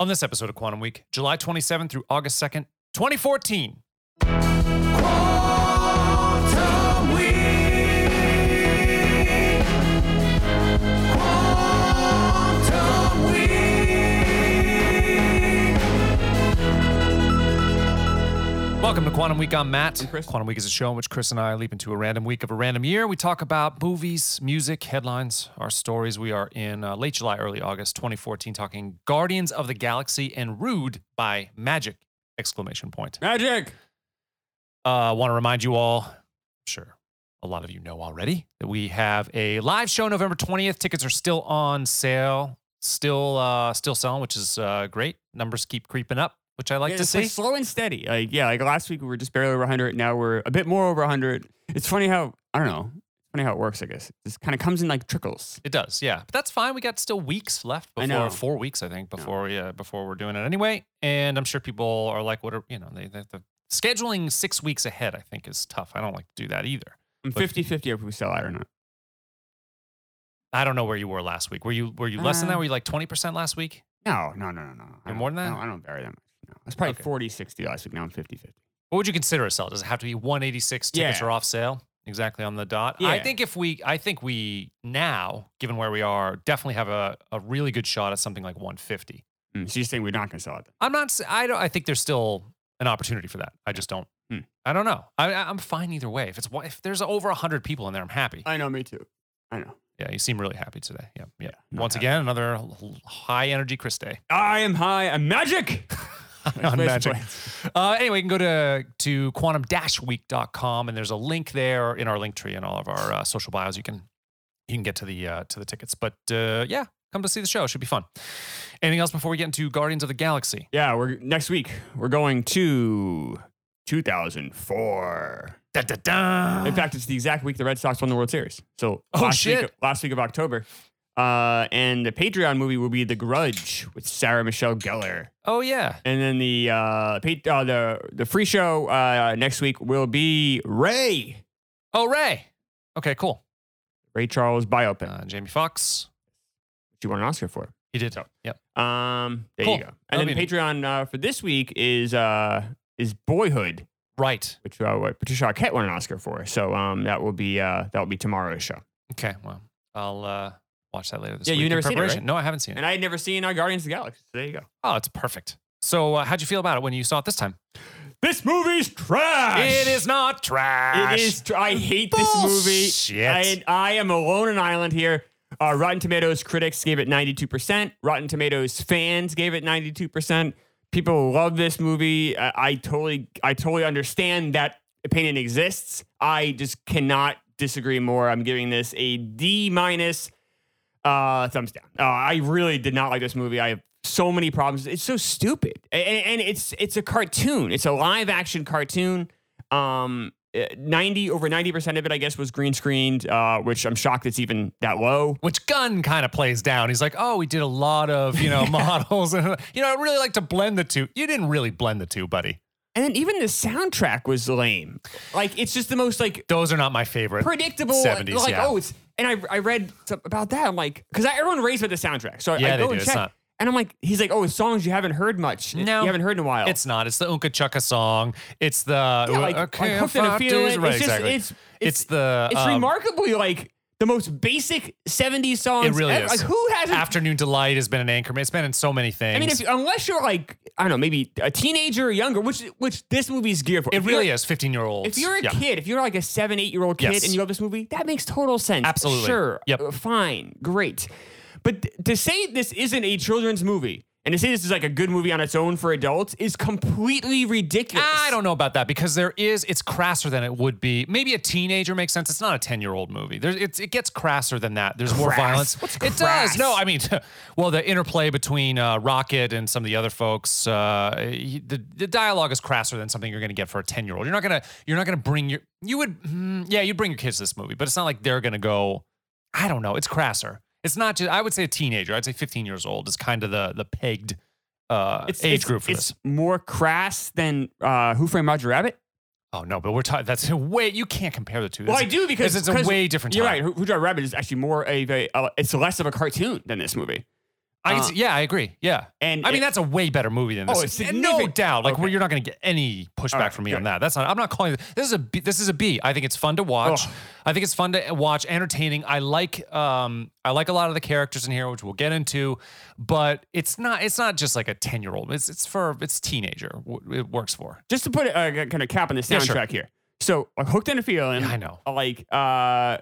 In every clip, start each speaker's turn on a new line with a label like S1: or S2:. S1: on this episode of Quantum Week, July 27th through August 2nd, 2014. Welcome to Quantum Week. I'm Matt.
S2: Chris.
S1: Quantum Week is a show in which Chris and I leap into a random week of a random year. We talk about movies, music, headlines, our stories. We are in uh, late July, early August 2014, talking Guardians of the Galaxy and Rude by Magic! Exclamation point.
S2: Magic.
S1: Uh, want to remind you all, I'm sure a lot of you know already, that we have a live show November 20th. Tickets are still on sale, still uh, still selling, which is uh, great. Numbers keep creeping up, which I like
S2: Yeah,
S1: to
S2: it's like
S1: see.
S2: slow and steady. Like yeah, like last week we were just barely over 100. Now we're a bit more over 100. It's funny how I don't know. It's funny how it works. I guess it just kind of comes in like trickles.
S1: It does, yeah. But that's fine. We got still weeks left
S2: I
S1: before
S2: know.
S1: four weeks, I think, before yeah, before we're doing it anyway. And I'm sure people are like, what are you know, they, they the scheduling six weeks ahead, I think, is tough. I don't like to do that either.
S2: I'm
S1: But-
S2: 50 50 if we sell out or not.
S1: I don't know where you were last week. Were you were you less than that?
S2: Uh,
S1: Were you like twenty percent last week?
S2: No, no, no, no, no. I
S1: You're
S2: don't-
S1: more than that?
S2: No, I don't vary that much. No, it's probably
S1: Okay.
S2: 40 60 last week. Now I'm 50 50.
S1: What would you consider a sell? Does it have to be 186 tickets
S2: Yeah.
S1: are off sale? Exactly on the dot. I
S2: Yeah.
S1: think if we, I think we now, given where we are, definitely have a, a really good shot at something like 150.
S2: Mm, so you're saying we're not going to sell it? Then.
S1: I'm not, s- I don't, I think there's still an opportunity for that. I just don't,
S2: Hmm.
S1: I don't know. I, I- I'm fine either way. If it's, one- if there's over 100 people in there, I'm happy.
S2: I know, me too. I know.
S1: Yeah, you seem really happy today. Yeah. Yeah.
S2: not
S1: Once
S2: happy.
S1: again, another l- high energy Chris day.
S2: I am high. I'm magic.
S1: on
S2: Nice
S1: magic.
S2: place.
S1: Uh, anyway, you can go to to quantum-week.com and there's a link there in our link tree and all of our uh, social bios. You can you can get to the uh, to the tickets. But uh, yeah, come to see the show. It should be fun. Anything else before we get into Guardians of the Galaxy?
S2: Yeah, we're next week. We're going to 2004.
S1: Da, da, da.
S2: In fact, it's the exact week the Red Sox won the World Series. So
S1: Oh,
S2: last
S1: shit.
S2: Week, last week of October. Uh, and the Patreon movie will be The Grudge with Sarah Michelle Gellar.
S1: oh yeah.
S2: And then the uh, pa- uh the the free show uh, next week will be Ray
S1: Oh Ray. Okay, cool.
S2: Ray Charles biopic.
S1: Uh, Jamie Fox.
S2: she won an Oscar for.
S1: He did.
S2: Oh.
S1: Yep.
S2: Um, there
S1: Cool.
S2: you go.
S1: That'll
S2: And
S1: be
S2: then
S1: neat.
S2: Patreon uh, for this week is uh is Boyhood,
S1: Right.
S2: which uh, what Patricia Arquette won an Oscar for. So um that will be uh that will be tomorrow's show.
S1: Okay. Well, I'll uh, watch that later this
S2: Yeah,
S1: week.
S2: you've
S1: in
S2: never seen it,
S1: preparation.
S2: right?
S1: No, I haven't seen it.
S2: And I had never seen uh, Guardians of the Galaxy. So there you go.
S1: Oh, it's perfect. So, uh, how'd you feel about it when you saw it this time?
S2: This movie's trash.
S1: It is not trash.
S2: It is. Tr- I hate this movie.
S1: Bullshit.
S2: I, I am alone an island here. Uh, Rotten Tomatoes critics gave it 92%. Rotten Tomatoes fans gave it 92%. People love this movie. I, I totally, I totally understand that opinion exists. I just cannot disagree more. I'm giving this a D minus. Uh, thumbs down. Uh, I really did not like this movie. I have so many problems. It's so stupid, A- and, and it's it's a cartoon. It's a live action cartoon. Um, eh, ninety over ninety percent of it, I guess, was green screened, uh, which I'm shocked it's even that low.
S1: which Gunn kind of plays down. He's like, "Oh, we did a lot of you know models, and you know, I really like to blend the two. You didn't really blend the two, buddy.
S2: And then even the soundtrack was lame. Like it's just the most like
S1: Those are not my favorite.
S2: predictable.
S1: 70s,
S2: like
S1: yeah.
S2: oh, it's and I I read some- about that. I'm like, because everyone raves about the soundtrack, so I-
S1: Yeah,
S2: I
S1: they
S2: go
S1: do.
S2: and
S1: It's
S2: check.
S1: not-
S2: And I'm like, he's like, oh, it's songs you haven't heard much.
S1: No.
S2: you haven't heard in a while.
S1: It's not. It's the Unka Chukka song. It's the uh,
S2: Yeah, like,
S1: okay,
S2: like hooked in a
S1: fuck
S2: feeling.
S1: this-
S2: It's
S1: Right,
S2: just-
S1: exactly.
S2: it's-
S1: It's
S2: it's-
S1: the
S2: It's
S1: um,
S2: remarkably like the most basic 70s songs.
S1: It really
S2: ever.
S1: is.
S2: Like who hasn't?
S1: Afternoon Delight has been an anchor. It's been in so many things.
S2: I mean, if you, unless you're like I don't know, maybe a teenager or younger, which which this movie's geared for.
S1: it
S2: If
S1: really
S2: you're-
S1: is. Fifteen year olds.
S2: If you're a
S1: yeah.
S2: kid, if you're like a seven, eight year old kid,
S1: Yes.
S2: and you love this movie, that makes total sense.
S1: Absolutely.
S2: Sure.
S1: Yep.
S2: Uh, Fine. Great. But th- to say this isn't a children's movie and to say this is like a good movie on its own for adults is completely ridiculous.
S1: I don't know about that because there is it's crasser than it would be. Maybe a teenager makes sense. It's not a ten year old movie. There's it's, it gets crasser than that. There's more
S2: Crass?
S1: violence.
S2: What's
S1: it does.
S2: crass?
S1: No, I mean, well, the interplay between uh, Rocket and some of the other folks. Uh, he- the the dialogue is crasser than something you're going to get for a ten year old. You're not gonna you're not gonna bring your you would mm, yeah you bring your kids to this movie, but it's not like they're gonna go. I don't know. It's crasser. It's not just. I would say a teenager. I'd say 15 years old is kind of the the pegged uh, age group for
S2: it's
S1: this.
S2: more crass than uh, Who Framed Roger Rabbit.
S1: Oh no, but we're talking. That's a way you can't compare the two.
S2: Well, I
S1: That's-
S2: do because
S1: it's a
S2: 'cause
S1: way different
S2: You're
S1: time.
S2: right. Who Who Drive Rabbit is actually more of a. Uh, it's less of a cartoon than this movie.
S1: I can
S2: Uh,
S1: see, yeah, I agree. Yeah.
S2: and
S1: I mean,
S2: it-
S1: that's a way better movie than
S2: Oh,
S1: this.
S2: it's
S1: And no
S2: significant-
S1: doubt. Like,
S2: Okay.
S1: where you're not going to get any pushback
S2: right,
S1: from me on
S2: good.
S1: that. That's not. I'm not calling it. This is a. B, this is a B. I think it's fun to watch. I think it's fun to watch, entertaining. I like. Um, I like a lot of the characters in here, which we'll get into. But it's not. It's not just like a ten year old. It's it's for it's teenager. W- It works for.
S2: just to put a uh, kind of cap on the
S1: Yeah, sure.
S2: soundtrack here. So uh, hooked on a feeling.
S1: Yeah, I know.
S2: uh, Like uh,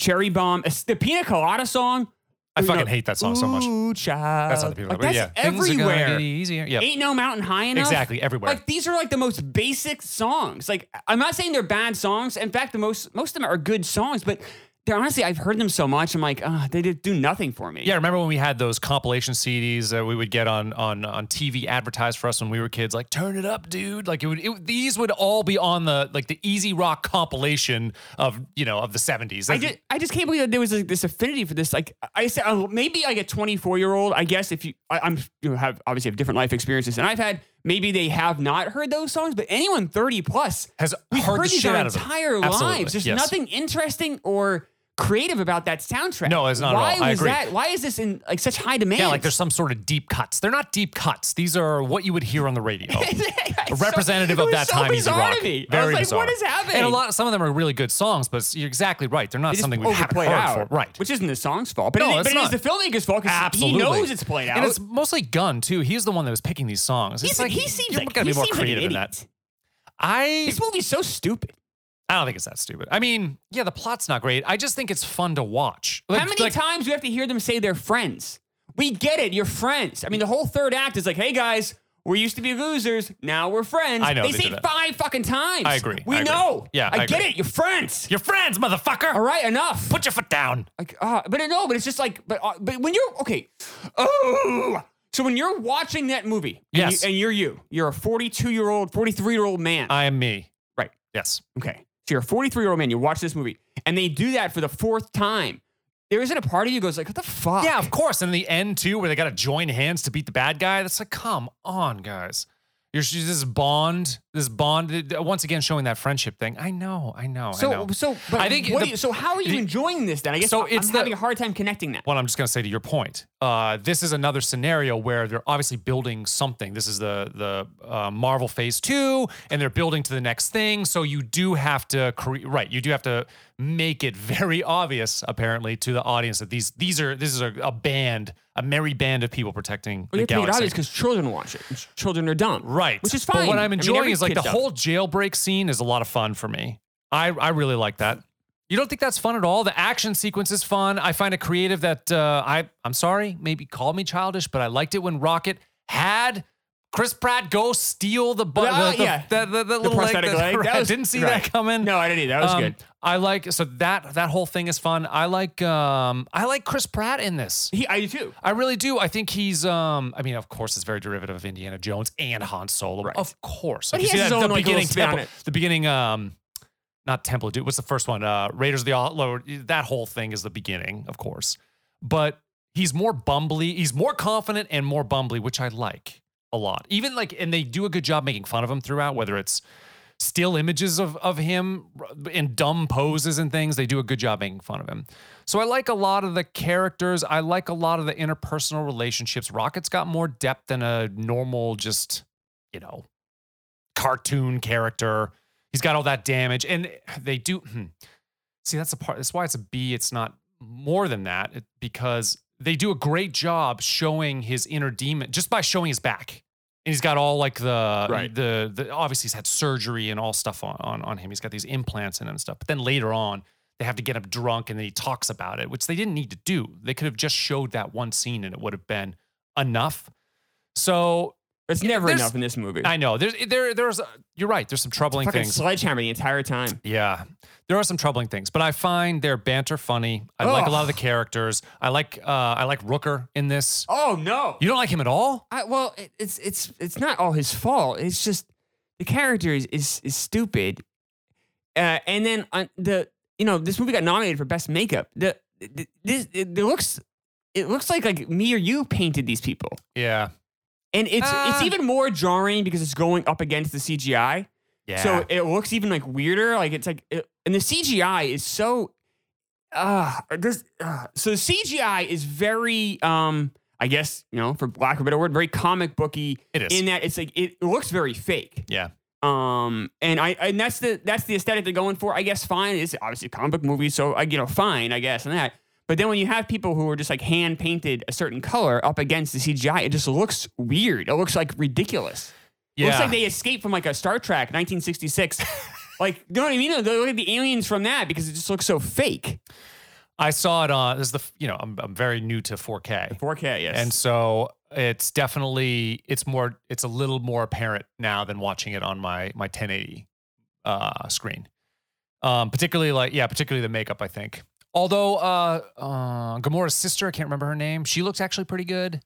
S2: cherry bomb. uh, The pina colada song.
S1: I
S2: you
S1: fucking
S2: know,
S1: hate that song so much.
S2: Ooh, child.
S1: That's not the people.
S2: Like,
S1: but
S2: that's
S1: yeah, Things are gonna
S2: everywhere.
S1: get easier. Yeah.
S2: Ain't no mountain high enough.
S1: Exactly. Everywhere.
S2: Like these are like the most basic songs. Like I'm not saying they're bad songs. In fact, the most most of them are good songs, but they're honestly I've heard them so much. I'm like, ah, they did do nothing for me.
S1: Yeah, remember when we had those compilation CDs that we would get on on on TV advertised for us when we were kids? Like, turn it up, dude! Like, it would it, these would all be on the like the easy rock compilation of you know of the seventies.
S2: I just, I just can't believe that there was like, this affinity for this. Like I said, uh, maybe like a 24 year old. I guess if you, I, I'm you have obviously have different life experiences than I've had. Maybe they have not heard those songs, but anyone 30 plus
S1: has
S2: we've
S1: heard,
S2: heard,
S1: the
S2: these
S1: shit
S2: our
S1: out of them.
S2: entire
S1: Absolutely,
S2: lives. There's
S1: yes.
S2: nothing interesting or creative about that soundtrack.
S1: No, it's not at
S2: Why
S1: all. I
S2: was
S1: agree.
S2: that? Why is this in like such high demand?
S1: Yeah, like there's some sort of deep cuts. They're not deep cuts. These are what you would hear on the radio.
S2: a
S1: representative of that time he's
S2: bizarre
S1: rock.
S2: to me.
S1: Very
S2: I was like,
S1: bizarre.
S2: what is happening?
S1: And a lot, some of them are really good songs, but you're exactly right. They're not
S2: It's
S1: something we haven't
S2: overplayed
S1: heard
S2: out,
S1: for. Right.
S2: Which isn't the song's fault, but,
S1: No,
S2: it,
S1: it's
S2: but it
S1: not.
S2: is the filmmaker's fault because he
S1: Absolutely.
S2: knows it's played out.
S1: And it's mostly Gun too. He's the one that was picking these songs.
S2: He's-
S1: it's like
S2: he seems
S1: you're
S2: like
S1: gonna
S2: he
S1: be more
S2: seems like an
S1: creative than
S2: idiot.
S1: that. I
S2: This movie's so stupid.
S1: I don't think it's that stupid. I mean, yeah, the plot's not great. I just think it's fun to watch. Like,
S2: How many
S1: like,
S2: times do we have to hear them say they're friends? We get it, you're friends. I mean, the whole third act is like, hey guys, we used to be losers, now we're friends.
S1: I know
S2: They,
S1: they
S2: say
S1: do
S2: it
S1: that.
S2: five fucking times.
S1: I agree,
S2: We
S1: I agree.
S2: know.
S1: Yeah,
S2: I,
S1: I
S2: get
S1: agree.
S2: it. You're friends.
S1: Your friends, motherfucker.
S2: All right, enough.
S1: Put your foot down.
S2: Like, uh, but no, but it's just like, but uh, but when you're okay, oh, so when you're watching that movie, and,
S1: Yes.
S2: you, and you're you, you're a 42 year old, 43 year old man,
S1: I am me.
S2: right?
S1: Yes.
S2: Okay, so you're a 43 year old man. You watch this movie, and they do that for the fourth time. There isn't a part of you goes like, what the fuck?
S1: Yeah, of course. And in the end too, where they got to join hands to beat the bad guy. That's like, come on, guys. You're this is Bond. This Bond uh, once again showing that friendship thing. I know. I know. I
S2: So
S1: know.
S2: so, but
S1: I think
S2: what
S1: the-
S2: do you, so. How are you
S1: the-
S2: enjoying this then? I guess
S1: So
S2: so I'm,
S1: it's the-
S2: having a hard time connecting that.
S1: Well, I'm just going to say to your point, uh, this is another scenario where they're obviously building something. This is the the uh, Marvel Phase Two, and they're building to the next thing. So you do have to create, right? You do have to make it very obvious, apparently, to the audience that these these are this is a, a band, a merry band of people protecting
S2: Well, you
S1: the
S2: have to make it
S1: galaxy.
S2: obvious because children watch it. and Children are dumb,
S1: Right.
S2: Which is fine.
S1: But what I'm
S2: I mean,
S1: enjoying
S2: every
S1: is like
S2: kid's
S1: the
S2: dumb.
S1: whole jailbreak scene is a lot of fun for me. I, I really like that. You don't think that's fun at all? The action sequence is fun. I find it creative that uh, I I'm sorry, maybe call me childish, but I liked it when Rocket had Chris Pratt go steal the butt.
S2: Ah,
S1: the, the,
S2: yeah.
S1: the, the- the little
S2: prosthetic leg. That
S1: I
S2: was-
S1: didn't see
S2: right.
S1: that coming.
S2: No, I didn't either. That was
S1: Um,
S2: good.
S1: I like so that that whole thing is fun. I like um I like Chris Pratt in this.
S2: He, I do too.
S1: I really do. I think he's. Um, I mean, of course, it's very derivative of Indiana Jones and Han Solo.
S2: Right.
S1: Of course,
S2: But
S1: You
S2: he
S1: see
S2: has
S1: that
S2: his
S1: at
S2: own, like, little spin on
S1: temple, the beginning. Um, not Temple of Doom. What's the first one? Uh, Raiders of the Lost. Lord- That whole thing is the beginning, of course. But he's more bumbly. He's more confident and more bumbly, which I like a lot. Even like, and they do a good job making fun of him throughout. Whether it's still images of of him in dumb poses and things. They do a good job making fun of him. So I like a lot of the characters. I like a lot of the interpersonal relationships. Rocket's got more depth than a normal, just you know, cartoon character. He's got all that damage, and they do. hmm. See, that's the part. That's why it's a B. It's not more than that it- because they do a great job showing his inner demon just by showing his back. And he's got all like the
S2: Right.
S1: the the obviously he's had surgery and all stuff on, on on him. He's got these implants in him and stuff. But then later on, they have to get him drunk and then he talks about it, which they didn't need to do. They could have just showed that one scene and it would have been enough. So
S2: It's never
S1: there's-
S2: enough in this movie.
S1: I know there's there there's you're right. There's some troubling
S2: Fucking
S1: things.
S2: sledgehammer the entire time.
S1: Yeah, there are some troubling things, but I find their banter funny. I like a lot of the characters. I like uh, I like Rooker in this.
S2: Oh no!
S1: You don't like him at all?
S2: I, well, it, it's it's it's not all his fault. It's just the character is is, is stupid. Uh, and then uh, the you know this movie got nominated for best makeup. The, the this it, it looks it looks like like me or you painted these people,
S1: Yeah,
S2: and it's
S1: Ah.
S2: it's even more jarring because it's going up against the CGI.
S1: yeah.
S2: So it looks even like weirder. Like it's like, it, and the CGI is so uh, this, uh, so CGI is very, um, I guess, you know, for lack of a better word, very comic booky
S1: It is.
S2: in that it's like, it looks very fake.
S1: yeah.
S2: Um, and I, and that's the, that's the aesthetic they're going for. I guess fine. It's obviously a comic book movie. So I, you know, fine, I guess, and that. But then when you have people who are just like hand painted a certain color up against the CGI, it just looks weird. It looks like ridiculous. It
S1: Yeah.
S2: Looks like they escaped from like a Star Trek 1966. like, you know what I mean? Like, Look at the aliens from that because it just looks so fake.
S1: I saw it on, this is the, f- you know, I'm, I'm very new to 4K.
S2: 4K, yes.
S1: And so it's definitely, it's more, it's a little more apparent now than watching it on my, my 1080 uh, screen. Um, particularly like, yeah, particularly the makeup, I think. Although uh, uh, Gamora's sister, I can't remember her name. She looked actually pretty good.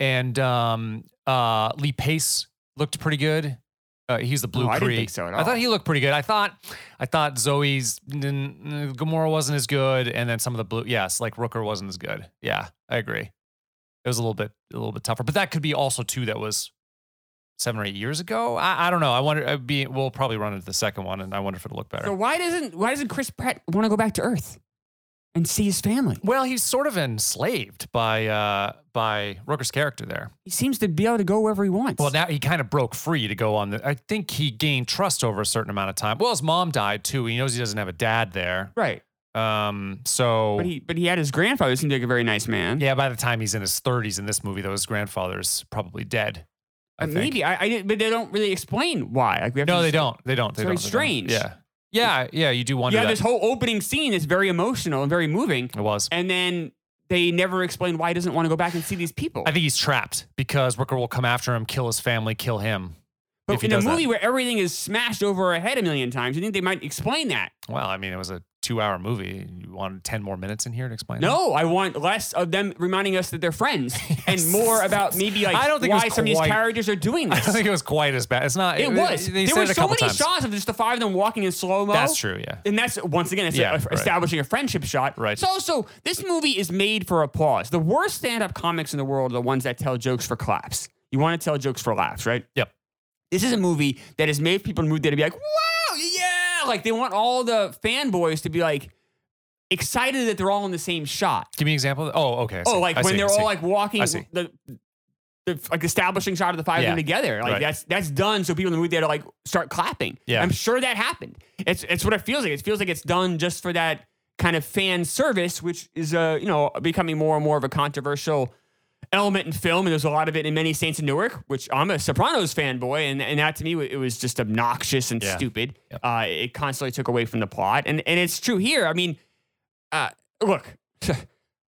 S1: And um, uh, Lee Pace looked pretty good. Uh, he's the Blue
S2: Oh, I
S1: Cree.
S2: didn't think so at
S1: I
S2: all.
S1: thought he looked pretty good. I thought, I thought Zoe's didn't- mm, Gamora wasn't as good, and then some of the blue, yes, like Rooker wasn't as good. Yeah, I agree. It was a little bit, a little bit tougher, but that could be also too. That was seven or eight years ago. I, I don't know. I wonder. I'd be, we'll probably run into the second one, and I wonder if it'll look better.
S2: so why doesn't why doesn't Chris Pratt want to go back to Earth and see his family?
S1: well, he's sort of enslaved by uh by Rooker's character there.
S2: He seems to be able to go wherever he wants.
S1: Well, now he kind of broke free to go on the. I think he gained trust over a certain amount of time. Well, his mom died too. He knows he doesn't have a dad there.
S2: right.
S1: Um, so
S2: But he but he had his grandfather who seemed like a very nice man.
S1: Yeah, by the time he's in his 30s in this movie, though, his grandfather's probably dead. I
S2: Uh,
S1: think.
S2: maybe I, I didn't- but they don't really explain why. Like we have
S1: No,
S2: to
S1: they don't. They don't. They
S2: very
S1: don't. they don't.
S2: strange.
S1: Yeah. Yeah. Yeah. You do wonder.
S2: You have
S1: that.
S2: this whole opening scene that's very emotional and very moving,
S1: it was.
S2: and then they never explain why he doesn't want to go back and see these people.
S1: I think he's trapped because Rooker will come after him, kill his family, kill him. if
S2: but
S1: he
S2: in a
S1: does that.
S2: movie where everything is smashed over our head a million times, you think they might explain that?
S1: Well, I mean, it was a two hour movie. You want 10 more minutes in here to explain that?
S2: No, I want less of them reminding us that they're friends and more about maybe like
S1: I don't think it
S2: why
S1: was
S2: some of these
S1: quite-
S2: characters are doing
S1: I don't
S2: this.
S1: think it was quite as bad. It's not.
S2: It was.
S1: They
S2: there
S1: said
S2: were
S1: it a
S2: so
S1: couple
S2: many
S1: times.
S2: shots of just the five of them walking in slow mo.
S1: That's true. Yeah.
S2: And that's once again, it's
S1: Yeah,
S2: a-
S1: right.
S2: establishing a friendship shot.
S1: Right.
S2: It's also this movie is made for applause. The worst stand-up comics in the world are the ones that tell jokes for claps. You want to tell jokes for laughs, right?
S1: Yep.
S2: This is a movie that is made for people in the mood to be like, wow, yeah. Like they want all the fanboys to be like excited that they're all in the same shot.
S1: Give me an example. Oh, okay. I see.
S2: Oh, like
S1: I
S2: when
S1: see, I
S2: they're
S1: see.
S2: all like walking
S1: I see.
S2: the, the like establishing shot of the five of
S1: Yeah.
S2: them together. Like
S1: Right.
S2: that's that's done so people in the movie theater like start clapping.
S1: Yeah.
S2: I'm sure that happened. It's it's what it feels like. It feels like it's done just for that kind of fan service, which is uh, you know, becoming more and more of a controversial element in film, and there's a lot of it in many Saints of Newark, which I'm a Sopranos fanboy, and, and that to me wa- it was just obnoxious and
S1: Yeah.
S2: stupid.
S1: Yep.
S2: Uh, it constantly took away from the plot, and and it's true here. I mean, uh, look,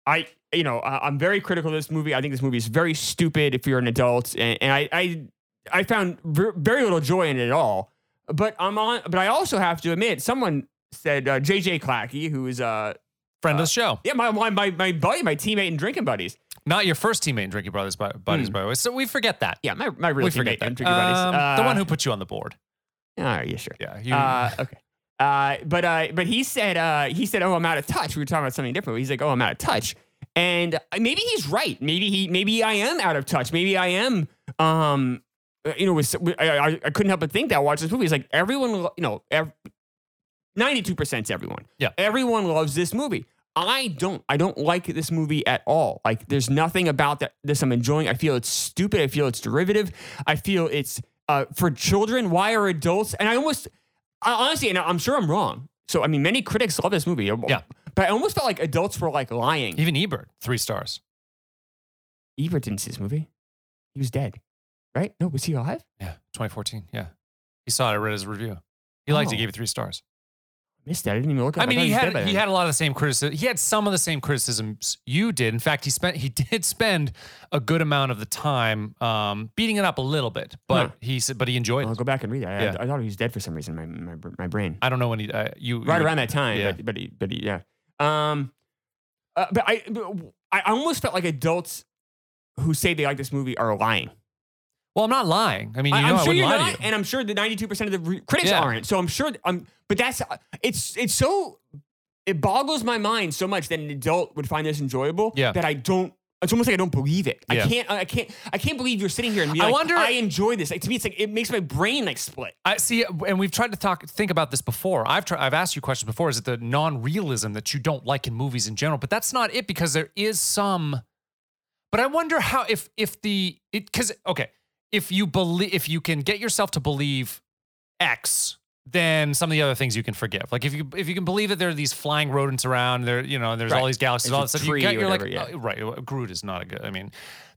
S2: I you know I, I'm very critical of this movie. I think this movie is very stupid if you're an adult, and, and I I I found ver- very little joy in it at all. But I'm on. But I also have to admit, someone said uh, JJ Clackey, who is uh
S1: Friend of the show.
S2: yeah my my my my buddy, my teammate and drinking buddies.
S1: Not your first teammate in Drinking Brothers, bu- Buddies, by the way. So we forget that.
S2: Yeah, my my real
S1: we
S2: Hmm. teammate
S1: forget that.
S2: and drinking buddies.
S1: Um,
S2: Uh,
S1: the one who put you on the board.
S2: All right, Ah, yeah, sure.
S1: Yeah. You,
S2: Uh, okay. Uh, but uh, but he said uh, he said, "Oh, I'm out of touch." We were talking about something different. But he's like, "Oh, I'm out of touch," and uh, maybe he's right. Maybe he maybe I am out of touch. Maybe I am. Um, uh, you know, with, with- I, I I couldn't help but think that watching this movie. It's like everyone, lo- you know, ninety-two percent everyone.
S1: Yeah.
S2: everyone loves this movie. I don't. I don't like this movie at all. Like, there's nothing about that this I'm enjoying. I feel it's stupid. I feel it's derivative. I feel it's uh, for children. Why are adults? And I almost, I honestly, and I'm sure I'm wrong. So I mean, many critics love this movie.
S1: Yeah.
S2: But I almost felt like adults were like lying.
S1: Even Ebert, three stars.
S2: Ebert didn't see this movie. He was dead, right? No, was he alive?
S1: Yeah, 2014. Yeah, he saw it. I read his review. He liked it.
S2: Oh.
S1: Gave it three stars.
S2: Missed that. I didn't even look. Up.
S1: I mean,
S2: thought
S1: he
S2: was dead
S1: had
S2: by
S1: he
S2: then.
S1: had a lot of the same criticism. He had some of the same criticisms you did. In fact, he spent he did spend a good amount of the time um, beating it up a little bit, but
S2: Huh.
S1: he said, but he enjoyed.
S2: I'll
S1: it.
S2: go back and read it. I,
S1: Yeah.
S2: I thought he was dead for some reason. in My my, my brain.
S1: I don't know when he uh, you
S2: right
S1: you-
S2: around that time.
S1: Yeah.
S2: But, but, he, but he, yeah. Um, uh, but I, but I I almost felt like adults who say they like this movie are lying.
S1: Well, I'm not lying. I mean, you
S2: I,
S1: know,
S2: am
S1: I
S2: sure
S1: wouldn't
S2: you're
S1: lie
S2: not,
S1: to you.
S2: and I'm sure the 92 percent of the re- critics
S1: Yeah.
S2: aren't. So I'm sure. I'm, but that's uh, it's it's so it boggles my mind so much that an adult would find this enjoyable.
S1: Yeah.
S2: That I don't it's almost like I don't believe it.
S1: Yeah.
S2: I can't. I can't. I can't believe you're sitting here and being
S1: I
S2: like,
S1: wonder-
S2: I enjoy this. Like, to me, it's like it makes my brain like split.
S1: I see, and we've tried to talk, think about this before. I've tried, I've asked you questions before. Is it the non-realism that you don't like in movies in general? But that's not it because there is some. But I wonder how if if the it because okay if you believe if you can get yourself to believe X, then some of the other things you can forgive. Like if you if you can believe that there are these flying rodents around, there you know, and there's all
S2: Right.
S1: these galaxies,
S2: It's
S1: all
S2: a
S1: that stuff.
S2: tree
S1: you
S2: or
S1: you're like,
S2: whatever,
S1: oh, right, Groot is not a good. I mean,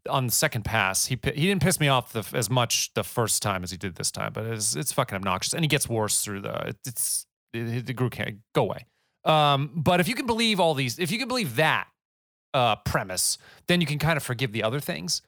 S1: on the second pass, he pi- he didn't piss me off the, f- as much the first time as he did this time, but it's it's fucking obnoxious, and he gets worse through the it- it's it, the Groot can't go away. Um, but if you can believe all these, if you can believe that uh, premise, then you can kind of forgive the other things.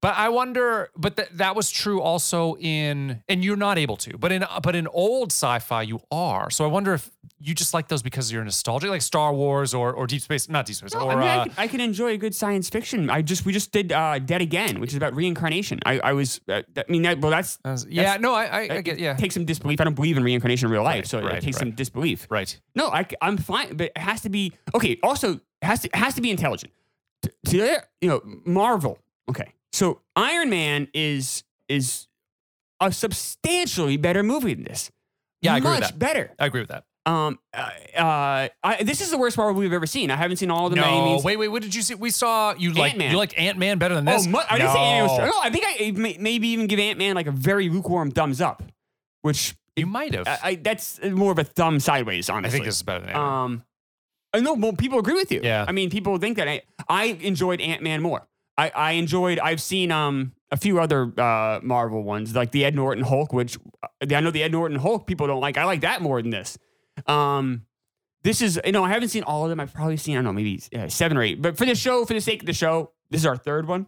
S1: But I wonder, but th- that was true also in, and you're not able to, but in uh, but in old sci-fi you are. So I wonder if you just like those because you're nostalgic, like Star Wars or or Deep Space, not Deep Space,
S2: No,
S1: or
S2: Oh, I,
S1: uh,
S2: mean, I, can, I can enjoy a good science fiction. I just we just did uh, Dead Again, which is about reincarnation. I, I was uh, that- I mean that well that's
S1: uh, yeah, no, I I, I get yeah,
S2: take some disbelief. I don't believe in reincarnation in real life,
S1: Right,
S2: so
S1: right,
S2: it takes some disbelief.
S1: right,
S2: No, I, am fine, but it has to be okay. Also, it has to it has to be intelligent. T- To the other- you know, Marvel. Okay, so Iron Man is is a substantially better movie than this.
S1: Yeah, I
S2: much
S1: agree with that.
S2: better.
S1: I agree with that.
S2: Um, uh, uh, I, this is the worst Marvel we've ever seen. I haven't seen all the
S1: No,
S2: Miami's.
S1: wait, wait, what did you see? We saw you like
S2: Ant-Man.
S1: you liked Ant Man better than
S2: Oh,
S1: this.
S2: mu- I didn't say Ant-Man was.
S1: No.
S2: No, I think I may- maybe even give Ant Man like a very lukewarm thumbs up, which
S1: You might have.
S2: I, I, that's more of a thumb sideways, honestly.
S1: I think this is better than Ant. Man.
S2: Um, I know well, people agree with you.
S1: Yeah.
S2: I mean, people think that I, I enjoyed Ant Man more. I, I enjoyed. I've seen um a few other uh, Marvel ones like the Ed Norton Hulk, which uh, I know the Ed Norton Hulk people don't like. I like that more than this. Um, this is you know I haven't seen all of them. I've probably seen I don't know maybe uh, seven or eight. But for the show, for the sake of the show, this is our third one.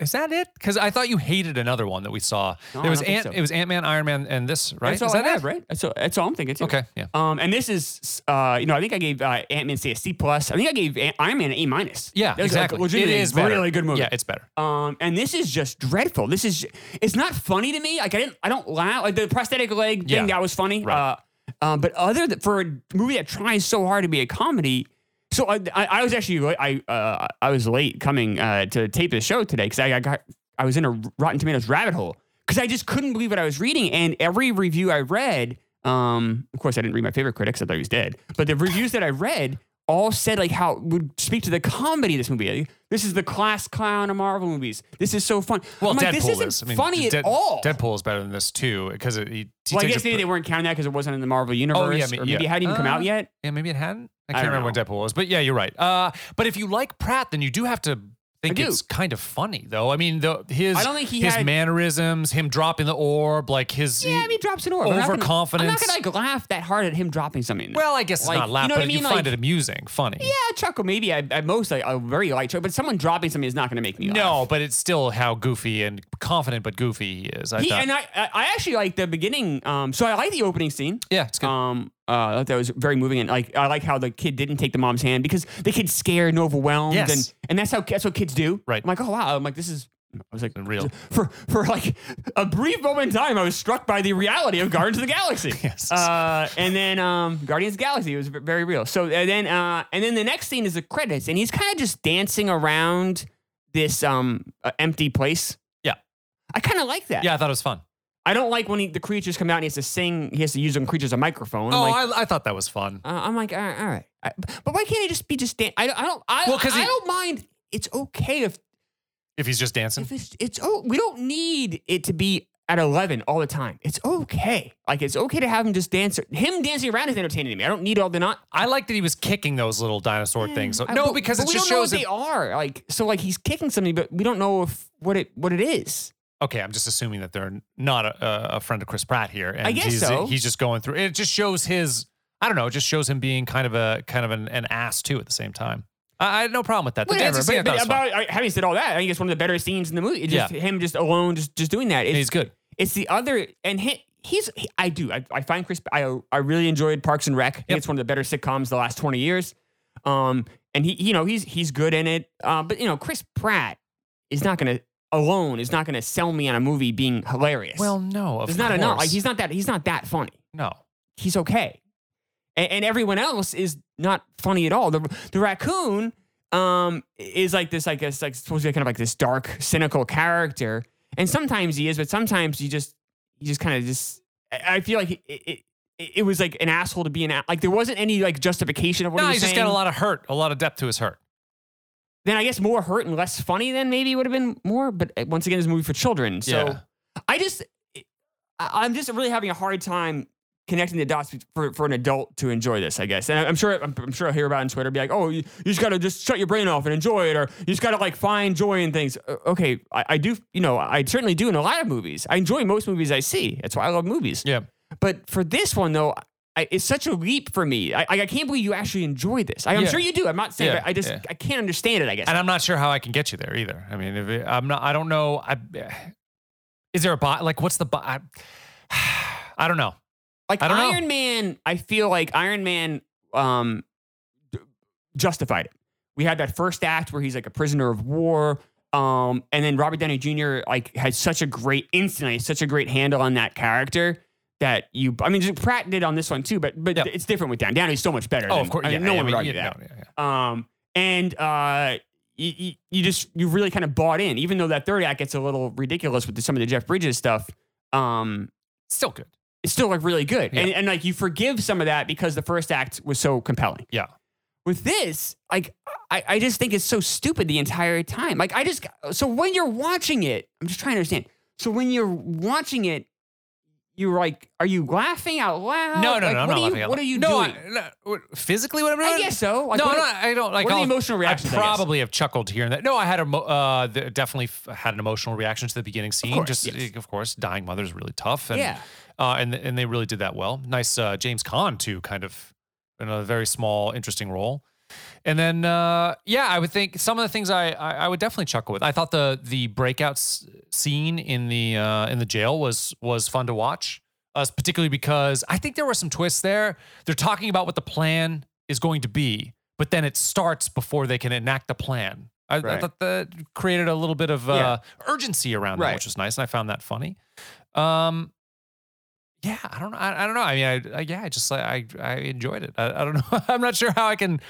S1: Is that it? Because I thought you hated another one that we saw.
S2: No,
S1: there
S2: I
S1: was
S2: don't think
S1: Ant.
S2: so.
S1: It was Ant Man, Iron Man, and this. Right? is
S2: That's all
S1: that
S2: I have,
S1: it?
S2: right? That's all, that's all I'm thinking too.
S1: Okay. Yeah.
S2: Um, and this is, uh, you know, I think I gave uh, Ant Man say a C plus. I think I gave Ant- Iron Man an A minus.
S1: Yeah.
S2: That was like
S1: exactly. it
S2: legitimately
S1: is
S2: a
S1: better.
S2: really good movie.
S1: Yeah, it's better.
S2: Um, and this is just dreadful. This is it's not funny to me. Like I didn't, I don't laugh. Like the prosthetic leg thing
S1: Yeah.
S2: that was funny.
S1: Right.
S2: Uh, um, but other than for a movie that tries so hard to be a comedy, so I, I, I was actually la- I uh, I was late coming uh, to tape the show today because I, I got I was in a Rotten Tomatoes rabbit hole because I just couldn't believe what I was reading and every review I read. Um, of course, I didn't read my favorite critics. I thought he was dead. But the reviews that I read all said like how it would speak to the comedy of this movie. Like, this is the class clown of Marvel movies. This is so fun.
S1: Well,
S2: I'm
S1: Deadpool
S2: like, this isn't
S1: is. I mean,
S2: funny
S1: Dead-
S2: at all.
S1: Deadpool is better than this too because it. He, he
S2: well, I
S1: takes
S2: guess
S1: a-
S2: maybe they weren't counting that because it wasn't in the Marvel universe.
S1: I mean,
S2: or maybe
S1: Oh, yeah.
S2: it hadn't even come
S1: Uh,
S2: out yet.
S1: yeah, maybe it hadn't. I
S2: I
S1: can't
S2: don't
S1: remember when Deadpool was, but yeah, you're right. Uh, but if you like Pratt, then you do have to think
S2: I do.
S1: it's kind of funny, though. I mean, the, his
S2: I don't think he
S1: his
S2: had-
S1: mannerisms, him dropping the orb, like his
S2: Yeah, I mean, drops an orb. I'm not gonna- I'm
S1: Overconfidence.
S2: not gonna like laugh that hard at him dropping something.
S1: well, I guess it's
S2: Like,
S1: not laugh,
S2: you know
S1: but
S2: what I
S1: you
S2: mean?
S1: find
S2: Like-
S1: it amusing, funny.
S2: yeah, chuckle maybe at, at most like a very light chuckle, but someone dropping something is not gonna make me laugh.
S1: No, but it's still how goofy and confident, but goofy he is. I
S2: He,
S1: thought.
S2: and I, I I actually like the beginning. Um, so I like the opening scene.
S1: yeah, it's good.
S2: Um, uh, I thought that was very moving, and like I like how the kid didn't take the mom's hand because the kid's scared and overwhelmed,
S1: Yes.
S2: and and that's how that's what kids do.
S1: Right.
S2: I'm like, oh wow. I'm like, this is. I was like,
S1: Real.
S2: For for like a brief moment in time, I was struck by the reality of Guardians of the Galaxy.
S1: Yes.
S2: Uh, and then um, Guardians of the Galaxy was v- very real. So and then uh, and then the next scene is the credits, and he's kind of just dancing around this um uh, empty place.
S1: Yeah.
S2: I kind of like that.
S1: yeah, I thought it was fun.
S2: I don't like when he, the creatures come out and he has to sing. He has to use them creatures a microphone.
S1: oh,
S2: I'm like,
S1: I, I thought that was fun.
S2: uh, I'm like, all right, all right. I- but why can't it just be just dance? I, don't- I don't. I,
S1: Well, 'cause
S2: I
S1: he-
S2: don't mind. It's okay if
S1: If he's just dancing,
S2: if it's it's oh we don't need it to be at 11 all the time. It's okay. Like it's okay to have him just dance. Him dancing around is entertaining to me. I don't need all the not.
S1: I like that he was kicking those little dinosaur things. So,
S2: I-
S1: no,
S2: but-
S1: because
S2: but
S1: it
S2: we
S1: just
S2: don't know
S1: shows.
S2: what
S1: that-
S2: they are. Like so, like he's kicking something, but we don't know if what it what it is.
S1: okay, I'm just assuming that they're not a, a- a friend of Chris Pratt here, and
S2: I guess
S1: he's,
S2: so.
S1: he's just going through. It just shows his. I don't know. It just shows him being kind of a kind of an, an ass too at the same time. I, I had no problem with that. The
S2: Whatever.
S1: dancing scene I
S2: But,
S1: thought was
S2: but
S1: fun.
S2: about I- having said all that, I think it's one of the better scenes in the movie. It's just
S1: Yeah.
S2: him just alone, just just doing that. It's,
S1: he's good.
S2: It's the other, and he, he's he- I do I, I find Chris I I really enjoyed Parks and Rec. I think
S1: Yep.
S2: It's one of the better sitcoms the last twenty years. Um, and he you know he's he's good in it. Uh, but you know Chris Pratt is not gonna alone is not gonna sell me on a movie being hilarious.
S1: Well, no, of
S2: there's not enough. Like
S1: course.
S2: he's not that he's not that funny.
S1: no.
S2: He's okay, and, and everyone else is not funny at all. The the raccoon. um, is like this, I guess, like supposed to be kind of like this dark, cynical character. And sometimes he is, but sometimes he just, he just kind of just. I I feel like it, it, it, it was like an asshole to be an a- like. There wasn't any like justification of what
S1: no,
S2: he
S1: he's
S2: was
S1: just
S2: saying.
S1: got a lot of hurt, a lot of depth to his hurt.
S2: Then I guess more hurt and less funny. Then maybe would have been more. But uh, once again, it's a movie for children, so
S1: Yeah.
S2: I just, eh, I- I'm just really having a hard time connecting the dots for, for an adult to enjoy this, I guess. And I'm sure, I'm, I'm sure I'll hear about it on Twitter, be like, oh, you, you just got to just shut your brain off and enjoy it, or you just got to like find joy in things. Uh, Okay, I, I do, you know, I certainly do in a lot of movies. I enjoy most movies I see. That's why I love movies.
S1: Yeah.
S2: But for this one though, I, it's such a leap for me. I, I can't believe you actually enjoy this. I, am
S1: Yeah.
S2: sure you do. I'm not saying,
S1: Yeah,
S2: but I just,
S1: yeah.
S2: I can't understand it. I guess.
S1: And I'm not sure how I can get you there either. I mean, if it, I'm not, I don't know. I, is there a bot? Like, what's the bot? I, I don't know.
S2: Like
S1: I don't know.
S2: Iron Man, I feel like Iron Man um d- justified it. We had that first act where he's like a prisoner of war. Um, and then Robert Downey Jr. like had such a great instantly, such a great handle on that character that you I mean just Pratt did on this one too, but but
S1: Yep.
S2: it's different with Downey. Downey's so much better.
S1: Oh,
S2: than-
S1: of course.
S2: I mean,
S1: yeah,
S2: no
S1: yeah,
S2: one
S1: I mean,
S2: would argue
S1: yeah,
S2: that.
S1: no, yeah, yeah.
S2: Um, and uh, you, you, you just you really kind of bought in, even though that third act gets a little ridiculous with the, some of the Jeff Bridges stuff. Um,
S1: Still good.
S2: it's still like really good.
S1: Yeah.
S2: And, and like you forgive some of that because the first act was so compelling.
S1: Yeah.
S2: With this, like I, I just think it's so stupid the entire time. Like I just so when you're watching it, I'm just trying to understand. So when you're watching it, you're like, are you laughing out loud?
S1: No, no,
S2: Like,
S1: no. I'm
S2: what
S1: not
S2: are you,
S1: laughing out loud.
S2: What are you
S1: no,
S2: doing?
S1: I, no, what- physically, what I'm
S2: I,
S1: doing?
S2: guess so. Like,
S1: no,
S2: what
S1: I'm
S2: are-
S1: not, I don't like
S2: what are the
S1: I'll-
S2: emotional reactions, I
S1: I
S2: guess?
S1: probably have chuckled here and that. No, I had a mo- uh, the, definitely f- had an emotional reaction to the beginning scene.
S2: course,
S1: Just
S2: yes.
S1: of course, dying mother is really tough. And,
S2: Yeah.
S1: uh, and and they really did that well. Nice uh, James Caan too, kind of in a very small, interesting role. And then uh, yeah, I would think some of the things I, I I would definitely chuckle with. I thought the the breakout s- scene in the uh, in the jail was was fun to watch, uh, particularly because I think there were some twists there. They're talking about what the plan is going to be, but then it starts before they can enact the plan. I, I
S2: Right.
S1: thought that created a little bit of uh, urgency around that,
S2: Right.
S1: which was nice, and I found that funny. Um, yeah, I don't know. I, I don't know. I mean, I, I yeah, I just I I enjoyed it. I, I don't know. I'm not sure how I can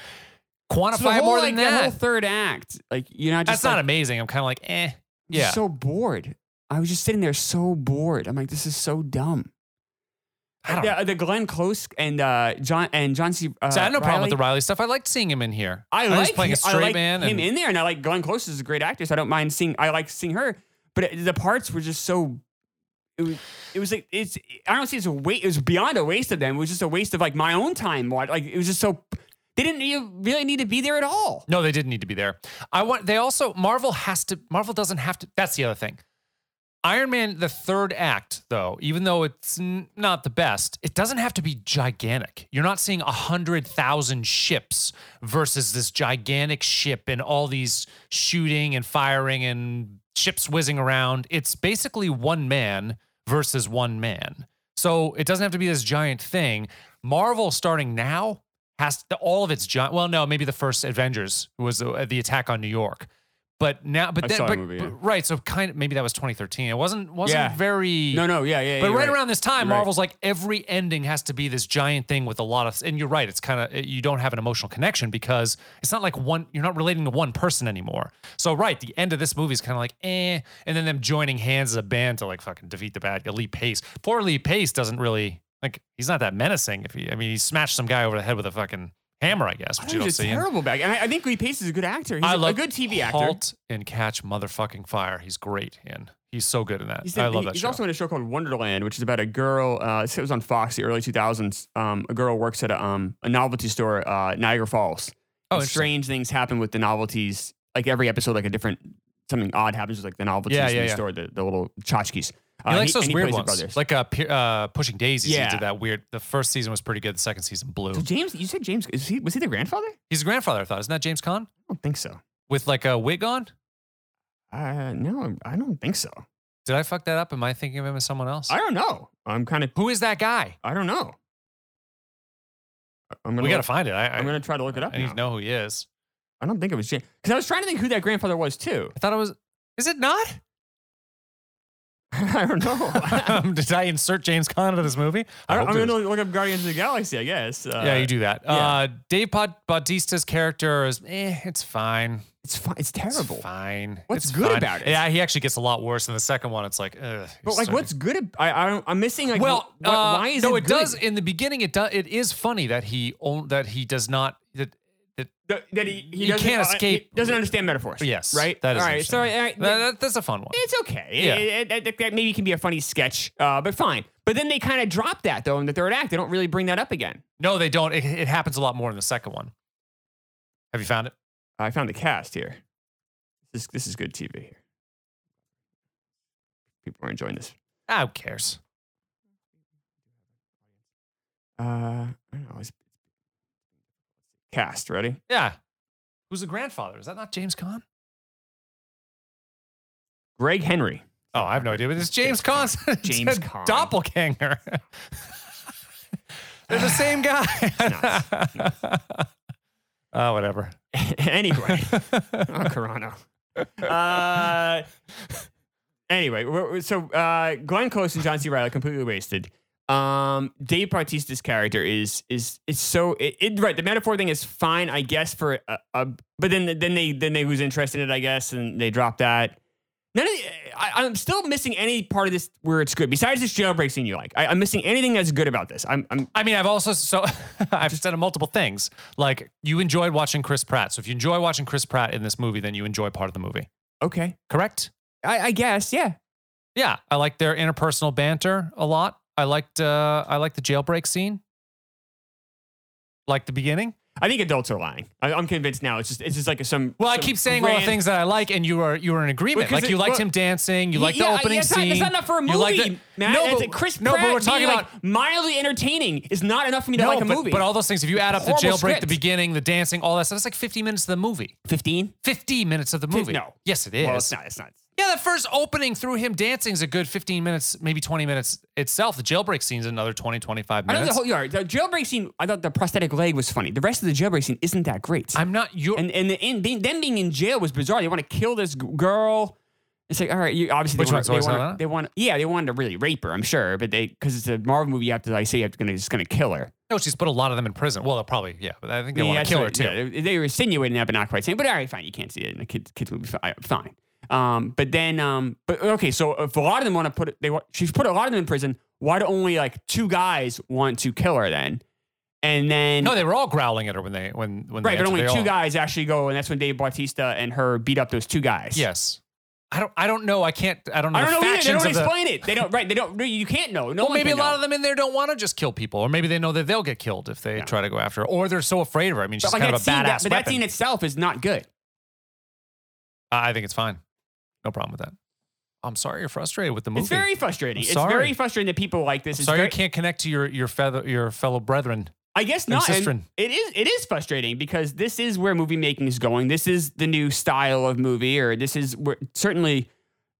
S1: quantify
S2: So the
S1: it
S2: whole,
S1: more
S2: like,
S1: than
S2: The
S1: that.
S2: whole third act, like you're not just
S1: That's
S2: like,
S1: not amazing. I'm kind of like, eh.
S2: I'm
S1: Yeah.
S2: just so bored. I was just sitting there so bored. I'm like, this is so dumb.
S1: I don't
S2: The, the Glenn Close and uh, John and John C. Uh,
S1: so I had no problem with
S2: Reilly.
S1: the Riley stuff. I liked seeing him in here.
S2: I
S1: know he's
S2: like
S1: playing a
S2: him- I
S1: straight
S2: like
S1: man.
S2: him
S1: and,
S2: in there, and I like Glenn Close is a great actress. I don't mind seeing. I like seeing her, but it, the parts were just so. It was, it was like it's. I don't see it's a waste. It was beyond a waste of them. It was just a waste of like my own time. Like it was just so. They didn't e- really need to be there at all.
S1: No, they didn't need to be there. I want. They also Marvel has to. Marvel doesn't have to. That's the other thing. Iron Man, the third act, though, even though it's n- not the best, it doesn't have to be gigantic. You're not seeing a hundred thousand ships versus this gigantic ship and all these shooting and firing and ships whizzing around. It's basically one man versus one man. So it doesn't have to be this giant thing. Marvel starting now has to, all of its giant. Well, no, maybe the first Avengers was the, the attack on New York, but now, but
S2: I
S1: then,
S2: saw that
S1: but,
S2: movie, yeah.
S1: but- right. So kind of maybe that was 2013. It wasn't wasn't
S2: Yeah.
S1: very.
S2: No, no, yeah, yeah.
S1: But
S2: you're
S1: right, around this time,
S2: You're right.
S1: Marvel's like every ending has to be this giant thing with a lot of. And you're right. It's kind of you don't have an emotional connection because it's not like one. You're not relating to one person anymore. So right, the end of this movie is kind of like eh, and then them joining hands as a band to like fucking defeat the bad guy. Lee Pace. Poor Lee Pace doesn't really like. He's not that menacing. If he, I mean, he smashed some guy over the head with a fucking hammer, I guess.
S2: I
S1: But
S2: thought
S1: you
S2: he
S1: don't
S2: was
S1: see
S2: just
S1: him.
S2: terrible back. And I, I think Lee Pace is a good actor. He's
S1: I
S2: a-
S1: love
S2: a good TV actor.
S1: Halt and catch motherfucking fire. He's great in. He's so good in that.
S2: He's in-
S1: I love that
S2: He's
S1: show.
S2: also in a show called Wonderland, which is about a girl. Uh, it was on Fox the early 2000s. Um, a girl works at a, um, a novelty store, uh, Niagara Falls.
S1: oh,
S2: And
S1: interesting.
S2: strange things happen with the novelties. Like every episode, like a different something odd happens with like the novelties
S1: Yeah,
S2: in
S1: yeah,
S2: the
S1: yeah.
S2: store, the, the little tchotchkes. Uh,
S1: He likes
S2: and
S1: those
S2: and
S1: weird
S2: plays the
S1: ones,
S2: brothers.
S1: like uh, Pe- uh, Pushing Daisies.
S2: Yeah.
S1: He did that weird. The first season was pretty good. The second season blew.
S2: so James, you said James is he was he the grandfather? I
S1: He's a grandfather, I thought. Isn't that James Caan
S2: don't think so.
S1: with like a wig on?
S2: Uh, no, I don't think so.
S1: Did I fuck that up? Am I thinking of him as someone else?
S2: I don't know. I'm kind of.
S1: Who is that guy?
S2: I don't know. I'm gonna.
S1: We gotta
S2: look-
S1: find it. I, I,
S2: I'm gonna try to look it up.
S1: I need
S2: now.
S1: to know who he is.
S2: I don't think it was James. Because I was trying to think who that grandfather was too.
S1: I thought it was. Is it not?
S2: I don't know.
S1: Um, did I insert James Conn into this movie?
S2: I
S1: hope
S2: am
S1: there
S2: going
S1: was-
S2: to look up Guardians of the Galaxy, I guess. Uh,
S1: yeah, you do that.
S2: yeah.
S1: Uh, Dave Baut- Bautista's character is, eh, it's fine.
S2: It's, fi- it's
S1: It's
S2: terrible.
S1: fine.
S2: What's
S1: It's
S2: good
S1: fine.
S2: about it?
S1: Yeah, he actually gets a lot worse in the second one. It's like, ugh.
S2: But like,
S1: so-
S2: what's good? ab- I, I don't, I'm missing like.
S1: well?
S2: wh- wh-
S1: uh,
S2: why is
S1: no,
S2: it?
S1: it,
S2: good?
S1: does in the beginning. It does. It is funny that he on, that he does not that that
S2: Th- that he, he
S1: You
S2: doesn't-
S1: can't
S2: uh, he
S1: escape-
S2: doesn't understand metaphors.
S1: yes
S2: Right.
S1: that is
S2: all right. So
S1: interesting.
S2: all right,
S1: That- that- that's a fun one.
S2: it's okay.
S1: Yeah.
S2: It- it- it- that maybe can be a funny sketch, uh, but fine. But then they kind of drop that though in the third act. They don't really bring that up again.
S1: No, they don't. It, it happens a lot more in the second one. Have you found it?
S2: I found the cast here. This is this is good TV here. People are enjoying this.
S1: Ah, who cares?
S2: Uh, I don't know. It's cast ready.
S1: Yeah. Who's the grandfather? Is that not James Caan?
S2: Greg Henry.
S1: Oh, I have no idea. But it's James Caan.
S2: James Caan.
S1: Doppelganger. They're the same guy.
S2: Nuts.
S1: Oh, whatever.
S2: anyway. oh, Carano. Uh, anyway, we're- we're- so uh, Glenn Close and John C. Riley completely wasted. Um, Dave Bautista's character is is it's so it, it right. The metaphor thing is fine, I guess. For a, a but then then they then they lose interest in it, I guess, and they drop that. None of the, I, I'm still missing any part of this where it's good. Besides this jailbreak scene, you like, I, I'm missing anything that's good about this. I'm, I'm
S1: I mean, I've also so I've said multiple things. Like you enjoyed watching Chris Pratt. So if you enjoy watching Chris Pratt in this movie, then you enjoy part of the movie.
S2: okay.
S1: Correct?
S2: I, I guess, yeah.
S1: Yeah, I like their interpersonal banter a lot. I liked uh, I liked the jailbreak scene, like the beginning.
S2: I think adults are lying. I, I'm convinced now. It's just it's just like some.
S1: Well, I
S2: some
S1: keep saying all the
S2: grand-
S1: things that I like, and you are you are in agreement.
S2: Because
S1: Like you
S2: it-
S1: liked
S2: well-
S1: him dancing, you liked
S2: Yeah,
S1: the
S2: yeah,
S1: opening
S2: it's not-
S1: scene.
S2: That's not enough for a movie.
S1: You liked the-
S2: Matt.
S1: No,
S2: That's
S1: but-
S2: it. Chris
S1: no, but
S2: Pratt
S1: we're talking
S2: being,
S1: about-
S2: like mildly entertaining is not enough for me to
S1: no,
S2: like a
S1: but,
S2: movie.
S1: but all those things. If you add up the
S2: Horrible
S1: jailbreak,
S2: script.
S1: the beginning, the dancing, all that stuff, it's like 50 minutes of the movie.
S2: 15?
S1: 50 minutes of the movie.
S2: no.
S1: Yes, it is.
S2: Well, it's not. It's not.
S1: Yeah, the first opening through him dancing is a good 15 minutes, maybe 20 minutes itself. The jailbreak scene's another 20, 25
S2: I know
S1: minutes.
S2: the whole yard. The jailbreak scene. I thought the prosthetic leg was funny. The rest of the jailbreak scene isn't that great.
S1: I'm not your
S2: and and the, in, being, them being in jail was bizarre. They want to kill this g- girl. It's like all right, you obviously
S1: Which
S2: they,
S1: one's
S2: want,
S1: always
S2: they,
S1: like that?
S2: want, they want yeah they wanted to really rape her. I'm sure, but they because it's a Marvel movie, you have to like say you're gonna just gonna kill her.
S1: No, she's put a lot of them in prison. Well, they'll probably, yeah. But I think they
S2: Yeah,
S1: want to
S2: that's
S1: kill
S2: what-
S1: her too.
S2: yeah, they- they were insinuating that, but not quite saying. But all right, fine. You can't see it in a kid, kids movie. fi- Fine. Um, but then, um, but okay. So if a lot of them want to put, they wa- she's put a lot of them in prison. Why do only like two guys want to kill her then? And then
S1: No, they were all growling at her when they when when they
S2: right, but
S1: entered.
S2: only
S1: They
S2: two
S1: all-
S2: guys actually go, and that's when Dave Bautista and her beat up those two guys.
S1: Yes, I don't I don't know. I can't. I don't know.
S2: I
S1: the
S2: don't know either. They
S1: factions
S2: don't
S1: of the-
S2: explain it. They don't. Right. They don't. You can't know. No.
S1: well,
S2: one
S1: maybe a
S2: can
S1: lot
S2: know.
S1: of them in there don't want to just kill people, or maybe they know that they'll get killed if they
S2: Yeah.
S1: try to go after her, or they're so afraid of her. I mean, she's
S2: But like
S1: kind
S2: that
S1: of a
S2: scene,
S1: badass
S2: that, but that
S1: weapon.
S2: scene itself is not good.
S1: I I think it's fine. No problem with that. I'm sorry you're frustrated with the movie.
S2: It's very frustrating. It's
S1: sorry.
S2: very frustrating that people like this. It's
S1: sorry
S2: very,
S1: you can't connect to your your feather your fellow brethren.
S2: I guess
S1: And
S2: not. and
S1: cistern.
S2: it is it is frustrating because this is where movie making is going. This is the new style of movie, or this is where certainly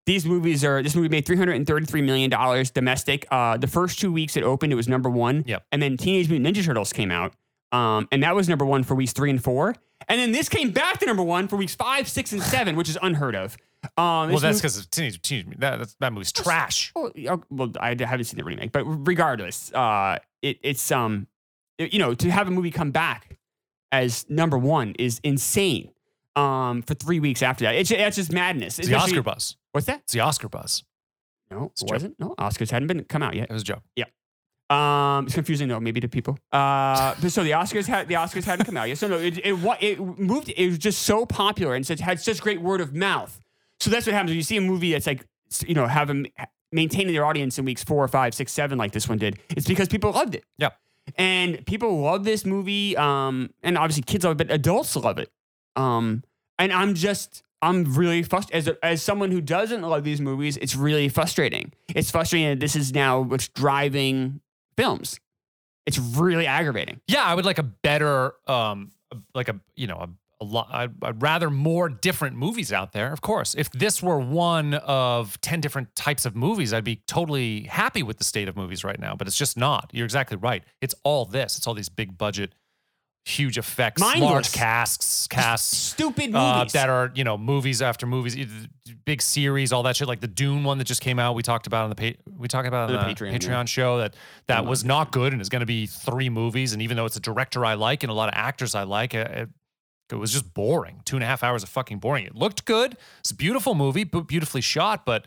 S2: these movies are. This movie made three hundred and thirty three million dollars domestic. Uh, the first two weeks it opened, it was number one.
S1: Yep.
S2: And then Teenage Mutant Ninja Turtles came out, um, and that was number one for weeks three and four. And then this came back to number one for weeks five, six, and seven, which is unheard of. Um,
S1: Well,
S2: this
S1: that's
S2: movie-
S1: because teenage, teenage that that's- that movie's trash.
S2: well, yeah, Oh, well, I haven't seen the remake, but regardless, uh, it, it's um, it- you know, to have a movie come back as number one is insane. Um, for three weeks after that, it's that's just madness.
S1: It's the
S2: Especially-
S1: Oscar buzz.
S2: What's that?
S1: It's the Oscar buzz.
S2: No,
S1: It's a
S2: it
S1: joke.
S2: wasn't. No, Oscars hadn't been come out yet.
S1: It was a joke.
S2: Um, it's confusing though, maybe to people. Uh, but so the Oscars had the Oscars hadn't come out yet. So no, it it wa- it moved. It was just so popular and such had such great word of mouth. So that's what happens when you see a movie that's like s- you know have them maintaining their audience in weeks four, five, six, seven, like this one did. It's because people loved it.
S1: Yeah.
S2: and people love this movie. Um, and obviously kids love it, but adults love it. Um, and I'm just I'm really frustrated as a, as someone who doesn't love these movies. It's really frustrating. It's frustrating that this is now what's driving films. It's really aggravating.
S1: Yeah, I would like a better, um, like a you know a, a lot. I'd, I'd rather more different movies out there. Of course, if this were one of ten different types of movies, I'd be totally happy with the state of movies right now. But it's just not. You're exactly right. It's all this. It's all these big budget, huge effects,
S2: Mindless.
S1: large casks, casts.
S2: Stupid
S1: Uh,
S2: movies.
S1: that are you know movies after movies, e- th- big series, all that shit. Like the Dune one that just came out, we talked about on the pa- we talked about on
S2: The
S1: the,
S2: Patreon,
S1: Patreon,
S2: yeah.
S1: show that that was not good and is going to be three movies. And even though it's a director I like and a lot of actors I like, it, it, it was just boring. Two and a half hours of fucking boring. It looked good. It's a beautiful movie, bu- beautifully shot, but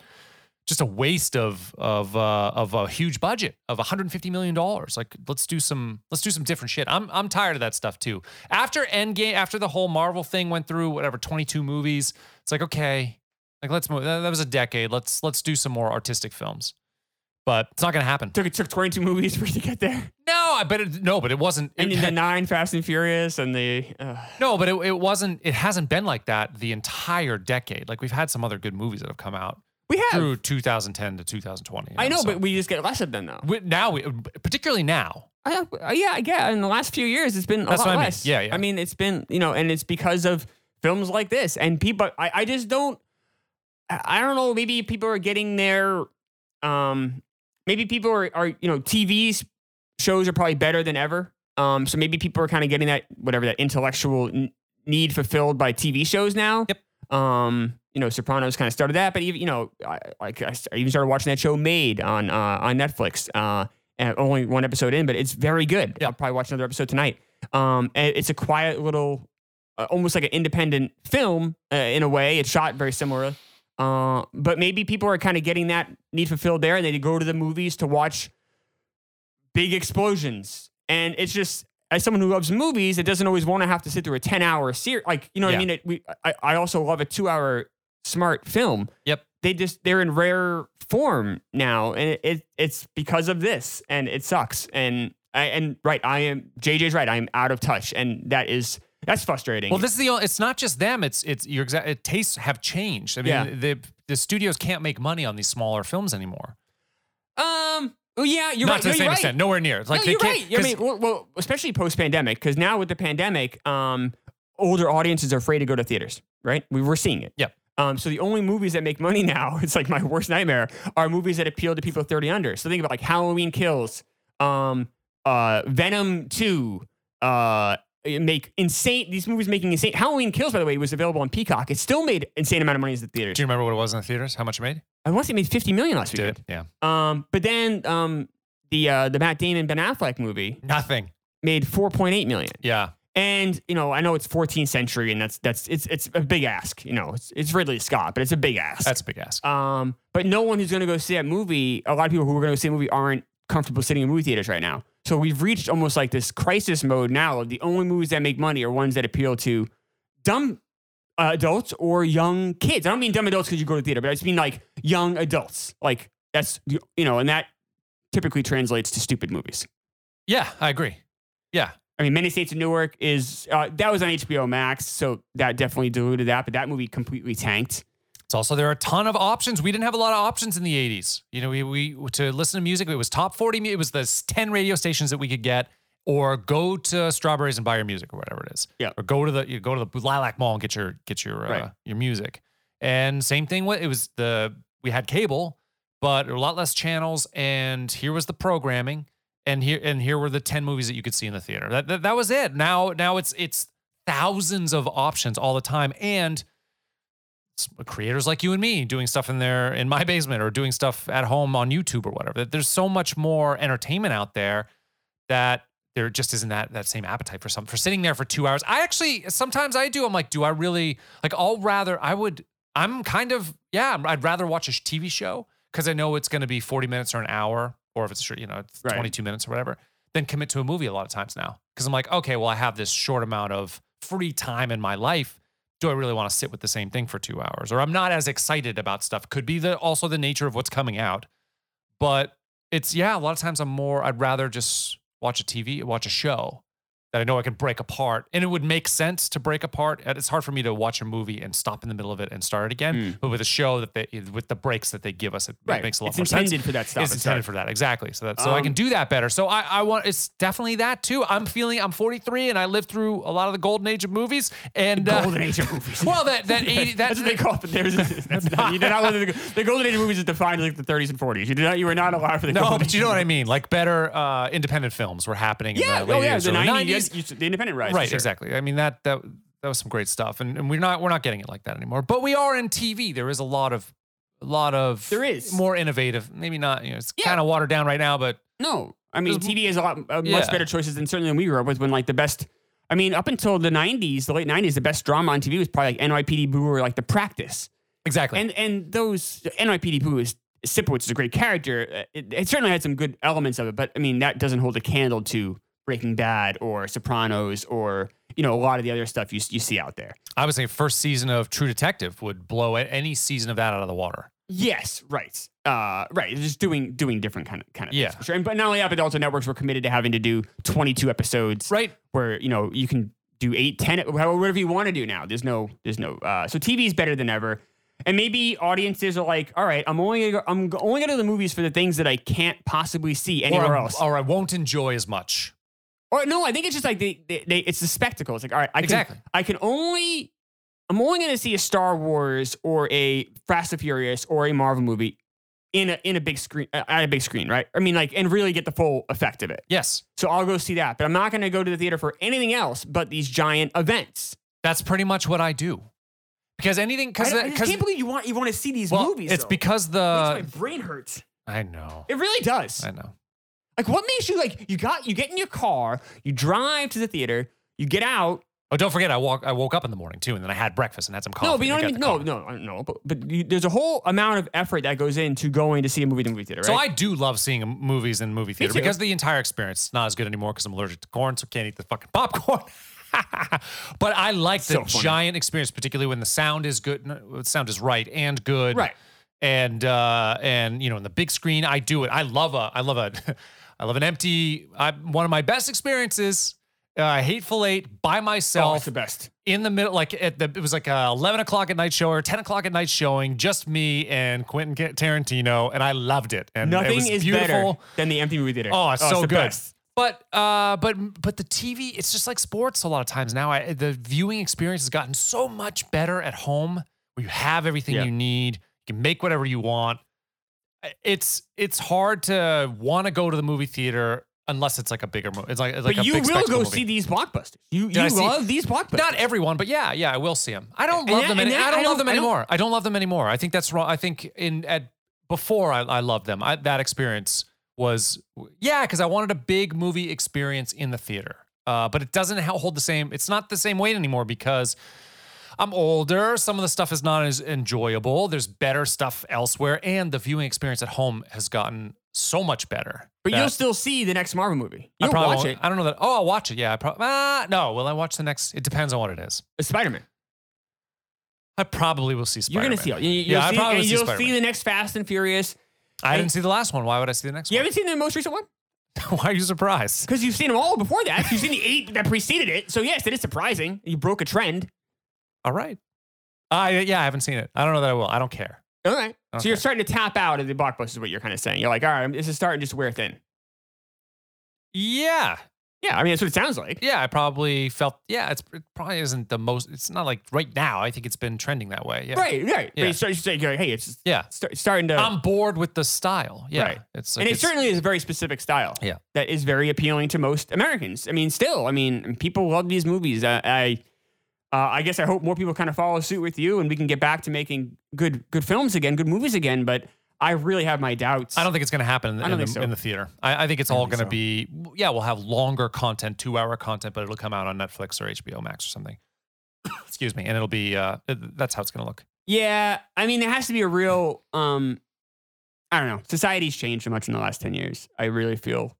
S1: just a waste of of uh, of a huge budget of 150 million dollars. Like let's do some let's do some different shit. I'm I'm tired of that stuff too. After Endgame, after the whole Marvel thing went through, whatever 22 movies, it's like okay, like let's move. That, that was a decade. Let's let's do some more artistic films. But it's not gonna happen.
S2: took it took 22 movies for it to get there,
S1: No, I bet it. No, but it wasn't.
S2: and
S1: it-
S2: then the nine Fast and Furious and the uh,
S1: No, but it, it wasn't. It hasn't been like that the entire decade. Like we've had some other good movies that have come out
S2: we have.
S1: through 2010 to 2020. you
S2: I know,
S1: so-
S2: but we just get less of them though.
S1: we, now, we, particularly now,
S2: I, I- yeah, I get. In the last few years, it's been a
S1: That's
S2: lot
S1: what I mean.
S2: less.
S1: Yeah, yeah.
S2: I mean, it's been you know, and it's because of films like this and people. I, I just don't. I I don't know. Maybe people are getting their, um, maybe people are are you know TVs shows are probably better than ever. Um, so maybe people are kind of getting that whatever that intellectual n- need fulfilled by TV shows now. Yep. Um, you know, Sopranos kind of started that, but even you know, I, like I s- I even started watching that show Made on uh, on Netflix. Uh, and only one episode in, but it's very good.
S1: Yeah.
S2: I'll probably watch another episode tonight. Um, and it's a quiet little, uh, almost like an independent film uh, in a way. It's shot very similar. Uh, but maybe people are kind of getting that need fulfilled there, and they go to the movies to watch big explosions. And it's just as someone who loves movies, it doesn't always want to have to sit through a ten-hour series. Like you know
S1: Yeah.
S2: what I mean? It, we, I, I also love a two-hour smart film
S1: Yep.
S2: they just they're in rare form now, and it, it it's because of this, and it sucks. And I and right, I am JJ's right. I am out of touch, and that is that's frustrating.
S1: Well, this is the. only It's not just them. It's it's your exact it, tastes have changed. I mean,
S2: Yeah.
S1: the the studios can't make money on these smaller films anymore.
S2: um, well, yeah, you're
S1: not
S2: right.
S1: to the
S2: no,
S1: same
S2: you're
S1: extent.
S2: right.
S1: Nowhere near. It's Like
S2: no,
S1: they
S2: you're
S1: can't-
S2: right. I
S1: 'cause-
S2: mean, well, well especially post pandemic, because now with the pandemic, um, older audiences are afraid to go to theaters. Right, we were seeing it.
S1: Yep.
S2: Um, so the only movies that make money now, it's like my worst nightmare, are movies that appeal to people 30 under. So think about like Halloween Kills, um, uh, Venom 2, uh, make insane, these movies making insane. Halloween Kills, by the way, was available on Peacock. It still made insane amount of money in the theaters.
S1: do you remember what it was in the theaters? How much it made?
S2: I want to say it made 50 million last
S1: Did
S2: weekend.
S1: it? Yeah.
S2: Um, but then, um, the, uh, the Matt Damon Ben Affleck movie
S1: Nothing.
S2: made 4.8 million.
S1: Yeah.
S2: And you know, I know it's 14th century, and that's that's it's it's a big ask. You know, it's, it's Ridley Scott, but it's a big ask.
S1: That's a big ask.
S2: Um, but no one who's going to go see that movie, a lot of people who are going to go see a movie aren't comfortable sitting in movie theaters right now. So we've reached almost like this crisis mode now. of The only movies that make money are ones that appeal to dumb uh, adults or young kids. I don't mean dumb adults because you go to theater, but I just mean like young adults. Like that's you you know, and that typically translates to stupid movies.
S1: Yeah, I agree. Yeah.
S2: I mean, Many States of Newark is uh, that was on HBO Max, so that definitely diluted that. But that movie completely tanked.
S1: It's also there are a ton of options. We didn't have a lot of options in the 80s. You know, we, we to listen to music, it was top 40, mu- it was the s- 10 radio stations that we could get, or go to Strawberries and buy your music or whatever it is.
S2: Yeah.
S1: Or go to the you go to the Lilac Mall and get your get your uh,
S2: Right.
S1: your music. And same thing with it was the we had cable, but a lot less channels. And here was the programming. And here and here were the 10 movies that you could see in the theater. That that, that was it. Now now it's it's thousands of options all the time. And s- creators like you and me doing stuff in their in my basement or doing stuff at home on YouTube or whatever. That There's so much more entertainment out there that there just isn't that that same appetite for some for sitting there for two hours. I actually sometimes I do. I'm like, do I really like? I'll rather I would. I'm kind of yeah. I'm- I'd rather watch a sh- TV show because I know it's going to be 40 minutes or an hour, or if it's short, you know it's
S2: Right.
S1: 22 minutes or whatever, than commit to a movie a lot of times now. Because I'm like, okay, well I have this short amount of free time in my life do I really want to sit with the same thing for two hours? Or I'm not as excited about stuff. Could be the also the nature of what's coming out. But it's yeah, a lot of times I'm more I'd rather just watch a TV, watch a show that I know I can break apart. And it would make sense to break apart. And It's hard for me to watch a movie and stop in the middle of it and start it again.
S2: Hmm.
S1: But with a show that they with the breaks that they give us, it, it makes a lot
S2: it's
S1: more sense.
S2: intended for that stuff.
S1: It's intended for that exactly. So that so I
S2: Um,
S1: can do that better. So I I want it's definitely that too. I'm feeling I'm 43 and I lived through a lot of the golden age of movies and uh,
S2: golden age of movies.
S1: Well, that that 80 that,
S2: that's what they call it. There's that's not, you did not live in the, the golden age of movies is defined as like the 30s and 40s. You did not. You were not allowed for the
S1: no,
S2: golden
S1: but you
S2: age.
S1: know what I mean. Like better uh, independent films were happening. in
S2: Yeah, oh
S1: the late
S2: yeah,
S1: 80s,
S2: the
S1: early
S2: 90s, yeah,
S1: these-
S2: used to- the independent rights.
S1: right
S2: sure.
S1: exactly i mean that that that was some great stuff and, and we're not we're not getting it like that anymore but we are in tv there is a lot of a lot of
S2: There is.
S1: more innovative maybe not you know it's
S2: Yeah.
S1: kind of watered down right now but
S2: No, I mean
S1: There's m-
S2: TV has a lot uh, much
S1: Yeah.
S2: better choices than certainly than we grew up with. When like the best, I mean, up until the '90s, the late '90s, the best drama on TV was probably like NYPD Blue or like The Practice.
S1: exactly
S2: And and those NYPD Blue is Sipowicz is a great character. Uh, It, it certainly had some good elements of it, but I mean that doesn't hold a candle to Breaking Bad or Sopranos or you know a lot of the other stuff you s- you see out there.
S1: i would say first season of true detective would blow a- any season of that out of the water
S2: Yes, right. Uh, right. It's Just doing doing different kind of kind of
S1: Yeah.
S2: things for sure. And, but not only that, but also networks were committed to having to do 22 episodes.
S1: right
S2: where you know you can do eight, ten, however- whatever you want to do now. There's no, there's no. Uh, so TV is better than ever, and maybe audiences are like, all right, I'm only, gonna go, I'm go- only gonna go to the movies for the things that I can't possibly see anywhere
S1: or, I-
S2: else.
S1: or i won't enjoy as much
S2: Or no, I think it's just like they, they, they it's the spectacle. It's like, all right, I
S1: Exactly.
S2: can, I can only, I'm only gonna see a Star Wars or a Fast and Furious or a Marvel movie. In a, in a big screen, uh, at a big screen, right? I mean, like, and really get the full effect of it.
S1: yes
S2: So I'll go see that. But I'm not going to go to the theater for anything else but these giant events.
S1: that's pretty much what i do because anything because
S2: I, I just can't believe you want you want to see these
S1: well,
S2: movies.
S1: it's
S2: though.
S1: because
S2: It
S1: the
S2: makes my brain hurts.
S1: i know
S2: It really does.
S1: i know
S2: Like what makes you like you got you get in your car, you drive to the theater, you get out.
S1: oh don't forget i walk i woke up in the morning too and then i had breakfast and had some coffee
S2: no, but you know
S1: and
S2: what I
S1: got
S2: mean.
S1: the
S2: No,
S1: car.
S2: no, I don't know. But, but you, there's a whole amount of effort that goes into going to see a movie in the movie theater. Right?
S1: So I do love seeing movies in movie theater
S2: too.
S1: because the entire experience is not as good anymore because I'm allergic to corn, so can't eat the fucking popcorn. but I like the
S2: So funny.
S1: giant experience, particularly when the sound is good, no, the sound is right and good,
S2: Right.
S1: And uh, and you know, in the big screen, I do it. I love a, I love a, I love an empty. I, one of my best experiences. Uh, Hateful Eight by
S2: oh,
S1: myself
S2: it's the best.
S1: in the middle, like at the, it was like a 11 o'clock at night show or 10 o'clock at night showing, just me and Quentin Ca- Tarantino. And I loved it. And it
S2: Nothing
S1: was
S2: is
S1: beautiful.
S2: better than the empty movie theater.
S1: Oh, it's so
S2: the
S1: good.
S2: best.
S1: But, uh, but, but the TV, it's just like sports a lot of times now. I, the viewing experience has gotten so much better at home where you have everything
S2: Yeah.
S1: you need. You can make whatever you want. It's, it's hard to want to go to the movie theater unless it's like a bigger movie. It's like, it's like
S2: but
S1: a
S2: you
S1: big
S2: will
S1: spectacle
S2: go
S1: movie.
S2: see these blockbusters. You
S1: I
S2: you
S1: see-
S2: love these blockbusters.
S1: Not everyone, but yeah, yeah, I will see them. I don't
S2: And
S1: love
S2: that-
S1: them.
S2: and
S1: Any,
S2: that-
S1: I don't
S2: I
S1: love
S2: don't-
S1: them
S2: I don't-
S1: anymore. I don't love them anymore. I think that's wrong. I think in at before I, I loved them. I, that experience was yeah, because I wanted a big movie experience in the theater. Uh, but it doesn't ho- hold the same. It's not the same weight anymore because I'm older. Some of the stuff is not as enjoyable. There's better stuff elsewhere, and the viewing experience at home has gotten so much better.
S2: but
S1: that-
S2: you'll still see the next Marvel movie.
S1: I
S2: You'll
S1: probably
S2: watch
S1: won't-
S2: it.
S1: I don't know that. Oh, I'll watch it. Yeah, I probably. Ah, no. Will I watch the next? It depends on what it is.
S2: Spider Man.
S1: I probably will see
S2: You're
S1: Spider-Man.
S2: gonna see it. You, you'll
S1: Yeah, I
S2: see,
S1: probably
S2: and
S1: see
S2: you'll
S1: Spider-Man.
S2: see the next Fast and Furious.
S1: I didn't see the last one. Why would I see the next
S2: You
S1: one?
S2: haven't seen the most recent one
S1: Why are you surprised?
S2: because you've seen them all before that. You've seen the eight that preceded it. So yes, it is surprising. You broke a trend.
S1: All right. I yeah, I haven't seen it. I don't know that I will. I don't care.
S2: All right. So
S1: Okay.
S2: you're starting to tap out of the blockbusters. Is what you're kind of saying. You're like, all right, this is starting to just wear thin.
S1: Yeah,
S2: Yeah, I mean that's what it sounds like.
S1: yeah. I probably felt. Yeah, it's it probably isn't the most. It's not like right now. I think it's been trending that way. Yeah.
S2: Right, right. But
S1: Yeah.
S2: you start, you start, you're like, hey, it's just
S1: Yeah.
S2: start, starting to.
S1: I'm bored with the style. Yeah.
S2: Right.
S1: It's
S2: and
S1: like
S2: it
S1: it's-
S2: certainly is a very specific style
S1: Yeah.
S2: that is very appealing to most Americans. I mean, still, I mean, people love these movies. I, I, uh, I guess I hope more people kind of follow suit with you, and we can get back to making good, good films again, good movies again. But I really have my doubts.
S1: I don't think it's going to happen in the,
S2: I
S1: in
S2: don't
S1: the,
S2: think so.
S1: in the theater. I, I think it's all
S2: think
S1: going to
S2: so.
S1: be, yeah, we'll have longer content, two hour content, but it'll come out on Netflix or HBO Max or something. Excuse me. And it'll be, uh, it- that's how it's going to look.
S2: Yeah, I mean, there has to be a real. um I don't know. Society's changed so much in the last ten years. I really feel.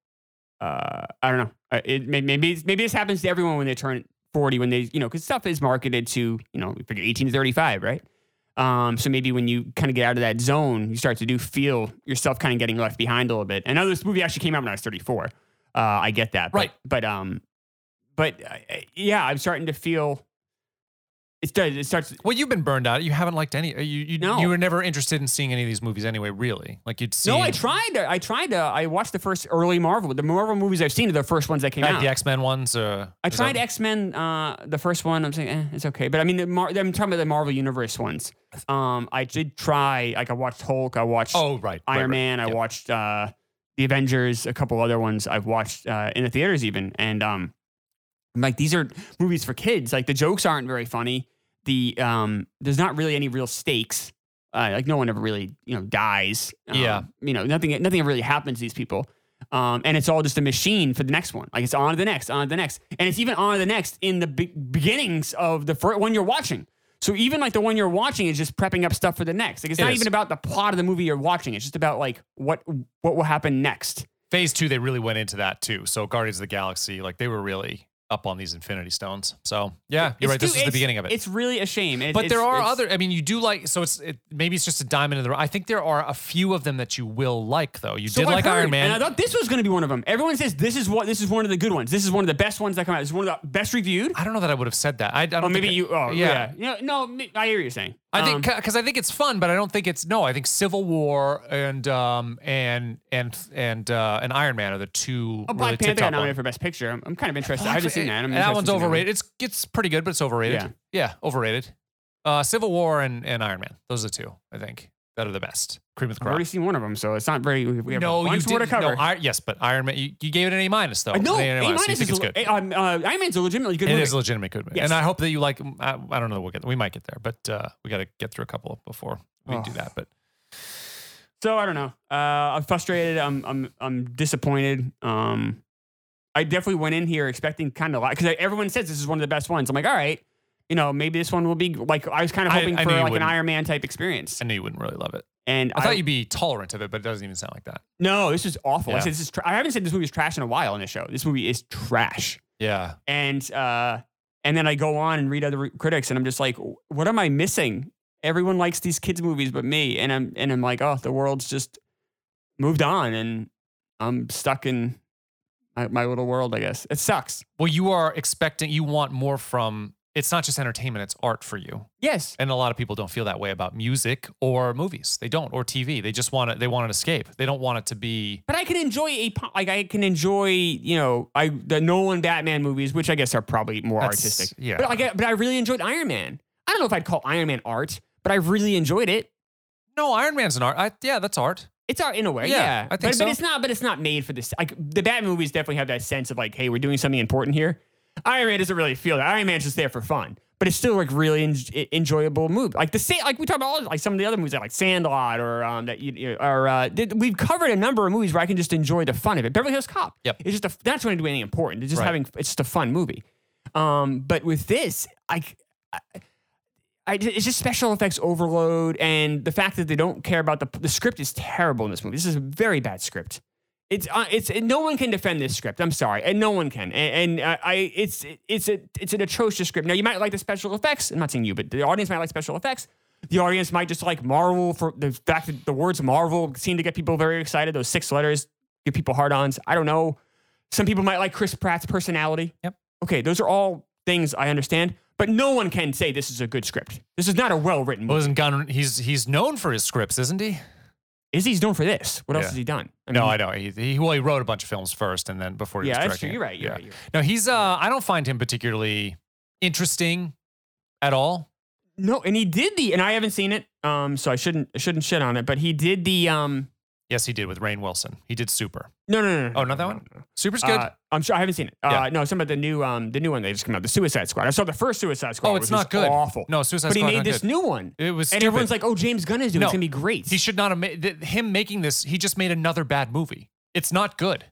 S2: Uh, I don't know. I- It may- maybe it's- maybe this happens to everyone when they turn forty. When they you know because stuff is marketed to you know we figure eighteen to thirty five, right? Um, so maybe when you kind of get out of that zone, you start to do feel yourself kind of getting left behind a little bit. I know this movie actually came out when I was thirty four. Uh, I get that, but-
S1: Right.
S2: But um, but uh, yeah, I'm starting to feel. It starts. It starts.
S1: Well, you've been burned out. You haven't liked any, you, you,
S2: No.
S1: you were never interested in seeing any of these movies anyway, really. Like you'd seen
S2: No, I tried to. I tried to. I watched the first early Marvel. The Marvel movies I've seen are the first ones that came
S1: like
S2: out.
S1: the X Men ones. Uh,
S2: I
S1: is
S2: tried
S1: that-
S2: X Men, uh, the first one. I'm saying eh, it's okay, but I mean, the Mar- I'm talking about the Marvel Universe ones. Um, I did try. Like I watched Hulk. I watched
S1: Oh, right.
S2: Iron
S1: right, right.
S2: Man. I
S1: Yep.
S2: watched uh, the Avengers. A couple other ones I've watched uh, in the theaters even. And um, I'm like, these are movies for kids. Like the jokes aren't very funny. The um, there's not really any real stakes. Uh, like no one ever really you know dies. Um,
S1: Yeah.
S2: You know nothing nothing ever really happens to these people. Um, and it's all just a machine for the next one. Like it's on to the next, on to the next, and it's even on to the next in the be- beginnings of the first one you're watching. So even like the one you're watching is just prepping up stuff for the next. Like it's
S1: It
S2: not
S1: is.
S2: even about the plot of the movie you're watching. It's just about like what what will happen next.
S1: Phase two, they really went into that too. So Guardians of the Galaxy, like they were really up on these Infinity Stones. So yeah, you're
S2: It's
S1: right. This is
S2: too-
S1: the
S2: it's-
S1: beginning of it.
S2: It's really a shame. And
S1: But
S2: it's-
S1: there are
S2: it's-
S1: other. I mean, you do like. So it's it, maybe it's just a diamond in the. rough. I think there are a few of them that you will like, though. You
S2: So
S1: did
S2: I
S1: like
S2: heard,
S1: Iron Man.
S2: and I thought this was going to be one of them. Everyone says this is what this is one of the good ones. This is one of the best ones that come out. This is one of the best reviewed.
S1: I don't know that I would have said that. I, I don't
S2: Oh, maybe
S1: think I-
S2: you. Oh,
S1: Yeah.
S2: yeah. No, no, I hear what you're saying.
S1: I think
S2: Um,
S1: because I think it's fun, but I don't think it's no. I think Civil War and um and and and uh, and Iron Man are the two. really
S2: oh, Black
S1: two
S2: Panther
S1: top
S2: got nominated
S1: ones.
S2: for Best Picture. I'm, I'm kind of interested. I haven't seen that. I'm
S1: And
S2: interested
S1: one's
S2: to see
S1: overrated. It's it's pretty good, but it's overrated. Yeah,
S2: Yeah.
S1: overrated. Uh, Civil War and and Iron Man. Those are the two I think that are the best. Cream of the
S2: I've
S1: crop.
S2: already seen one of them, so it's not very. We have
S1: no,
S2: a bunch
S1: you
S2: more to
S1: did.
S2: cover.
S1: No, I, yes, but Iron Man. You, you gave it an A minus though.
S2: Uh, no,
S1: An A minus. You
S2: minus
S1: think
S2: is
S1: it's
S2: a-
S1: good.
S2: eh, um, uh, Iron Man's a legitimately good
S1: It
S2: movie.
S1: is a legitimate good movie,
S2: Yes.
S1: and I hope that you like. I, I don't know. that We'll get. We might get there, but uh, we got to get through a couple before we
S2: Oh.
S1: do that. But
S2: So I don't know. Uh, I'm frustrated. I'm I'm I'm disappointed. Um, I definitely went in here expecting kind of a lot because everyone says this is one of the best ones. I'm like, all right, you know, maybe this one will be like. I was kind of
S1: I-
S2: hoping
S1: I
S2: for
S1: knew you
S2: like an
S1: wouldn't.
S2: Iron Man type experience,
S1: I knew you wouldn't really love it.
S2: and
S1: I, thought you'd be tolerant of it, but it doesn't even sound like that.
S2: no, this is awful. I
S1: Yeah.
S2: said this is. Tra- I haven't said this movie is trash in a while on this show. This movie is trash.
S1: Yeah,
S2: and uh, and then I go on and read other re- critics, and I'm just like, what am I missing? Everyone likes these kids movies, but me, and I'm and I'm like, oh, the world's just moved on, and I'm stuck in my, my little world. I guess it sucks.
S1: Well, you are expecting, you want more from, it's not just entertainment, it's art for you.
S2: Yes,
S1: And a lot of people don't feel that way about music or movies. They don't, or TV. They just want it, they want an escape. They don't want it to be,
S2: but I can enjoy a po- like I can enjoy you know I the Nolan Batman movies, which I guess are probably more
S1: That's-
S2: artistic.
S1: yeah.
S2: but like I, but I really enjoyed Iron Man. I don't know if I'd call Iron Man art, but I really enjoyed it.
S1: no, Iron Man's an art. I, yeah, that's art.
S2: It's art in a way,
S1: Yeah,
S2: yeah.
S1: I
S2: but,
S1: think so.
S2: but it's not. But it's not made for this. Like the Batman movies definitely have that sense of like, hey, we're doing something important here. Iron Man doesn't really feel that. Iron Man's just there for fun, but it's still like really en- e- enjoyable movie. Like the same, like we talked about all like some of the other movies like Sandlot or um that you- you or uh, did- we've covered a number of movies where I can just enjoy the fun of it. Beverly Hills Cop.
S1: Yep.
S2: It's just a, they're not trying to do anything important. It's just
S1: Right.
S2: having it's just a fun movie. Um, but with this, I. c- I, it's just special effects overload, and the fact that they don't care about the the script is terrible in this movie. This is a very bad script. It's uh, it's and no one can defend this script. I'm sorry, and no one can. And, and uh, I it's it's a it's an atrocious script. Now you might like the special effects. I'm not saying you, but the audience might like special effects. The audience might just like Marvel for the fact that the words Marvel seem to get people very excited. Those six letters give people hard ons. I don't know. Some people might like Chris Pratt's personality.
S1: Yep.
S2: Okay, those are all things I understand, but no one can say this is a good script. This is not a well written
S1: Well,
S2: movie.
S1: isn't Gunn, he's, he's known for his scripts, isn't he?
S2: Izzy's known for this. What else
S1: Yeah.
S2: has he done? I
S1: No,
S2: mean,
S1: I know. He, he, well, he wrote a bunch of films first and then before he
S2: yeah,
S1: was
S2: that's true.
S1: directing. it.
S2: You're right. You're
S1: Yeah.
S2: right. You're right.
S1: No, he's, uh, I don't find him particularly interesting at all.
S2: No, and he did the, and I haven't seen it, um, so I shouldn't I shouldn't shit on it. But he did the, um,
S1: Yes, he did with Rain Wilson. He did Super.
S2: no, no, no, no.
S1: Oh, not that
S2: no,
S1: one?
S2: no, no.
S1: Super's good.
S2: Uh, I'm sure I haven't seen it. Uh,
S1: Yeah.
S2: No, some of the new, um, the new one that just came out, the Suicide Squad. I saw the first Suicide Squad.
S1: oh, it's
S2: which
S1: not
S2: was
S1: good.
S2: Awful.
S1: No, Suicide
S2: but he
S1: Squad
S2: made
S1: not
S2: this
S1: good.
S2: new one,
S1: It was
S2: and
S1: stupid.
S2: everyone's like, "Oh, James Gunn is doing. it.
S1: No.
S2: It's gonna be great."
S1: He should not have made th- him making this. He just made another bad movie. It's not good.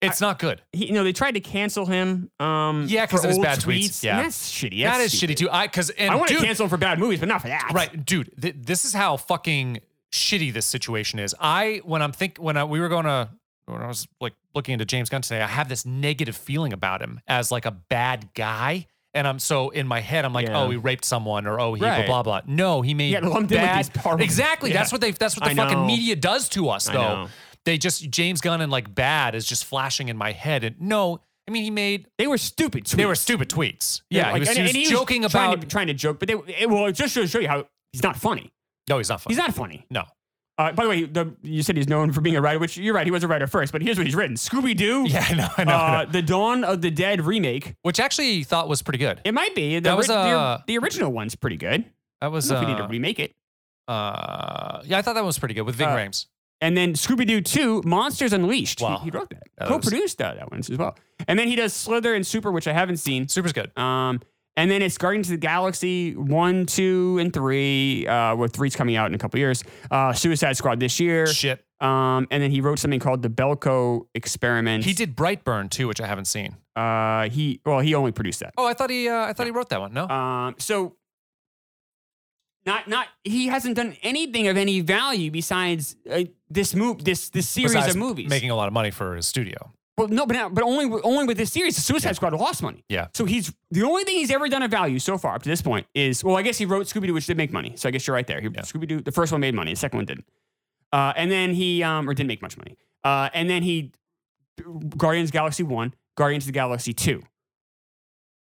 S1: It's not good.
S2: he, you know, they tried to cancel him. Um,
S1: Yeah, 'cause
S2: for
S1: of his
S2: old
S1: bad tweets. Yeah.
S2: and that's shitty.
S1: that
S2: That's
S1: is shitty too. I because and
S2: I want to
S1: dude,
S2: cancel him for bad movies, but not for that.
S1: right, dude. Th- this is how fucking shitty this situation is. I when I'm think when I, we were going to when I was like looking into James Gunn today, I have this negative feeling about him as like a bad guy. And I'm so in my head, I'm like,
S2: Yeah.
S1: oh, he raped someone, or oh, he
S2: Right.
S1: blah blah. blah. No, he made
S2: got lumped in with
S1: bad.
S2: these horrible-
S1: exactly.
S2: Yeah.
S1: That's what they. That's what the
S2: I
S1: fucking
S2: know.
S1: media does to us,
S2: I
S1: though.
S2: know.
S1: They just James Gunn and like bad is just flashing in my head. And no, I mean he made
S2: They were stupid. Tweets.
S1: they were stupid tweets. Yeah, he
S2: like-
S1: was,
S2: and-
S1: he was
S2: and he was
S1: joking
S2: trying
S1: about.
S2: to, trying to joke, but they it, well, it just to show you how he's not funny.
S1: no, he's not funny.
S2: He's not funny.
S1: No.
S2: Uh, by the way, the, you said he's known for being a writer, which you're right. He was a writer first, but here's what he's written: Scooby Doo,
S1: Yeah, I know. I know. I know.
S2: uh, the Dawn of the Dead remake.
S1: Which actually he thought was pretty good.
S2: It might be the,
S1: That was,
S2: ori- the-
S1: uh,
S2: the, original one's pretty good.
S1: That
S2: I
S1: was.
S2: don't know if we need
S1: Uh,
S2: to remake it.
S1: uh, yeah, I thought that was pretty good with Ving
S2: Uh,
S1: Rhames.
S2: And then Scooby Doo 2, Monsters Unleashed. He-
S1: Wow.
S2: He, wrote that.
S1: That
S2: Co
S1: was-
S2: produced that, that one as well. And then he does Slither and Super, which I haven't seen.
S1: Super's good.
S2: Um, and then it's Guardians of the Galaxy 1, 2, and 3, uh, with 3's coming out in a couple years. Uh, Suicide Squad this year.
S1: Shit.
S2: Um, and then he wrote something called The Belko Experiment.
S1: He did Brightburn too, which I haven't seen.
S2: Uh, he, well, he only produced that.
S1: Oh, I thought he, uh, I thought he wrote that one. No.
S2: Um, so not not he hasn't done anything of any value besides uh, this move this this series
S1: Besides
S2: of movies.
S1: making a lot of money for his studio.
S2: well, no, but not, but only only with this series, the Suicide Squad lost money.
S1: Yeah.
S2: So he's the only thing he's ever done of value so far up to this point is well, I guess he wrote Scooby Doo, which did make money. So I guess you're right there. He, Scooby Doo, the first one made money, the second one didn't, uh, and then he um or didn't make much money. Uh, and then he Guardians of the Galaxy one, Guardians of the Galaxy two.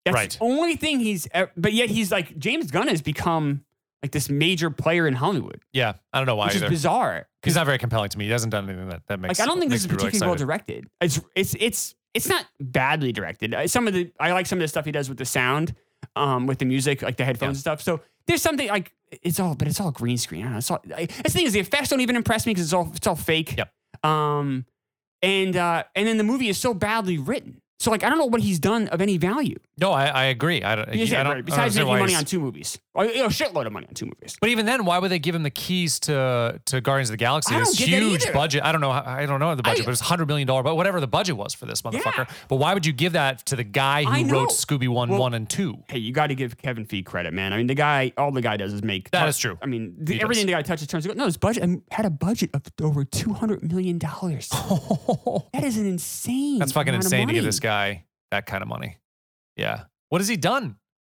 S2: That's
S1: Right.
S2: the only thing he's, ev- but yet he's like James Gunn has become like this major player in Hollywood,
S1: Yeah, I don't know why
S2: which
S1: either.
S2: is bizarre.
S1: He's not very compelling to me. He hasn't done anything that that
S2: Like
S1: makes.
S2: I don't think this
S1: makes
S2: is
S1: me really
S2: particularly well
S1: excited.
S2: directed. It's it's it's it's not badly directed. I- Some of the I like some of the stuff he does with the sound, um, with the music, like the headphones and stuff. So there's something like it's all, but it's all green screen. I don't know. It's all. I, that's the thing is the effects don't even impress me because it's all it's all fake.
S1: Yep.
S2: Um, and uh, and then the movie is so badly written. So like I don't know what he's done of any value.
S1: No, I, I agree. I don't.
S2: Because,
S1: I
S2: yeah,
S1: don't, I
S2: right,
S1: don't
S2: besides
S1: understand
S2: making
S1: why
S2: money
S1: he's-
S2: on two movies, Or, you know, a shitload of money on two movies.
S1: But even then, why would they give him the keys to to Guardians of the Galaxy?
S2: I don't
S1: This
S2: get that
S1: huge
S2: either.
S1: budget. I don't know. I don't know the budget,
S2: I-
S1: but it's hundred million dollar. But whatever the budget was for this motherfucker. But why would you give that to the guy
S2: I
S1: who
S2: know.
S1: wrote Scooby One,
S2: Well,
S1: One, and Two?
S2: hey, you got to give Kevin Fee credit, man. I mean, the guy, all the guy does is make.
S1: That is true.
S2: I mean, the-
S1: He
S2: everything
S1: does.
S2: the guy touches turns to gold. No, his budget and had a budget of over two hundred million dollars. that is an insane.
S1: That's fucking
S2: amount of
S1: insane to give
S2: money.
S1: this guy that kind of money. Yeah. What has he done?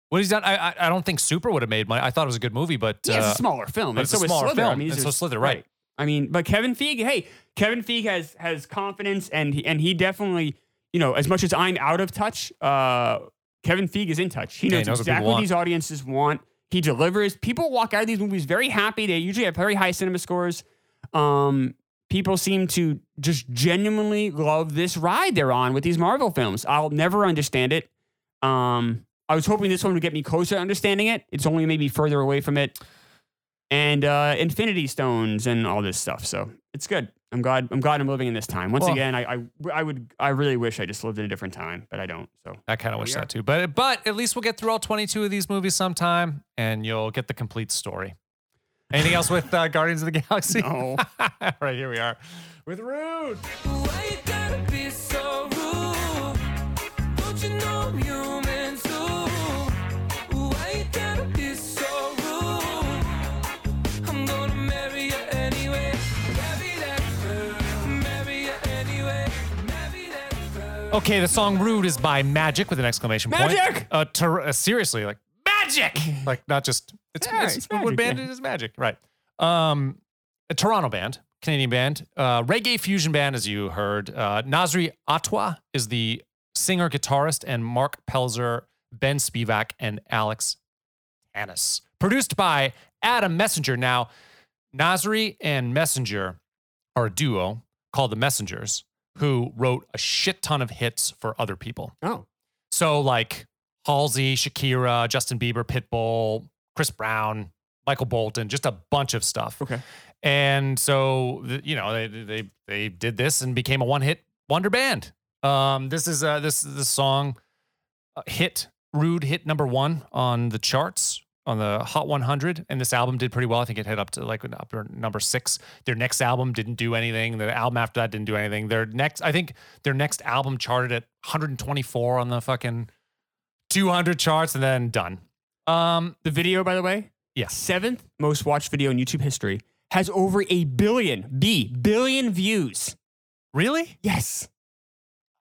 S1: What has he done? I I, I don't think Super would have made money. I thought it was a good movie, but
S2: Yeah,
S1: uh,
S2: it's a smaller film.
S1: but
S2: and
S1: it's a
S2: so is
S1: smaller
S2: Slither. I
S1: film,
S2: mean,
S1: and
S2: these
S1: so
S2: are-
S1: Slither, right.
S2: I mean, but Kevin Feige, hey, Kevin Feige has has confidence, and he, and he definitely, you know, as much as I'm out of touch, uh, Kevin Feige is in touch. He
S1: Yeah,
S2: knows,
S1: he knows what people
S2: exactly what,
S1: want.
S2: these audiences want. He delivers. People walk out of these movies very happy. They usually have very high cinema scores. Um, people seem to just genuinely love this ride they're on with these Marvel films. I'll never understand it. Um, I was hoping this one would get me closer to understanding it. It's only made me further away from it. And uh, Infinity Stones and all this stuff. So it's good. I'm glad. I'm glad I'm living in this time. Once
S1: Well-
S2: again, I, I I would I really wish I just lived in a different time, but I don't. So
S1: I kind of wish
S2: yeah.
S1: that too. But but at least we'll get through all 22 of these movies sometime, and you'll get the complete story. Anything else with uh, Guardians of the Galaxy?
S2: No.
S1: all right, here we are with Rude.
S3: Why you gotta be so rude? Don't you know I'm human too? Why you gotta be so rude? I'm gonna marry you anyway. Marry that girl. Marry you anyway. Marry that girl.
S1: Okay, the song "Rude" is by Magic with an exclamation point.
S2: Magic!
S1: Uh, ter- uh, seriously, like magic, like not just it's,
S2: Yeah,
S1: it's,
S2: it's
S1: what
S2: magic,
S1: band
S2: yeah.
S1: it is magic, right? Um, a Toronto band, Canadian band, uh, reggae fusion band, as you heard. Uh, Nasri Atwa is the singer guitarist, and Mark Pelzer, Ben Spivak, and Alex Annis. Produced by Adam Messenger. Now, Nasri and Messenger are a duo called the Messengers who wrote a shit ton of hits for other people.
S2: oh,
S1: So like Halsey, Shakira, Justin Bieber, Pitbull, Chris Brown, Michael Bolton, just a bunch of stuff.
S2: Okay.
S1: And so th- you know they they they did this and became a one hit wonder band. Um, this is uh this is the song uh, hit rude hit number one on the charts on the Hot 100, and this album did pretty well. I think it hit up to like an upper number six. Their next album didn't do anything. The album after that didn't do anything. Their next, I think, their next album charted at 124 on the fucking 200 charts, and then done. Um,
S2: the video, by the way,
S1: Yeah.
S2: seventh most watched video in YouTube history has over a billion b billion views.
S1: really?
S2: Yes,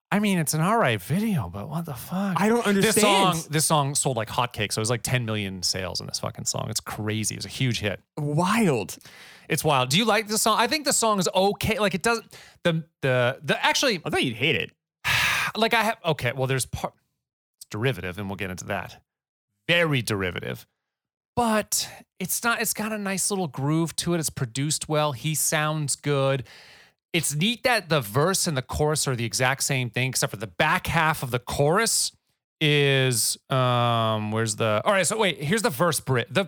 S1: I mean, it's an all right video, but what the fuck?
S2: I don't understand.
S1: this song, this song sold like hotcakes. So it was like 10 million sales in this fucking song. It's crazy. It was a huge hit.
S2: wild.
S1: It's wild. Do you like the song? I think the song is okay. Like it doesn't the the the actually
S2: I thought you'd hate it.
S1: like I have okay, well there's part it's derivative and we'll get into that. Very derivative. But it's not it's got a nice little groove to it. It's produced well. He sounds good. It's neat that the verse and the chorus are the exact same thing except for the back half of the chorus is um where's the All right, so wait, here's the verse Brit. The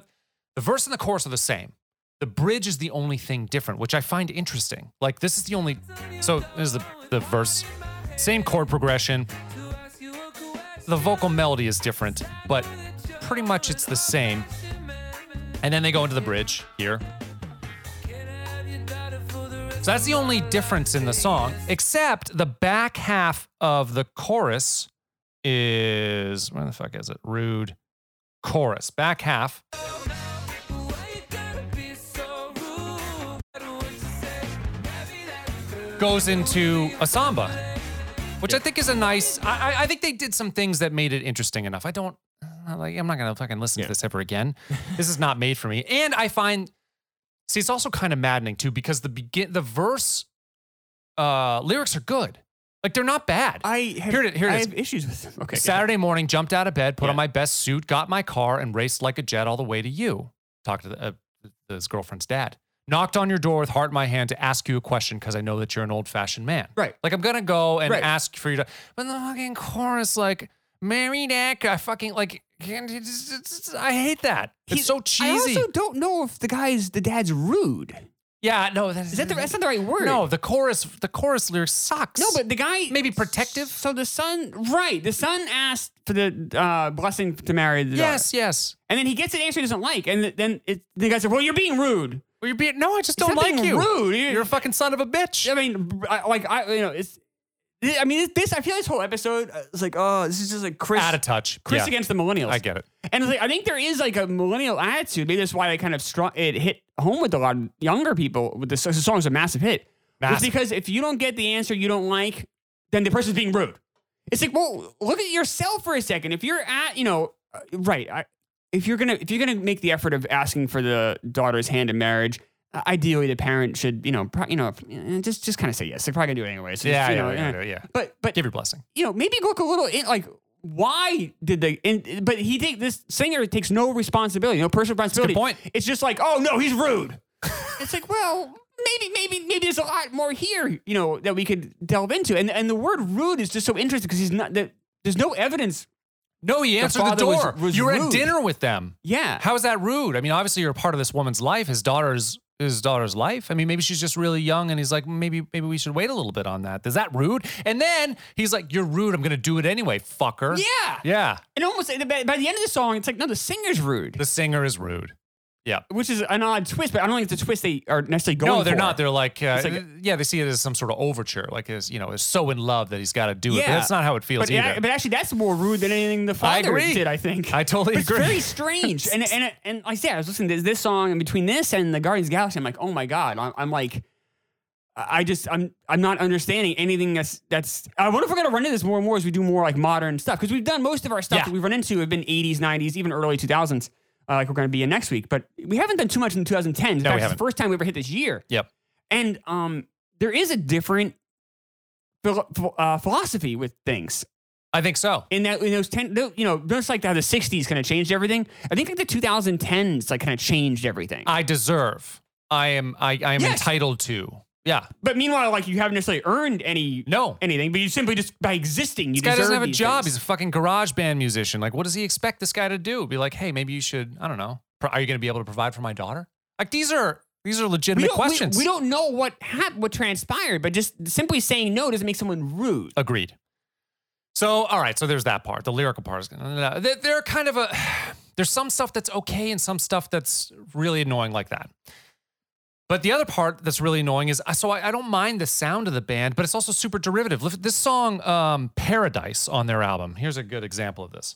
S1: the verse and the chorus are the same. The bridge is the only thing different, which I find interesting. Like this is the only. So this is the the verse, same chord progression. The vocal melody is different, but pretty much it's the same. And then they go into the bridge here. So that's the only difference in the song, except the back half of the chorus is where the fuck is it? Rude chorus. Back half. Goes into a samba, which I think is a nice. I, I- I think they did some things that made it interesting enough. I don't I'm like. I'm not gonna fucking listen
S2: Yeah.
S1: to this ever again. this is not made for me. And I find, see, it's also kind of maddening too because the begin the verse uh, lyrics are good. Like they're not bad.
S2: I have,
S1: Here it- here it
S2: I
S1: is.
S2: have issues with them. Okay.
S1: Saturday morning, jumped out of bed, put
S2: Yeah.
S1: on my best suit, got my car, and raced like a jet all the way to you. Talked to the, uh, his girlfriend's dad. Knocked on your door with heart in my hand to ask you a question because I know that you're an old fashioned man.
S2: Right.
S1: Like I'm gonna go and
S2: Right.
S1: ask for you to, but the fucking chorus like Mary Neck. I fucking like. can't- it's- it's- I hate that.
S2: He's-
S1: it's so cheesy.
S2: I also don't know if the guy's the dad's rude.
S1: yeah, no,
S2: Is that the, that's not the right word?
S1: Mm-hmm. No, the chorus, the chorus lyrics sucks.
S2: No, but the guy
S1: Maybe protective?
S2: So the son, right? The son asked for the uh, blessing to marry the daughter.
S1: yes, yes.
S2: and then he gets an answer he doesn't like, and th- then it, the guy said, "Well, you're being rude."
S1: Well, you're being no. I just don't
S2: not
S1: like
S2: being
S1: you.
S2: rude. You-
S1: You're a fucking son of a bitch.
S2: I mean, br- I, like I, you know, it's. I mean, this- this. I feel this whole episode uh, is like, oh, this is just like Chris,
S1: Out of touch.
S2: Chris
S1: Yeah.
S2: against the millennials.
S1: I get it.
S2: And it's like, I think there is like a millennial attitude. Maybe that's why they kind of strong. It hit home with a lot of younger people. With this, this song's a massive hit. Was
S1: Massive.
S2: because if you don't get the answer you don't like, then the person's being rude. It's like, well, look at yourself for a second. If you're at, you know, uh, right. I, if you're gonna if you're gonna make the effort of asking for the daughter's hand in marriage, uh, ideally the parent should, you know, pro- you know, eh, just just kind of say yes. They're probably gonna do it anyway. So just,
S1: Yeah,
S2: you
S1: yeah,
S2: know,
S1: yeah, yeah,
S2: eh.
S1: yeah.
S2: But but
S1: Give your blessing.
S2: you know, maybe look a little in, like why did they? And, but he take this singer takes no responsibility, no personal responsibility.
S1: point.
S2: It's just like, oh no, he's rude. it's like, well, maybe, maybe, maybe there's a lot more here, you know, that we could delve into. And and the word rude is just so interesting because he's not. There, there's no evidence.
S1: No, he answered the,
S2: father was-
S1: door.
S2: was
S1: you were
S2: rude.
S1: at dinner with them.
S2: Yeah.
S1: How is that rude? I mean, obviously you're a part of this woman's life, his daughter's his daughter's life. I mean, maybe she's just really young and he's like, maybe maybe we should wait a little bit on that. Is that rude? And then he's like, You're rude, I'm gonna do it anyway, fucker.
S2: yeah.
S1: Yeah.
S2: And almost by by the end of the song, it's like, no, the singer's rude,
S1: The singer is rude.
S2: which is an odd twist. But I don't think it's a twist they are necessarily going.
S1: no, they're
S2: for.
S1: not. They're like, uh,
S2: It's like-
S1: yeah, they see it as some sort of overture, like is you know, is so in love that he's got to do it. But
S2: Yeah.
S1: that's not how it feels
S2: But,
S1: either.
S2: yeah, but actually, that's more rude than anything the
S1: I
S2: father
S1: agree.
S2: did. I think.
S1: I totally
S2: But it's
S1: agree.
S2: very strange. and and and like I said, I was listening to this song, and between this and the Guardians of the Galaxy, I'm like, oh my god, I'm, I'm like, I just I'm I'm not understanding anything that's that's. I wonder if we're gonna run into this more and more as we do more like modern stuff because we've done most of our stuff
S1: Yeah.
S2: that we've run into have been 80s, 90s, even early 2000s. Uh, like we're gonna be in next week, but we haven't done too much in 2010. In
S1: No, we
S2: fact, it's the
S1: haven't.
S2: first time we ever hit this year.
S1: yep.
S2: And um, there is a different philo- ph- uh, philosophy with things
S1: I think so.
S2: in that in those ten, tho- you know, just like how the '60s kind of changed everything. I think like the 2010s like kind of changed everything.
S1: I deserve. I am I, I am
S2: Yes.
S1: entitled to. Yeah.
S2: but meanwhile, like you haven't necessarily earned any
S1: No.
S2: anything, but you simply just by existing,
S1: This
S2: you
S1: guy
S2: deserve
S1: doesn't have a
S2: these
S1: job.
S2: things.
S1: He's a fucking garage band musician. Like, what does he expect this guy to do? Be like, hey, maybe you should, I don't know. Pro- Are you going to be able to provide for my daughter? Like, these are these are
S2: we
S1: legitimate
S2: don't, we-
S1: questions.
S2: We, don't know what hap- what transpired, but just simply saying no doesn't make someone rude.
S1: Agreed. So, all right. So there's that part. The lyrical part is going to. They're kind of a. There's some stuff that's okay and some stuff that's really annoying like that. But the other part that's really annoying is so I, I don't mind the sound of the band, but it's also super derivative. Look at This song, um, Paradise, on their album. Here's a good example of this.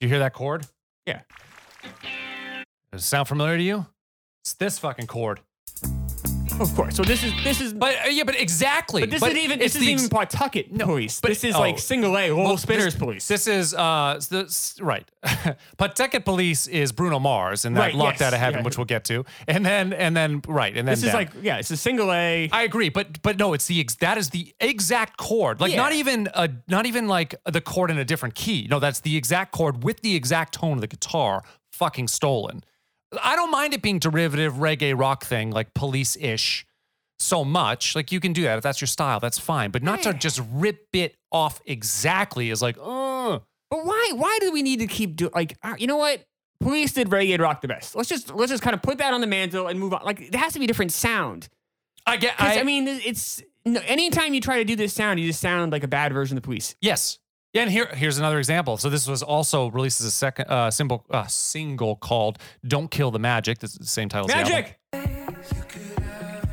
S1: You hear that chord?
S2: Yeah,
S1: Does it sound familiar to you? It's this fucking chord.
S2: of course. So this is this is. But-
S1: But uh, yeah, but exactly.
S2: this isn't even this
S1: it's
S2: isn't
S1: the ex-
S2: even Pawtucket police.
S1: but-
S2: this is
S1: oh.
S2: like single A Lowell
S1: Well,
S2: Spinners
S1: this-
S2: police.
S1: This is uh s- this, right. Pawtucket Police is Bruno Mars and that
S2: Right,
S1: locked
S2: yes,
S1: out of heaven,
S2: yeah.
S1: which we'll get to. And then and then right and then
S2: this is
S1: down.
S2: like yeah, it's a single A.
S1: I agree, but but no, it's the ex- that is the exact chord. Like not
S2: Yeah.
S1: even a not even like the chord in a different key. No, that's the exact chord with the exact tone of the guitar. Fucking stolen. I don't mind it being derivative reggae rock thing like police ish so much. Like you can do that if that's your style. That's fine. But not to just rip it off exactly is like, oh.
S2: But why? Why do we need to keep doing? Like, uh, you know what? Police did reggae rock the best. Let's just let's just kind of put that on the mantle and move on. Like it has to be a different sound.
S1: I get.
S2: 'Cause, I, mean, it's no, anytime you try to do this sound, you just sound like a bad version of the police.
S1: Yes. Yeah, and here here's another example. So this was also released as a second uh, symbol uh, single called "Don't Kill the Magic." This is the same title. As the
S2: Magic.
S1: album.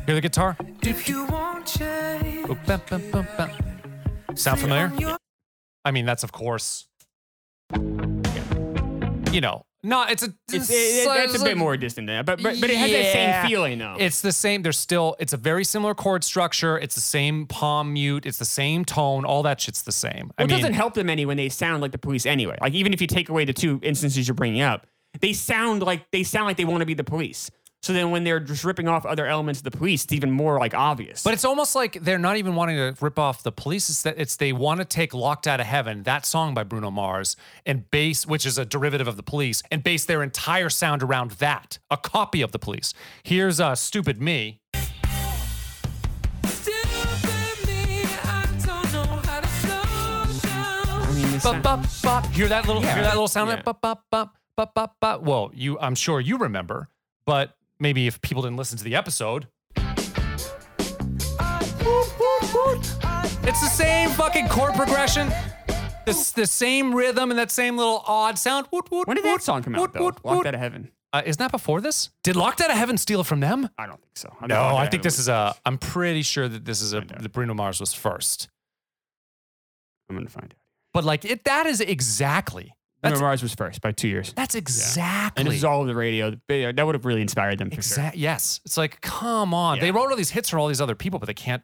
S1: Hear the guitar?
S3: If you won't change,
S1: Boop, bam, bam, bam, bam. Sound familiar?
S3: I'm your
S1: I mean, that's of course. You know, no, it's a.
S2: It's, it, it, that's a bit more distant than that, but but, but it has that
S1: Yeah.
S2: same feeling though.
S1: It's the same. There's still. It's a very similar chord structure. It's the same palm mute. It's the same tone. All that shit's the same. I
S2: Well, it
S1: mean,
S2: doesn't help them any when they sound like the police anyway. Like even if you take away the two instances you're bringing up, they sound like they sound like they want to be the police. So then when they're just ripping off other elements of the police, it's even more like obvious.
S1: But it's almost like they're not even wanting to rip off the police. It's that it's they want to take "Locked Out of Heaven," that song by Bruno Mars, and base which is a derivative of the police, and base their entire sound around that, a copy of the police. Here's uh, "Stupid Me."
S3: stupid me. I don't know how to slow
S2: I
S3: down.
S2: mean, the
S1: Bop,
S2: sound-
S1: bop, bop. Hear that little
S2: Yeah.
S1: hear that little sound
S2: Yeah.
S1: like bop bop bop bop bop bop. Well, you I'm sure you remember, but maybe if people didn't listen to the episode. It's the same fucking chord progression. This the same rhythm and that same little odd sound. Woot, woot,
S2: when did
S1: woot,
S2: that song come
S1: woot,
S2: out though?
S1: woot,
S2: Locked
S1: woot.
S2: out of heaven.
S1: Uh, isn't that before this? Did Locked Out of Heaven steal it from them?
S2: I don't think so. I
S1: No, I think this is a. I'm pretty sure that this is a. The Bruno Mars was first,
S2: I'm gonna find out.
S1: but like it. That is exactly. That's
S2: Bruno Mars was first by two years,
S1: that's exactly.
S2: and this is all of the radio. That would have really inspired them. For sure.
S1: Exact. Yes. It's like, come on. They
S2: Yeah.
S1: wrote all these hits for all these other people, but they can't.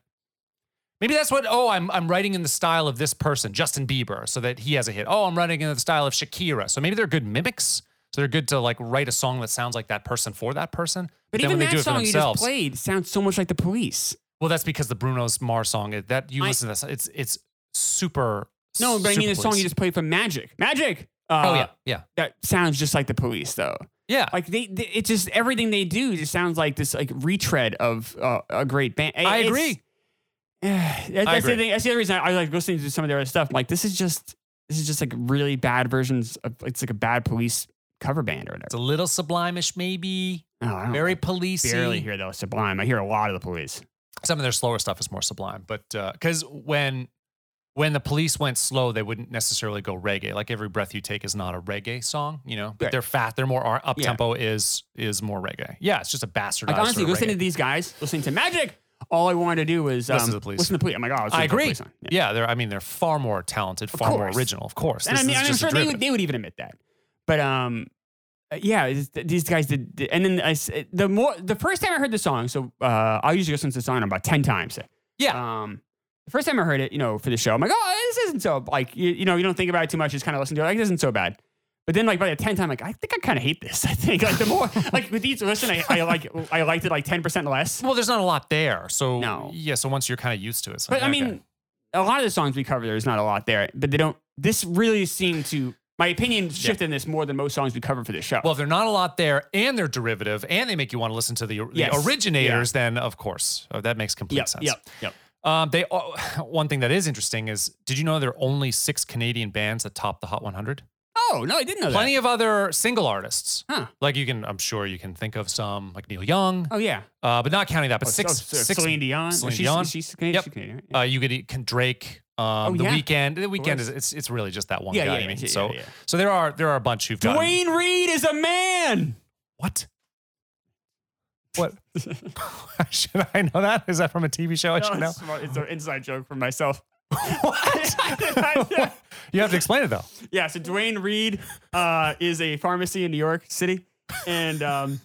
S1: Maybe that's what. Oh, I'm I'm writing in the style of this person, Justin Bieber, so that he has a hit. Oh, I'm writing in the style of Shakira, so maybe they're good mimics. So they're good to like write a song that sounds like that person for that person.
S2: But
S1: then
S2: even
S1: when
S2: that
S1: they do it
S2: song
S1: for
S2: you just
S1: themselves,
S2: played sounds so much like the police.
S1: well, that's because the Bruno's Mars song it- that you
S2: I-
S1: listen to this, it's it's super.
S2: No, but I
S1: super
S2: mean the song
S1: police.
S2: you just played from Magic. Magic.
S1: Oh
S2: Uh,
S1: yeah, yeah,
S2: That sounds just like the police though.
S1: yeah.
S2: like they, they it's just everything they do just sounds like this like retread of uh, a great band
S1: I
S2: It's-
S1: agree.
S2: that's,
S1: agree.
S2: the thing that's the other reason I, I like listening to some of their other stuff I'm like this is just this is just like really bad versions of it's like a bad police cover band or
S1: It's
S2: whatever
S1: a little sublimish, maybe
S2: oh, I don't
S1: very
S2: I
S1: policey.
S2: barely hear though sublime i hear a lot of the police
S1: some of their slower stuff is more sublime but because when when the police went slow they wouldn't necessarily go reggae like every breath you take is not a reggae song you know but
S2: Right.
S1: they're fat they're more up tempo is is more reggae yeah it's just a bastardized
S2: like
S1: sort
S2: honestly
S1: of
S2: listening to
S1: reggae.
S2: these guys listening to magic all i wanted to do was um,
S1: Listen to the police.
S2: listen to the police i'm like oh
S1: i agree
S2: yeah.
S1: yeah. they're i mean they're far more talented far more
S2: course.
S1: original of course
S2: and I
S1: This
S2: mean,
S1: is
S2: I'm
S1: just a
S2: sure they would,
S1: derivative.
S2: they would even admit that. But um, uh, yeah, it's- th- these guys did. did- And then I, s- the more the first time I heard the song, so uh, I usually listen to the song about ten times.
S1: yeah
S2: Um, the first time I heard it, you know, for the show, I'm like, oh, this isn't so like you, you know, you don't think about it too much. Just kind of listen to it, like this isn't so bad. But then, like by the tenth time, like I think I kind of hate this. I think like the more like with each listen, I, I like I liked it like ten percent less.
S1: well there's not a lot there so
S2: No.
S1: yeah so once you're kind of used to it it's
S2: But I
S1: like, okay.
S2: mean, a lot of the songs we cover, there's not a lot there, but they don't. This really seemed to, my opinion shifted in this more than most songs we cover for this show.
S1: well, if they're not a lot there, and they're derivative, and they make you want to listen to the, the
S2: Yes.
S1: originators, then of course uh, that makes complete
S2: yep,
S1: sense.
S2: yep, yep.
S1: Um, they oh, one thing that is interesting is did you know there are only six Canadian bands that top the Hot 100?
S2: Oh no, I didn't know
S1: Plenty of other single artists,
S2: that. Huh?
S1: like you can, I'm sure you can think of some like Neil Young,
S2: Oh yeah.
S1: uh, but not counting that, but
S2: Oh,
S1: six,
S2: so- so
S1: six
S2: Celine Dion.
S1: Celine
S2: she's,
S1: Dion.
S2: She's Canadian.
S1: Yep.
S2: She's Canadian. right?
S1: uh, you could e- can Drake, um,
S2: Oh,
S1: The
S2: yeah.
S1: Weekend. The Weekend
S2: course.
S1: is it's it's really just that one
S2: Yeah,
S1: guy.
S2: yeah,
S1: I
S2: yeah,
S1: mean,
S2: yeah,
S1: so
S2: yeah.
S1: so there are there are a bunch who've got
S2: Dwayne Reed is a man.
S1: what what should I know that? Is that from a TV show? I should know.
S2: it's, it's an inside joke for myself.
S1: What? you have to explain it though.
S2: Yeah, so Dwayne Reed uh, is a pharmacy in New York City, and um,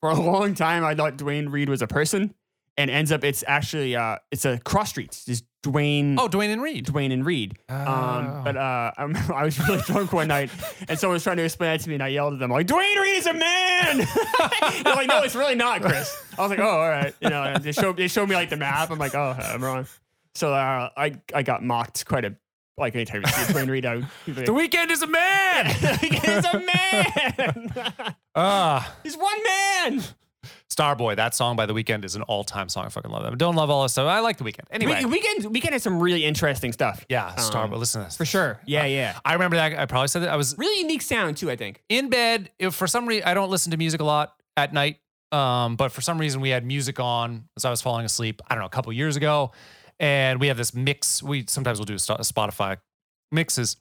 S2: for a long time I thought Dwayne Reed was a person, and ends up it's actually uh, it's a cross street. It's just Dwayne.
S1: Oh, Dwayne and Reed.
S2: Dwayne and Reed.
S1: Oh.
S2: Um, but uh, I, remember I was really drunk one night, and someone was trying to explain that to me, and I yelled at them like, "Dwayne Reed is a man." They're like, "No, it's really not, Chris." I was like, "Oh, all right." You know, and they showed they showed me like the map. I'm like, "Oh, I'm wrong." So uh, I I got mocked quite a like anytime you see Dwayne Reed, I would be like,
S1: The Weekend is a man.
S2: He's a man.
S1: Ah.
S2: He's one man.
S1: Starboy, that song by The Weekend is an all-time song. I fucking love them. Don't love all this stuff. I like The Weekend. Anyway,
S2: We, weekend weekend has some really interesting stuff.
S1: yeah,
S2: Um,
S1: Starboy. Listen to this
S2: for sure. Yeah, yeah.
S1: I remember that. I probably said that. I was
S2: Really unique sound too. I think.
S1: in bed if for some reason i don't listen to music a lot at night um, but for some reason we had music on as i was falling asleep i don't know a couple years ago and we have this mix we sometimes we'll do Sto- spotify mixes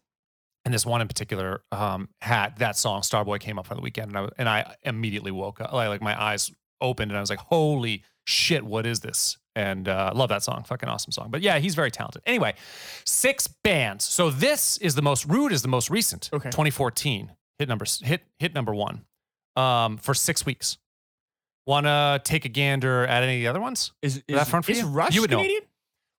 S1: and this one in particular um, had that song starboy came up on the weekend and i, and I immediately woke up like, like my eyes opened and i was like holy shit what is this and uh, love that song fucking awesome song but yeah he's very talented anyway six bands so this is the most rude is the most recent
S2: Okay.
S1: 2014 hit number s- hit hit number one um, for six weeks wanna take a gander at any of the other ones
S2: Is, is
S1: that front for
S2: is
S1: you?
S2: Rush
S1: You would know.
S2: Canadian?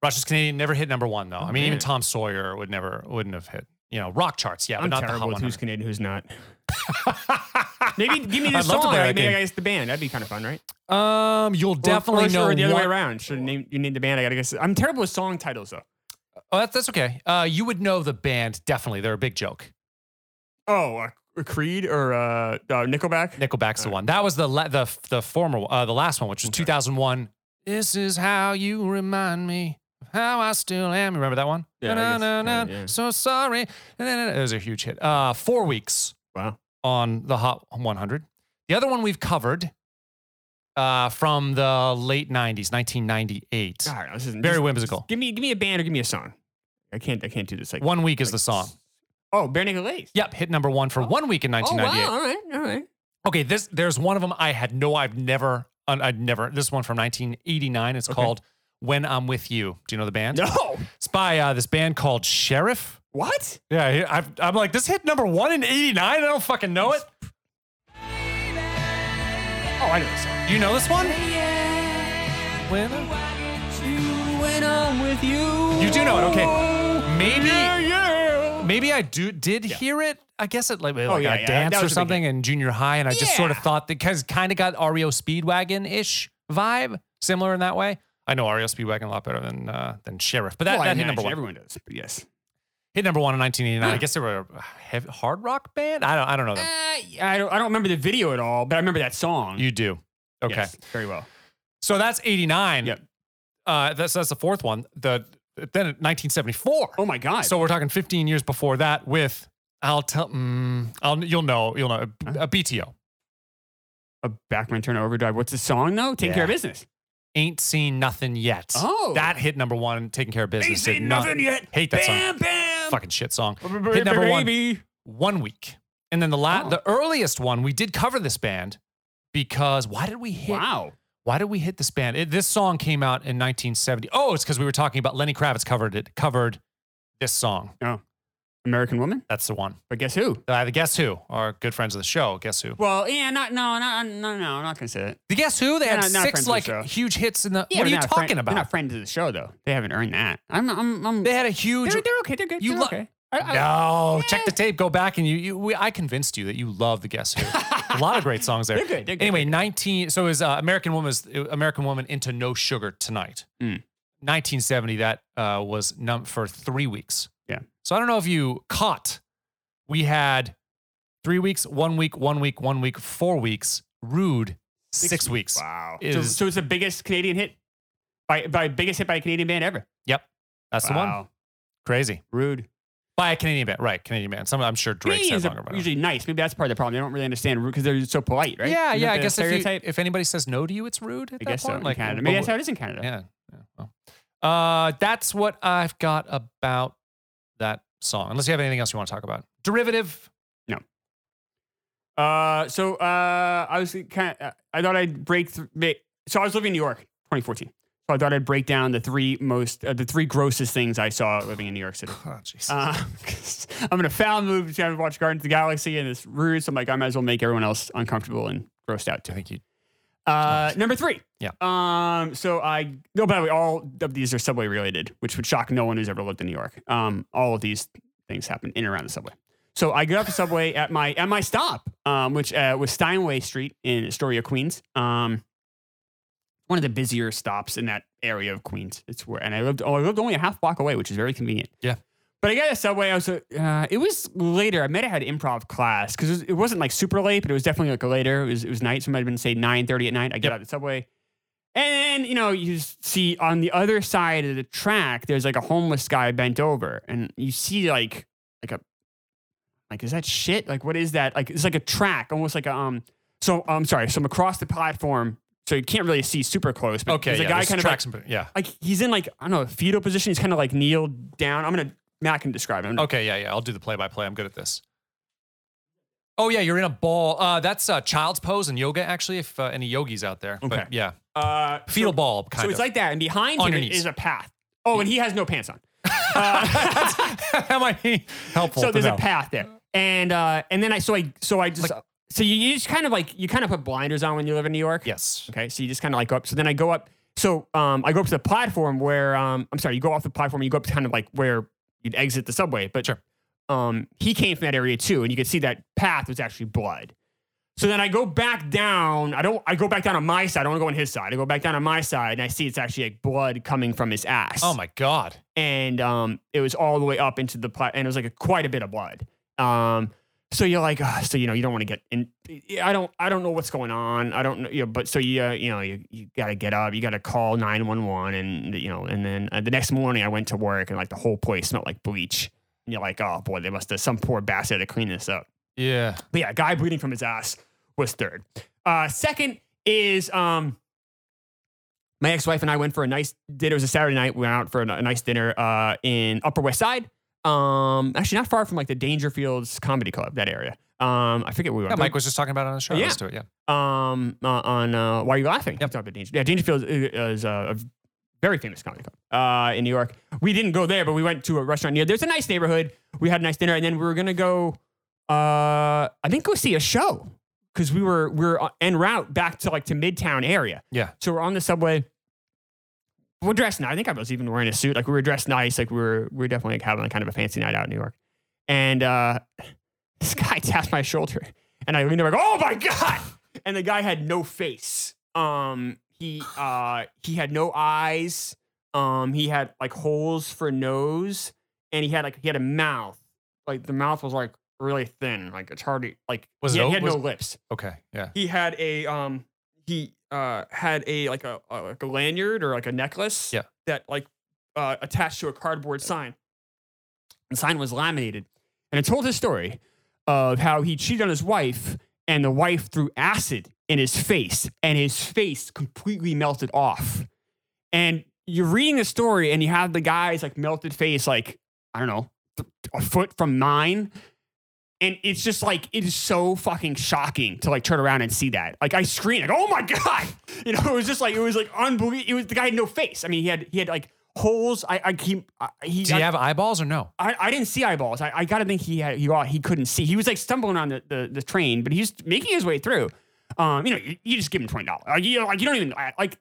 S1: Russia's Canadian never hit number one though. I mean,
S2: man.
S1: even Tom Sawyer would never wouldn't have hit. You know, rock charts, yeah, but
S2: I'm
S1: not the
S2: terrible
S1: Hot
S2: with who's
S1: 100.
S2: Canadian, who's not. Maybe give me the
S1: I'd love to
S2: song.
S1: play
S2: I
S1: that
S2: maybe
S1: game.
S2: I guess the band. That'd be kind of fun, right?
S1: um, you'll
S2: Or-
S1: definitely
S2: or,
S1: know
S2: or the other way
S1: one-
S2: around. Should name you name the band? I gotta guess. I'm terrible with song titles though.
S1: Oh, that's, that's okay. Uh, you would know the band definitely. They're a big joke.
S2: Oh, uh, Creed or uh, uh, Nickelback.
S1: Nickelback's the one. That was the la- the the former one- uh, the last one, which was 2001. This is how you remind me of how I still am. Remember that one?
S2: Yeah, I guess-
S1: Na-na-na,
S2: yeah, yeah.
S1: So sorry. Na-na-na. It was a huge hit. Uh, four weeks
S2: Wow.
S1: on the Hot 100. The other one we've covered uh, from the late 90s, 1998.
S2: God, this is
S1: Very whimsical.
S2: Give me give me a band or give me a song. I can't I can't do this like
S1: One week is the song.
S2: Oh, Bare Naked Ladies.
S1: Yep, hit number one for one week in
S2: Oh wow.
S1: 1998.
S2: All right. All right.
S1: Okay, this there's one of them I had no. I've never. un- I'd never. This one from 1989. It's
S2: Okay.
S1: called "When I'm With You." Do you know the band?
S2: No.
S1: It's by uh, this band called Sheriff.
S2: What?
S1: Yeah, I- I've, I'm like this hit number one in '89. I don't fucking know it.
S2: Oh, I know this song.
S1: You know this one? When Mm.
S2: When I'm with you.
S1: you do know it. Okay,
S2: Yeah,
S1: maybe
S2: yeah.
S1: maybe I do did hear it. I guess it like, like
S2: Oh, yeah,
S1: a
S2: yeah,
S1: dance
S2: that
S1: or
S2: was a big
S1: something in junior high, and I just sort of
S2: Yeah.
S1: thought that because kind of got REO Speedwagon ish vibe, similar in that way. I know REO Speedwagon a lot better than uh, than Sheriff, but that,
S2: Well, I
S1: that hit number
S2: imagine Hmm.
S1: one.
S2: Everyone does. but Yes.
S1: hit number one in 1989. I guess they were a heavy, hard rock band. I don't. I don't know
S2: Uh,
S1: them.
S2: I don't I don't remember the video at all, but I remember that song.
S1: You do. Okay.
S2: Uh, Yes, very well.
S1: So that's 89.
S2: Yep.
S1: Uh, that's that's the fourth one. The then 1974.
S2: Oh my god.
S1: so we're talking 15 years before that. With I'll tell. Mm, I'll you'll know you'll know
S2: Uh-huh.
S1: a BTO.
S2: a Backman Turner Overdrive. What's the song though? Take care of
S1: Yeah.
S2: business.
S1: Ain't seen nothing yet.
S2: Oh.
S1: That hit number one. Taking care of business. did not- Hate that song.
S2: bam, Bam,
S1: Fucking shit song.
S2: bam.
S1: hit number one.
S2: Baby.
S1: one week. And then the la-
S2: Oh.
S1: the earliest one, we did cover this band because why did we hit
S2: Wow.
S1: why did we hit this band? It, this song came out in 1970. Oh, it's because we were talking about Lenny Kravitz covered it covered this song.
S2: American Woman.
S1: That's the one.
S2: But guess who?
S1: Uh, the Guess Who are good friends of the show. Guess Who?
S2: Well, yeah, not no, no, no, no. I'm not gonna say it.
S1: The Guess Who? They
S2: They're
S1: had
S2: not- not friends
S1: six
S2: of the
S1: like
S2: show.
S1: huge hits in the.
S2: Yeah,
S1: what
S2: but
S1: are you
S2: not
S1: talking
S2: friend,
S1: about?
S2: They're not friends of the show though. They haven't earned that. I'm, I'm, I'm.
S1: they had a huge.
S2: they're, they're okay. They're good.
S1: You
S2: they're
S1: lo-
S2: okay. I, I,
S1: no, check the tape. Go back and you. you we, I convinced you that you love the Guess Who. a lot of great songs there.
S2: They're good, they're good,
S1: Anyway, nineteen. So is uh, American Woman is uh, American Woman into No Sugar Tonight.
S2: Mm.
S1: 1970. That uh, was num for three weeks.
S2: Yeah.
S1: So I don't know if you caught. We had three weeks, one week, one week, one week, four weeks. Rude, six, weeks.
S2: Wow. So,
S1: Is-
S2: so it's the biggest Canadian hit by by biggest hit by a Canadian band ever.
S1: Yep, that's the one.
S2: Wow.
S1: Crazy
S2: Rude. by.
S1: by a Canadian band, right? Canadian band. Some I'm sure Drake's had
S2: Canadians
S1: longer.
S2: are
S1: but I don't know.
S2: usually nice. Maybe that's part of the problem. They don't really understand because they're so polite, right?
S1: Yeah,
S2: Isn't
S1: yeah.
S2: that
S1: I
S2: the
S1: guess if, you,
S2: stereotype.
S1: if anybody says no to you, it's rude. At
S2: I
S1: that
S2: guess so.
S1: point.
S2: In
S1: Like
S2: Canada,
S1: but we-
S2: maybe that's how it is in Canada.
S1: Yeah. yeah well. uh, that's what I've got about that song. Unless you have anything else you want to talk about. Derivative.
S2: Uh, so uh, I was kind of, I thought I'd break. Th- ma- so I was living in New York, 2014. So I thought I'd break down the three most, uh, the three grossest things I saw living in New York City.
S1: Oh, jeez.
S2: Uh, I'm in a foul mood. to watch Guardians of the Galaxy, and it's rude. So I'm like, I might as well make everyone else uncomfortable and grossed out
S1: I
S2: too.
S1: think you.
S2: Uh, number three.
S1: Yeah.
S2: Um. So I. No, by the way, all of these are subway related, which would shock no one who's ever lived in New York. Um. All of these things happen in and around the subway. So I get off the subway at my at my stop, um, which uh, was Steinway Street in Astoria, Queens. Um. One of the busier stops in that area of Queens. It's where, and I lived. Oh, I lived only a half block away, which is very convenient.
S1: Yeah.
S2: But I got a subway. I was, uh, uh, it was later. I might have had improv class because it, was- it wasn't like super late, but it was definitely like later. It was, it was night. So it might have been say nine thirty at night. I get
S1: Yep.
S2: out of the subway, and you know you just see on the other side of the track there's like a homeless guy bent over, and you see like like a like is that shit? Like what is that? Like it's like a track, almost like a um. So I'm sorry. So I'm across the platform, so you can't really see super close. But
S1: Okay,
S2: there's
S1: yeah,
S2: a guy
S1: there's
S2: kind of like,
S1: tracks and- yeah.
S2: like he's in like I don't know a fetal position. He's kind of like kneeled down. I'm gonna Matt can describe him.
S1: Okay, yeah, yeah. I'll do the play by play. I'm good at this. Oh yeah, you're in a ball. Uh, that's uh, child's pose in yoga, actually. If uh, any yogis out there,
S2: Okay.
S1: but yeah,
S2: Uh,
S1: fetal ball kind
S2: so
S1: of.
S2: it's like that, and behind
S1: On
S2: him
S1: your knees.
S2: is a path. Oh, and he has no pants on.
S1: that might be helpful.
S2: So
S1: to
S2: there's
S1: know.
S2: a path there, and uh, and then I so I so I just so you, you just kind of like you kind of put blinders on when you live in New York.
S1: Yes.
S2: Okay, so you just kind of like go up. So then I go up. So um, I go up to the platform where um, I'm sorry, you go off the platform. You go up to kind of like where you'd exit the subway. But
S1: Sure.
S2: um, he came from that area too, and you could see that path was actually blood. So then I go back down. I don't. I go back down on my side. I don't want to go on his side. I go back down on my side, and I see it's actually like blood coming from his ass.
S1: Oh my god.
S2: And um, it was all the way up into the pla- and it was like a, quite a bit of blood. Um, so you're like, "Ugh," so you know, you don't want to get in. I don't. I don't know what's going on. I don't know. You know but so you, uh, you know, you, you got to get up. You got to call nine one one, and you know, and then uh, the next morning I went to work, and like the whole place smelled like bleach. And you're like, oh boy, they must have some poor bastard to clean this up.
S1: Yeah.
S2: But yeah, guy bleeding from his ass was third. Uh, second is um, my ex-wife and I went for a nice dinner. It was a Saturday night. We went out for a, a nice dinner uh, in Upper West Side. Um, actually, not far from like the Dangerfields Comedy Club, that area. Um, I forget where we
S1: Yeah,
S2: went.
S1: Mike was just talking about it on the show.
S2: Yeah.
S1: Let's do it. Yeah.
S2: um, uh, on uh, Why Are You Laughing?
S1: Yep.
S2: Talk about Danger. Yeah, Dangerfield is uh, a, a very famous comedy club uh, in New York. We didn't go there, but we went to a restaurant near. There's a nice neighborhood. We had a nice dinner, and then we were gonna go. Uh, I think go see a show because we were we were en route back to like to Midtown area.
S1: Yeah.
S2: So we're on the subway. We're dressed nice. I think I was even wearing a suit. Like we were dressed nice. Like we were we were definitely like having like kind of a fancy night out in New York. And uh, this guy taps my shoulder, and I lean over. I go, oh my god! And the guy had no face. Um, he uh he had no eyes. Um, he had like holes for nose, and he had like he had a mouth. Like the mouth was like really thin. Like it's hard to like.
S1: Was it
S2: he, had-
S1: o-
S2: he had
S1: was-
S2: no lips
S1: Okay. Yeah.
S2: he had a um he uh had a like a, a like a lanyard or like a necklace
S1: Yeah.
S2: that like uh attached to a cardboard sign the sign was laminated and it told his story of how he cheated on his wife and the wife threw acid in his face and his face completely melted off and you're reading the story and you have the guy's like melted face like i don't know th- a foot from mine and it's just like it is so fucking shocking to like turn around and see that. Like I screamed, like, "Oh my god!" You know, it was just like it was like unbelievable. It was the guy had no face. I mean, he had he had like holes. I I he I, he,
S1: Do you have eyeballs or no?
S2: I, I didn't see eyeballs. I, I gotta think he had he got- he couldn't see. He was like stumbling on the, the, the train, but he was making his way through. Um, you know, you, you just give him twenty dollars. Like you, like you don't even like.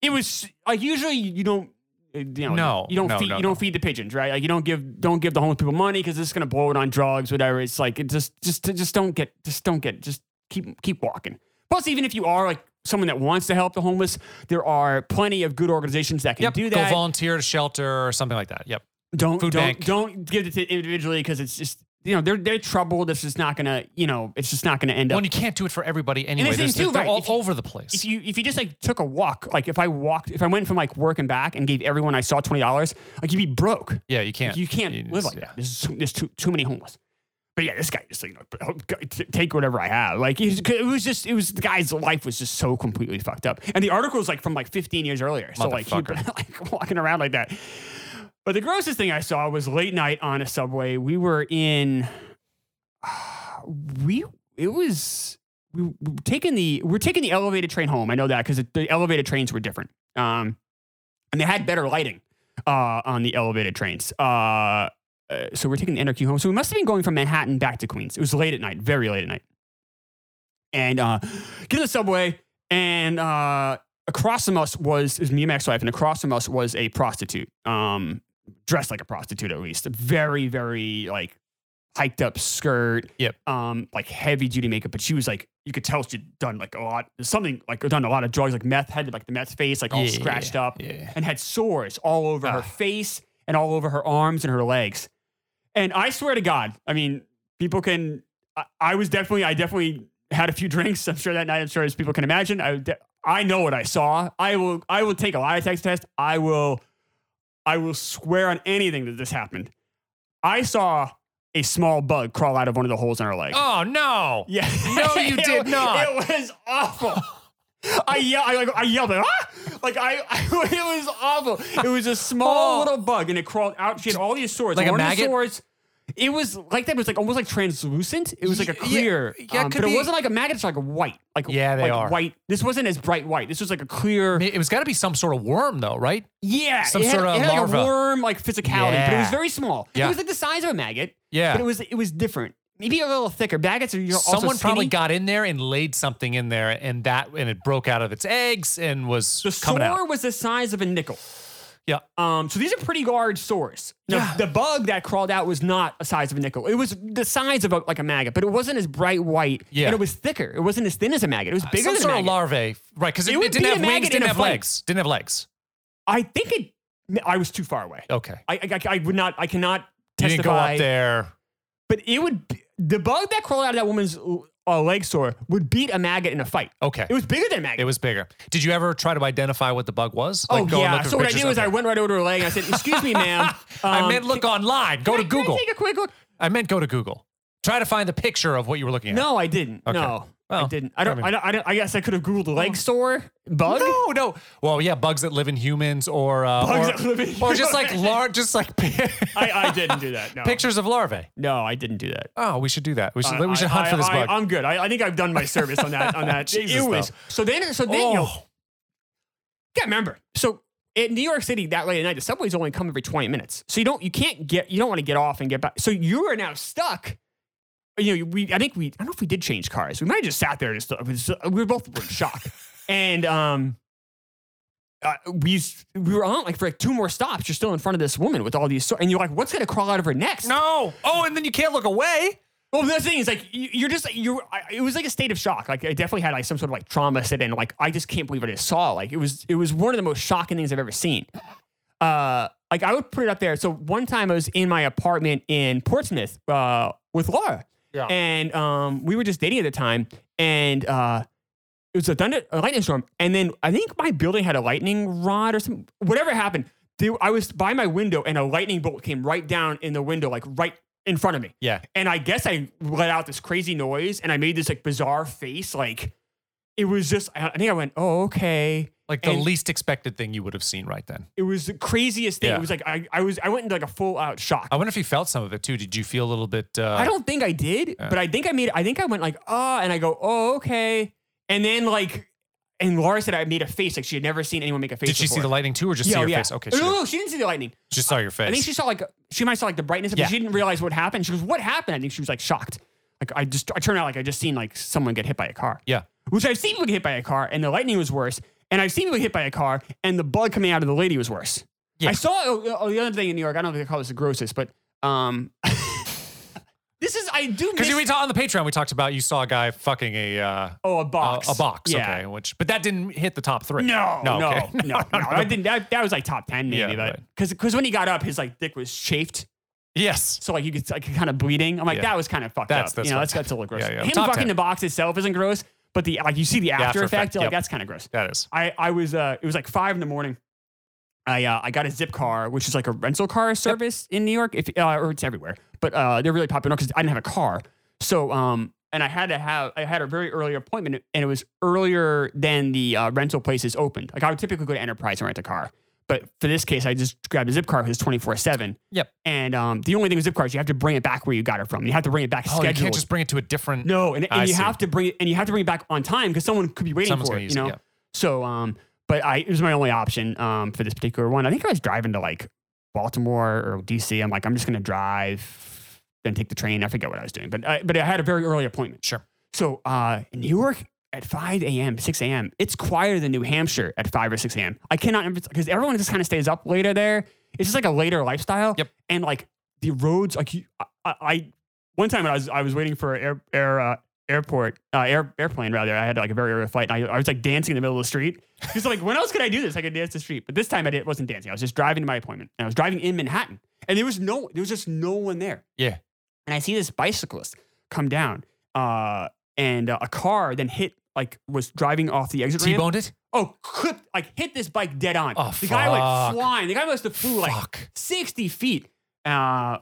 S2: It was like usually you don't. uh, You know,
S1: No,
S2: you don't
S1: no,
S2: feed
S1: no,
S2: you
S1: no.
S2: don't feed the pigeons, right? Like you don't give don't give the homeless people money because it's gonna blow it on drugs, whatever. It's like it just just just don't get just don't get just keep keep walking. Plus, even if you are like someone that wants to help the homeless, there are plenty of good organizations that can
S1: Yep.
S2: do
S1: Go
S2: that.
S1: volunteer at a shelter or something like that. Yep.
S2: Don't
S1: Food
S2: don't
S1: bank.
S2: don't give it to individually because it's just you know they're they're troubled. It's just not gonna you know it's just not gonna end
S1: Well,
S2: up.
S1: and you can't do it for everybody anyway.
S2: the thing
S1: There's-
S2: too,
S1: they're
S2: right,
S1: all
S2: if you-
S1: over the place.
S2: If you if you just like took a walk, like if I walked, if I went from like work and back and gave everyone I saw twenty dollars, like you'd be broke.
S1: yeah, you can't.
S2: You can't live
S1: just-
S2: like
S1: yeah.
S2: that. There's too, there's too too many homeless. But yeah, this guy just like you know, t- take whatever I have. Like it was, it was just it was the guy's life was just so completely fucked up. And the article was like from like 15 years earlier. So like he
S1: Motherfucker.
S2: like walking around like that. But the grossest thing I saw was late night on a subway. We were in we it was we were taking the we we're taking the elevated train home. I know that because the elevated trains were different. Um, and they had better lighting uh, on the elevated trains. Uh, uh, so we're taking the inner queue home. So we must have been going from Manhattan back to Queens. It was late at night, very late at night. And uh, get to the subway, and uh, across from us was, it was me and my ex-wife, and across from us was a prostitute, um, dressed like a prostitute at least, very, very like hiked up skirt,
S1: Yep.
S2: um, like heavy duty makeup. But she was like, you could tell she'd done like a lot, something like done a lot of drugs, like meth had like the meth face, like all
S1: Yeah,
S2: scratched up
S1: yeah.
S2: and had sores all over her
S1: Ah.
S2: face and all over her arms and her legs. And I swear to God, I mean, people can. I, I was definitely, I definitely had a few drinks. I'm sure that night. I'm sure as people can imagine, I de- I know what I saw. I will, I will take a lie detector test. I will, I will swear on anything that this happened. I saw a small bug crawl out of one of the holes in her leg.
S1: Oh no!
S2: Yeah.
S1: No, you
S2: It-
S1: did not.
S2: It was awful. I yelled, I, like, I yelled, like, ah! Like, I, I, it was awful. It was a small
S1: Oh.
S2: little bug and it crawled out. She had all these swords.
S1: Like a
S2: one of the
S1: maggot?
S2: swords. It was like that. It was like almost like translucent. It was like a
S1: Y- yeah,
S2: clear.
S1: yeah, it
S2: um,
S1: could
S2: but
S1: be-
S2: it wasn't like a maggot. It's like a white. Like,
S1: Yeah, they
S2: like
S1: are.
S2: white. This wasn't as bright white. This was like a clear.
S1: I mean, it was got to be some sort of worm, though, right?
S2: Yeah,
S1: Some
S2: it had,
S1: sort of
S2: it had like
S1: larva.
S2: a worm like physicality, but it was
S1: Yeah.
S2: very small.
S1: Yeah.
S2: It was like the size of a maggot.
S1: Yeah.
S2: but it was it was different. Maybe a little thicker. Maggots are you're also
S1: Someone probably
S2: skinny.
S1: got in there and laid something in there, and that and it broke out of its eggs and was
S2: the
S1: coming
S2: sore
S1: out.
S2: was the size of a nickel.
S1: Yeah.
S2: Um, so these are pretty large sores. Now,
S1: Yeah.
S2: The bug that crawled out was not a size of a nickel. It was the size of a, like a maggot, but it wasn't as bright white.
S1: Yeah. Uh,
S2: And it was thicker. It wasn't as thin as a maggot. It was bigger
S1: Some
S2: than
S1: sort
S2: a
S1: of
S2: maggot.
S1: larvae, right? Because
S2: It
S1: it,
S2: would
S1: it didn't
S2: be a
S1: have wings,
S2: maggot in
S1: didn't
S2: a
S1: have
S2: fight.
S1: legs, didn't have legs.
S2: I think it. I was too far away.
S1: Okay,
S2: I, I, I would not. I cannot
S1: you
S2: testify.
S1: didn't go up there.
S2: But it would. be- The bug that crawled out of that woman's uh, leg sore would beat a maggot in a fight.
S1: Okay,
S2: It was bigger than a maggot.
S1: it was bigger. Did you ever try to identify what the bug was?
S2: Oh
S1: Like, go and
S2: yeah.
S1: look at
S2: So what I
S1: pictures?
S2: did was I
S1: Okay.
S2: went right over to her leg and I said, "Excuse me, ma'am."
S1: I
S2: um,
S1: meant look
S2: can-
S1: online. Go to
S2: can I- can I
S1: Google.
S2: take a quick look?
S1: I meant go to Google. Try to find the picture of what you were looking at.
S2: No, I didn't.
S1: Okay.
S2: No, I
S1: Well,
S2: didn't. I don't. I,
S1: I mean-
S2: don't, I don't. I guess I could have googled leg sore bug.
S1: No, no. Well, yeah, bugs that live in humans, or uh,
S2: Bugs
S1: or,
S2: that live in
S1: or just like
S2: humans.
S1: large, just like
S2: I, I didn't do that. No.
S1: pictures of larvae.
S2: No, I didn't do that.
S1: Oh, we should do that. We should
S2: I-
S1: we should
S2: I-
S1: hunt
S2: I-
S1: for this
S2: I,
S1: bug.
S2: I'm good. I, I think I've done my service on that. On that.
S1: Jesus,
S2: it was
S1: though.
S2: so then. So then. You know,
S1: Oh.
S2: gotta remember. So in New York City, that late at night, the subways only come every 20 minutes. So you don't. You can't get. You don't want to get off and get back. So you are now stuck. You know, we. I think we. I don't know if we did change cars. We might have just sat there. Just, it was- we were both in shock. and um. uh, we s- we were on like for like two more stops. You're still in front of this woman with all these, so- and you're like, what's gonna crawl out of her next?
S1: No. Oh, and then you can't look away.
S2: Well, the thing is, like, you- you're just you. I- It was like a state of shock. Like, I definitely had like some sort of like trauma set in. Like, I just can't believe what I saw. Like, it was it was one of the most shocking things I've ever seen. Uh, like I would put it up there. So one time I was in my apartment in Portsmouth uh, with Laura,
S1: Yeah.
S2: and um, we were just dating at the time, and uh, it was a thunder, a lightning storm, and then I think my building had a lightning rod or some whatever happened. There, I was by my window, and a lightning bolt came right down in the window, like right in front of me.
S1: Yeah.
S2: And I guess I let out this crazy noise and I made this like bizarre face. Like it was just, I I think I went, oh, okay.
S1: Like the
S2: And-
S1: least expected thing you would have seen right then.
S2: It was the craziest thing.
S1: Yeah.
S2: It was like, I, I was, I went into like a full out shock.
S1: I wonder if you felt some of it too. Did you feel a little bit? Uh,
S2: I don't think I did, but I think I made, I think I went like, oh, and I go, oh, okay. And then like, and Laura said I made a face like she had never seen anyone make a face.
S1: Did she see
S2: before.
S1: the lightning too, or just see your
S2: yeah.
S1: face? Okay,
S2: No,
S1: sure.
S2: no, no, she didn't see the lightning.
S1: Just saw your face.
S2: I think she saw like she might saw like the brightness, but
S1: Yeah.
S2: she didn't realize what happened. She goes, "What happened?" I think she was like shocked. Like I just, I turned out like I just seen like someone get hit by a car.
S1: yeah.
S2: which I've seen people get hit by a car, and the lightning was worse. And I've seen people get hit by a car, and the blood coming out of the lady was worse.
S1: Yeah.
S2: I saw oh, oh, the other thing in New York. I don't know if they call this the grossest, but um, this is I do miss.
S1: Because we talked on the Patreon, we talked about you saw a guy fucking a uh,
S2: oh, a
S1: a,
S2: box.
S1: a box.
S2: Yeah.
S1: Okay, which but that didn't hit the top three.
S2: No, no, no,
S1: okay.
S2: no, I didn't. That, that was like top ten maybe,
S1: Yeah,
S2: but
S1: right.
S2: because when he got up, his like dick was chafed,
S1: Yes.
S2: so like you could like kind of bleeding. I'm like
S1: Yeah.
S2: that was kind of fucked
S1: That's-
S2: up.
S1: that's
S2: you know,
S1: fine.
S2: that's that's a little gross.
S1: Yeah, yeah.
S2: Him
S1: Top
S2: fucking
S1: 10.
S2: the box itself isn't gross, but the like you see the after,
S1: after
S2: effect,
S1: effect,
S2: you're like
S1: yep.
S2: that's kind of gross.
S1: That is.
S2: I I was uh it was like five in the morning. I uh, I got a zip car, which is like a rental car service in New York, if uh, or it's everywhere, but uh, they're really popular because I didn't have a car. So um, and I had to have I had a very early appointment, and it was earlier than the uh, rental places opened. Like I would typically go to Enterprise and rent a car, but for this case, I just grabbed a zip car because it's twenty four seven.
S1: Yep.
S2: And um, the only thing with zip cars, you have to bring it back where you got it from. You have to bring it back
S1: Oh,
S2: scheduled.
S1: you can't just bring it to a different.
S2: No, and,
S1: I
S2: and you
S1: see.
S2: have to bring it, and you have to bring it back on time because someone could be waiting
S1: Someone's
S2: for
S1: gonna
S2: it.
S1: use
S2: You
S1: it,
S2: know,
S1: yeah.
S2: so um, but I it was my only option um for this particular one. I think I was driving to like Baltimore or DC. I'm like, I'm just gonna drive, then take the train. I forget what I was doing, but I, but I had a very early appointment.
S1: Sure.
S2: So uh, in New York at 5 a.m., 6 a.m., it's quieter than New Hampshire at 5 or 6 a.m. I cannot because everyone just kind of stays up later there. It's just like a later lifestyle.
S1: Yep.
S2: And like the roads, like you, I, I- I one time I was I was waiting for air air uh, airport, uh, air, airplane rather. I had like a very early flight. And I, I was like dancing in the middle of the street. Because like, when else could I do this? I could dance the street, but this time I did, wasn't dancing. I was just driving to my appointment, and I was driving in Manhattan, and there was no, there was just no one there.
S1: Yeah.
S2: And I see this bicyclist come down, uh, and uh, a car then hit like was driving off the exit ramp.
S1: T-boned it?
S2: Oh, clipped, like hit this bike dead on.
S1: Oh,
S2: the guy
S1: fuck.
S2: went flying. The guy must have flew like
S1: Fuck.
S2: 60 feet. Uh,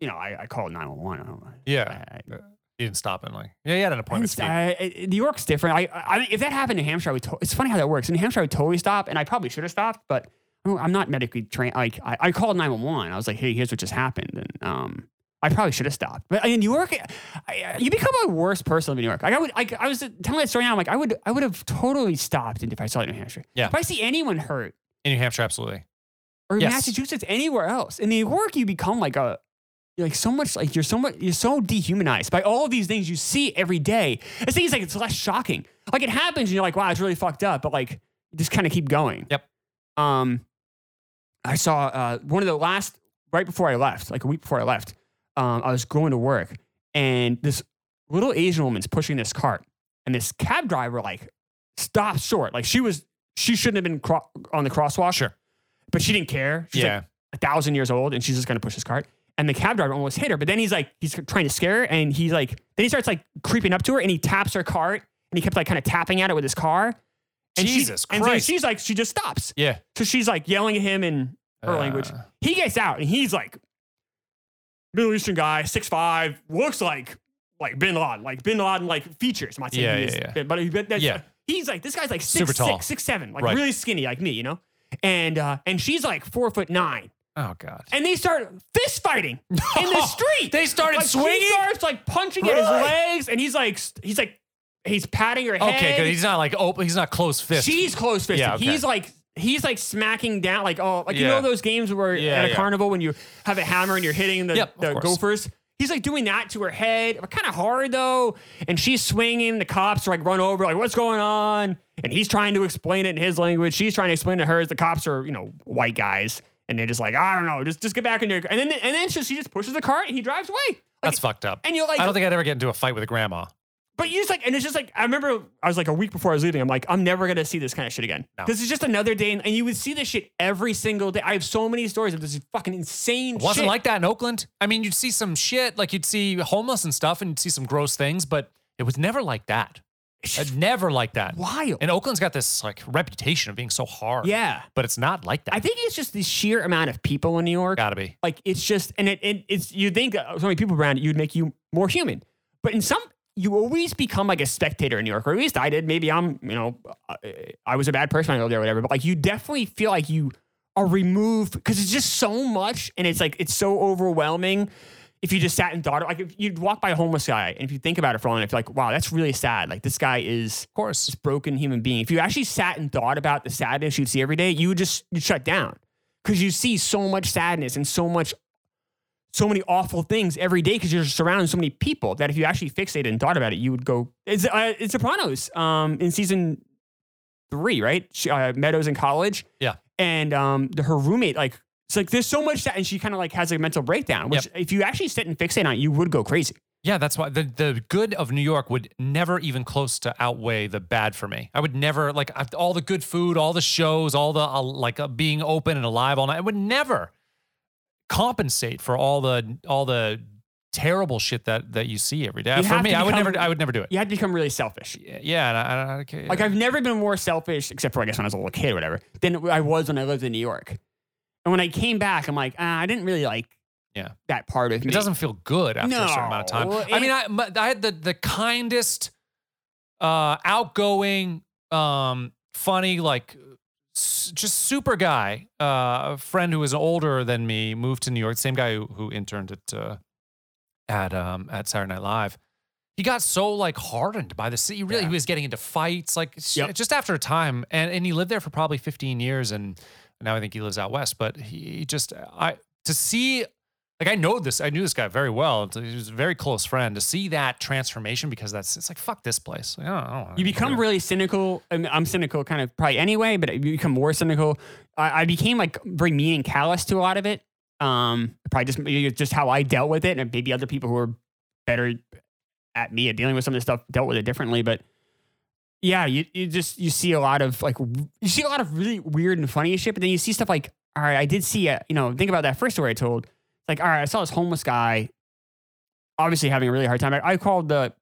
S2: you know, I, I called 911. I don't know.
S1: Yeah.
S2: I- I-
S1: You didn't stop it. Like, yeah, you had an appointment.
S2: I,
S1: speed.
S2: I- New York's different. I, I, I mean, if that happened in New Hampshire, I would. To- it's funny how that works. In New Hampshire, I would totally stop, and I probably should have stopped, but I'm- I'm not medically trained. Like, I, I called 911. I was like, "Hey, here's what just happened," and um, I probably should have stopped. But in New York, I- I, you become a worse person in New York. Like, I would. I, I was telling that story now. I'm like, I would. I would have totally stopped if I saw it in New Hampshire.
S1: Yeah.
S2: If I see anyone hurt
S1: In New Hampshire, absolutely.
S2: or
S1: Yes.
S2: Massachusetts, anywhere else. In New York, you become like a you're like so much like you're so much you're so dehumanized by all of these things you see every day. It's things like it's less shocking. Like it happens and you're like, wow, it's really fucked up, but like you just kind of keep going.
S1: Yep.
S2: Um I saw uh one of the last right before I left, like a week before I left, um, I was going to work and this little Asian woman's pushing this cart and this cab driver like stopped short. Like she was she shouldn't have been cro- on the crosswalk.
S1: Sure.
S2: But she didn't care. She's like,
S1: yeah.
S2: a thousand years old and she's just gonna push his cart. And the cab driver almost hit her, but then he's like, he's trying to scare her, and he's like, then he starts like creeping up to her, and he taps her cart, and he kept like kind of tapping at it with his car. And she-
S1: Jesus
S2: And then
S1: Christ.
S2: she's like, she just stops.
S1: yeah.
S2: So she's like yelling at him in her
S1: Uh.
S2: language. He gets out, and he's like, Middle Eastern guy, six five, looks like like Bin Laden, like Bin Laden like features. I'm not saying
S1: Yeah,
S2: he
S1: yeah,
S2: is,
S1: yeah.
S2: Bin- but, he- but that's,
S1: Yeah.
S2: he's like this guy's like six,
S1: Super tall.
S2: six, six, seven, like
S1: Right.
S2: really skinny, like me, you know. And uh, and she's like four foot nine
S1: Oh God.
S2: and they start fist fighting in the street.
S1: They started
S2: like, He
S1: swinging?
S2: starts like punching at his
S1: Really?
S2: legs, and he's like, st- he's like, he's patting her head.
S1: Okay, good. He's not like open. He's not closed fist.
S2: she's close fisted.
S1: Yeah, okay.
S2: He's like. He's like smacking down, like oh, like you
S1: Yeah.
S2: know those games where
S1: Yeah,
S2: at a
S1: yeah.
S2: carnival when you have a hammer and you're hitting the,
S1: Yep, of
S2: the
S1: course.
S2: gophers. He's like doing that to her head, but kind of hard though. And she's swinging. The cops are like run over, like what's going on? And he's trying to explain it in his language. She's trying to explain it to hers. The cops are you know white guys, and they're just like I don't know, just just get back in there. And then and then she, she just pushes the cart and he drives away. Like,
S1: That's fucked up.
S2: and you're like-
S1: I don't think I'd ever get into a fight with a grandma.
S2: but you just like, and it's just like, I remember I was like a week before I was leaving, I'm like, I'm never gonna see this kind of shit again.
S1: No.
S2: This is just another day, and, and you would see this shit every single day. I have so many stories of this fucking insane
S1: It wasn't
S2: shit.
S1: like that in Oakland. I mean, you'd see some shit, like you'd see homeless and stuff, and you'd see some gross things, but it was never like that.
S2: It's
S1: Uh,
S2: just
S1: never like that.
S2: wild.
S1: And Oakland's got this like reputation of being so hard.
S2: yeah.
S1: But it's not like that.
S2: I think it's just the sheer amount of people in New York.
S1: Gotta be.
S2: Like it's just, and it, it it's you think uh, so many people around you'd make you more human, but in some you always become like a spectator in New York, or at least I did. Maybe I'm, you know, I, I was a bad person when I lived there, or whatever. But like you definitely feel like you are removed because it's just so much, and it's like it's so overwhelming. If you just sat and thought, like if you'd walk by a homeless guy, and if you think about it for a moment, if you're like, wow, that's really sad. Like this guy is
S1: Of course.
S2: broken human being. If you actually sat and thought about the sadness you'd see every day, you would just you'd shut down because you see so much sadness and so much, so many awful things every day because you're surrounded so many people that if you actually fixated and thought about it, you would go. It's uh, it's Sopranos um, in season three, right? She, uh, Meadows in college.
S1: Yeah.
S2: and um, the, her roommate like. It's like there's so much that, and she kind of like has a mental breakdown. Which, if you actually sit and fixate on it, you would go crazy.
S1: Yeah, that's why the, the good of New York would never even close to outweigh the bad for me. I would never like I- all the good food, all the shows, all the uh, like uh, being open and alive all night. I would never compensate for all the all the terrible shit that that you see every day.
S2: You
S1: for
S2: have
S1: me,
S2: to
S1: I would
S2: become-
S1: never I would never do it.
S2: You had to become really selfish.
S1: Yeah, yeah and I, I, don't- I can't-
S2: Like I've never been more selfish, except for I guess when I was a little kid or whatever, than I was when I lived in New York. And when I came back, I'm like, ah, I didn't really like
S1: Yeah.
S2: that part of me.
S1: It doesn't feel good after a certain amount of time.
S2: No,
S1: I mean, I, my- I had the the kindest, uh, outgoing, um, funny, like s- just super guy. Uh, a friend who was older than me moved to New York. Same guy who, who interned at uh, at um, at Saturday Night Live. He got so like hardened by the city. Really,
S2: Yeah.
S1: he was getting into fights. Like s-
S2: Yep.
S1: just after a time, and and he lived there for probably 15 years, and now I think he lives out west. But he just I to see like I know this, I knew this guy very well. He was a very close friend. To see that transformation, because that's it's like fuck this place. Like, I don't, I don't wanna
S2: You
S1: be
S2: become
S1: here.
S2: really cynical. I mean, I'm cynical kind of probably anyway, but you become more cynical. I, I became like very mean and callous to a lot of it. Um, probably just maybe it's just how I dealt with it, and maybe other people who are better at me at dealing with some of this stuff, dealt with it differently. But yeah, you, you just you see a lot of like w- you see a lot of really weird and funny shit, but then you see stuff like, all right, I did see a, you know, think about that first story I told. It's like, all right, I saw this homeless guy obviously having a really hard time. I, I called the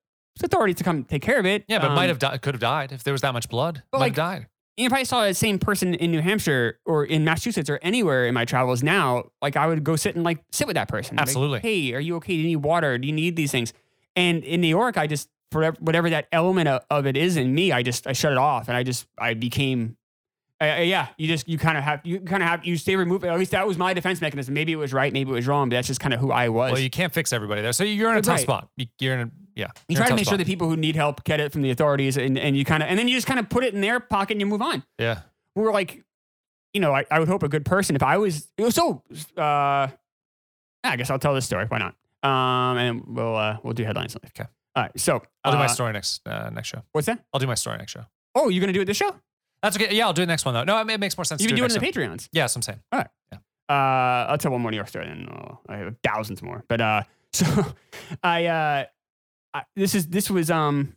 S2: authorities to come take care of it.
S1: Yeah, but
S2: Um,
S1: might have di- could have died if there was that much blood.
S2: But,
S1: might
S2: like,
S1: have died.
S2: and if I saw the same person in New Hampshire or in Massachusetts or anywhere in my travels now, like I would go sit and like sit with that person. Like,
S1: Absolutely.
S2: hey, are you okay? Do you need water? Do you need these things? And in New York, I just for whatever that element of, of it is in me, I just I shut it off and I just I became. I, I- yeah, you just you kind of have you kind of have you stay removed. At least that was my defense mechanism. Maybe it was right, maybe it was wrong, but that's just kind of who I was.
S1: Well, you can't fix everybody there, so you're in a tough
S2: Right.
S1: spot. You- You're in a yeah.
S2: You
S1: you're in a
S2: try to
S1: tough
S2: make sure
S1: spot.
S2: that people who need help get it from the authorities, and and you kind of and then you just kind of put it in their pocket and you move on.
S1: yeah.
S2: we were like, you know, I, I would hope a good person if I was it was so uh I guess I'll tell this story. Why not? Um and we'll uh we'll do headlines. later.
S1: Okay.
S2: All right. So
S1: I'll do my
S2: uh,
S1: story next uh, next show.
S2: What's that?
S1: I'll do my story next show.
S2: Oh, you're gonna do it this show?
S1: That's okay. Yeah, I'll do it next one though. No, it, it makes more sense.
S2: You've
S1: to
S2: been
S1: do
S2: doing
S1: next
S2: it in
S1: time.
S2: the Patreons.
S1: Yeah, that's what I'm saying.
S2: Uh I'll tell one more New York story and then I'll- I have thousands more. But uh so I uh I, this is this was um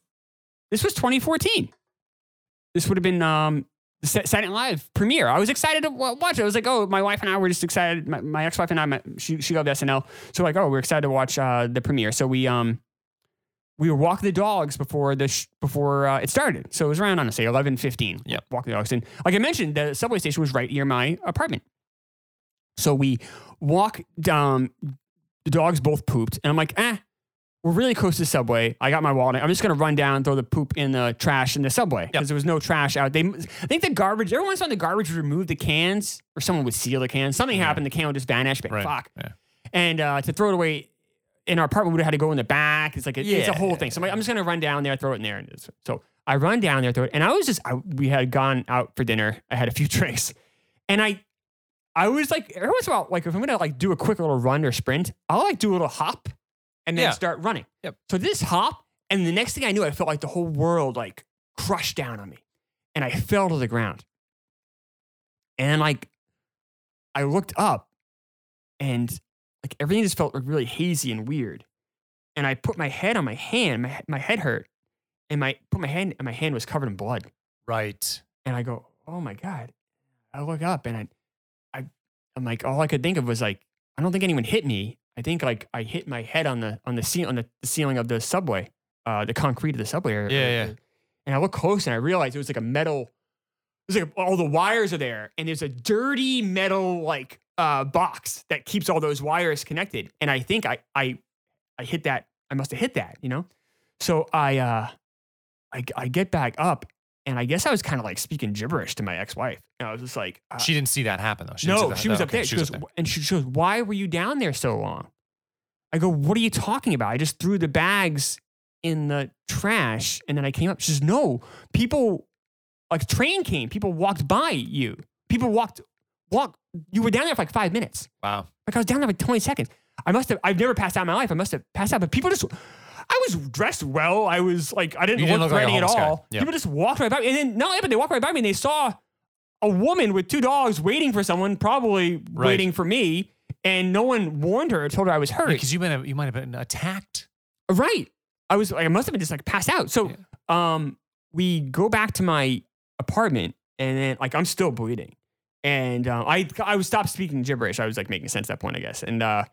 S2: this was 2014. This would have been um the Sa- Saturday Night Live premiere. I was excited to wa- watch it. I was like, oh, my wife and I were just excited. My, my ex-wife and I, my, she she loved SNL, so like, oh, we're excited to watch uh, the premiere. So we um we were walking the dogs before the sh- before uh, it started. So it was around, I want to say, eleven fifteen.
S1: Yep.
S2: walking the dogs, and like I mentioned, the subway station was right near my apartment. So we walk down. The dogs both pooped, and I'm like, eh, we're really close to the subway. I got my wallet. I'm just gonna run down, and throw the poop in the trash in the subway because there was no trash out. They, I think the garbage. Everyone saw the garbage removed the cans, or someone would seal the cans. Something happened. The can would just vanish. But
S1: Right.
S2: fuck.
S1: Yeah.
S2: And uh, to throw it away in our apartment, we would have had to go in the back. It's like a, it's
S1: Yeah,
S2: a whole
S1: yeah,
S2: thing. So I'm like, I'm just gonna run down there, throw it in there. And it's- So I run down there, throw it, and I was just I, we had gone out for dinner. I had a few drinks, and I. I was like, every once in a while, like if I'm gonna like do a quick little run or sprint, I'll like do a little hop and then
S1: Yeah.
S2: start running.
S1: Yep.
S2: So this hop, and the next thing I knew, I felt like the whole world like crushed down on me, and I fell to the ground. And like, I looked up, and like everything just felt like really hazy and weird. And I put my head on my hand, my, my head hurt, and my put my hand, and my hand was covered in blood.
S1: Right.
S2: And I go, oh my God. I look up and I, I, I'm like, all I could think of was like, I don't think anyone hit me. I think like I hit my head on the on the ceiling on the ceiling of the subway, uh, the concrete of the subway. area.
S1: Yeah, yeah.
S2: And I look close and I realized it was like a metal. It was like all the wires are there, and there's a dirty metal like uh, box that keeps all those wires connected. And I think I I I hit that. I must have hit that, you know. So I uh, I I get back up, and I guess I was kind of like speaking gibberish to my ex-wife. And I was just like, uh,
S1: She didn't see that happen though. didn't see
S2: no,
S1: that-
S2: she was
S1: no,
S2: up
S1: okay,
S2: there. She goes,
S1: up
S2: "Wh- and she, she goes, why were you down there so long? I go, what are you talking about? I just threw the bags in the trash and then I came up. She says, no, people, like train came, people walked by you. People walked, walk. You were down there for like five minutes.
S1: Wow.
S2: Like I was down there for like 20 seconds. I must have, I've never passed out in my life. I must have passed out, but people just, I was dressed well. I was like, I didn't,
S1: You didn't
S2: look,
S1: look like a
S2: ready at
S1: homeless guy.
S2: all.
S1: Yeah.
S2: People just walked right by me. And then, no, but they walked right by me and they saw a woman with two dogs waiting for someone, probably
S1: Right.
S2: waiting for me. And no one warned her or told her I was hurt.
S1: Because you been you might have been attacked.
S2: Right. I was like, I must have been just like passed out. So um we go back to my apartment and then like I'm still bleeding. And um, I I was stopped speaking gibberish. I was like making sense at that point, I guess. And uh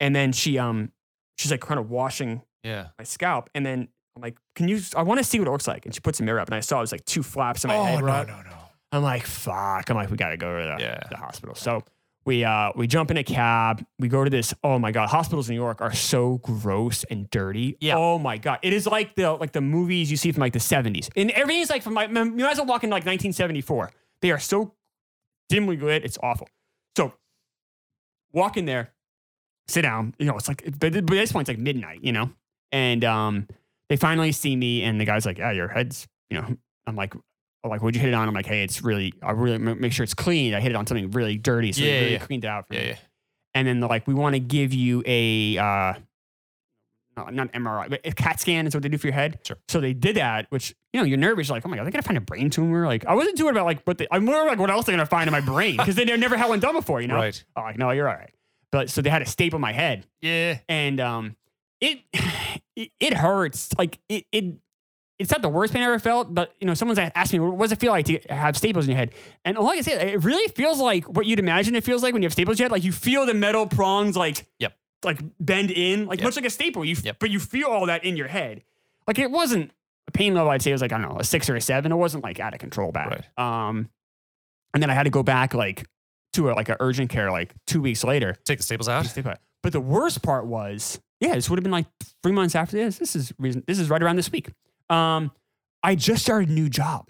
S2: and then she um she's like kind of washing
S1: Yeah.
S2: my scalp and then I'm like, can you I want to see what it looks like? And she puts a mirror up and I saw it was like two flaps in
S1: Oh,
S2: my head. were up.
S1: no, no.
S2: I'm like, fuck. I'm like, we gotta go to the,
S1: Yeah.
S2: the hospital. So we uh we jump in a cab. We go to this. Oh my god, hospitals in New York are so gross and dirty.
S1: Yeah.
S2: Oh my god, it is like the like the movies you see from like the 70s, and everything's like from like you might as well walk into like 1974. They are so dimly lit. It's awful. So walk in there, sit down. You know, it's like but but at this point it's like midnight. You know, and um they finally see me, and the guy's like, "Yeah, your head's you know." I'm like, oh, like, what'd you hit it on? I'm like, hey, it's really, I really m- make sure it's clean. I hit it on something really dirty. So
S1: Yeah,
S2: they really
S1: yeah.
S2: cleaned it out for
S1: Yeah,
S2: me.
S1: yeah.
S2: And then they're like, we want to give you a, uh, no, not MRI, but a CAT scan is what they do for your head.
S1: Sure.
S2: So they did that, which, you know, you're nervous. You're like, oh my God, they got to find a brain tumor. Like, I wasn't too worried about like, what they, I'm more like, what else they're going to find in my brain? Because they never had one done before, you know?
S1: Right.
S2: I'm like, no, you're all right. But so they had a staple in my head
S1: Yeah.
S2: and um, it it, it hurts. Like it, it, it's not the worst pain I ever felt, but you know, someone's asked me, "What does it feel like to have staples in your head?" And all I can say, it really feels like what you'd imagine it feels like when you have staples in your head. Like you feel the metal prongs, like
S1: Yep.
S2: like bend in, like
S1: Yep.
S2: much like a staple. You, f-
S1: Yep.
S2: but you feel all that in your head. Like it wasn't a pain level. I'd say it was like I don't know, a six or a seven. It wasn't like out of control bad. Um, and then I had to go back like to a, like a urgent care like two weeks later.
S1: Take the staples out.
S2: Just think about it. But the worst part was, yeah, this would have been like three months after this. This is reason. This is right around this week. Um, I just started a new job,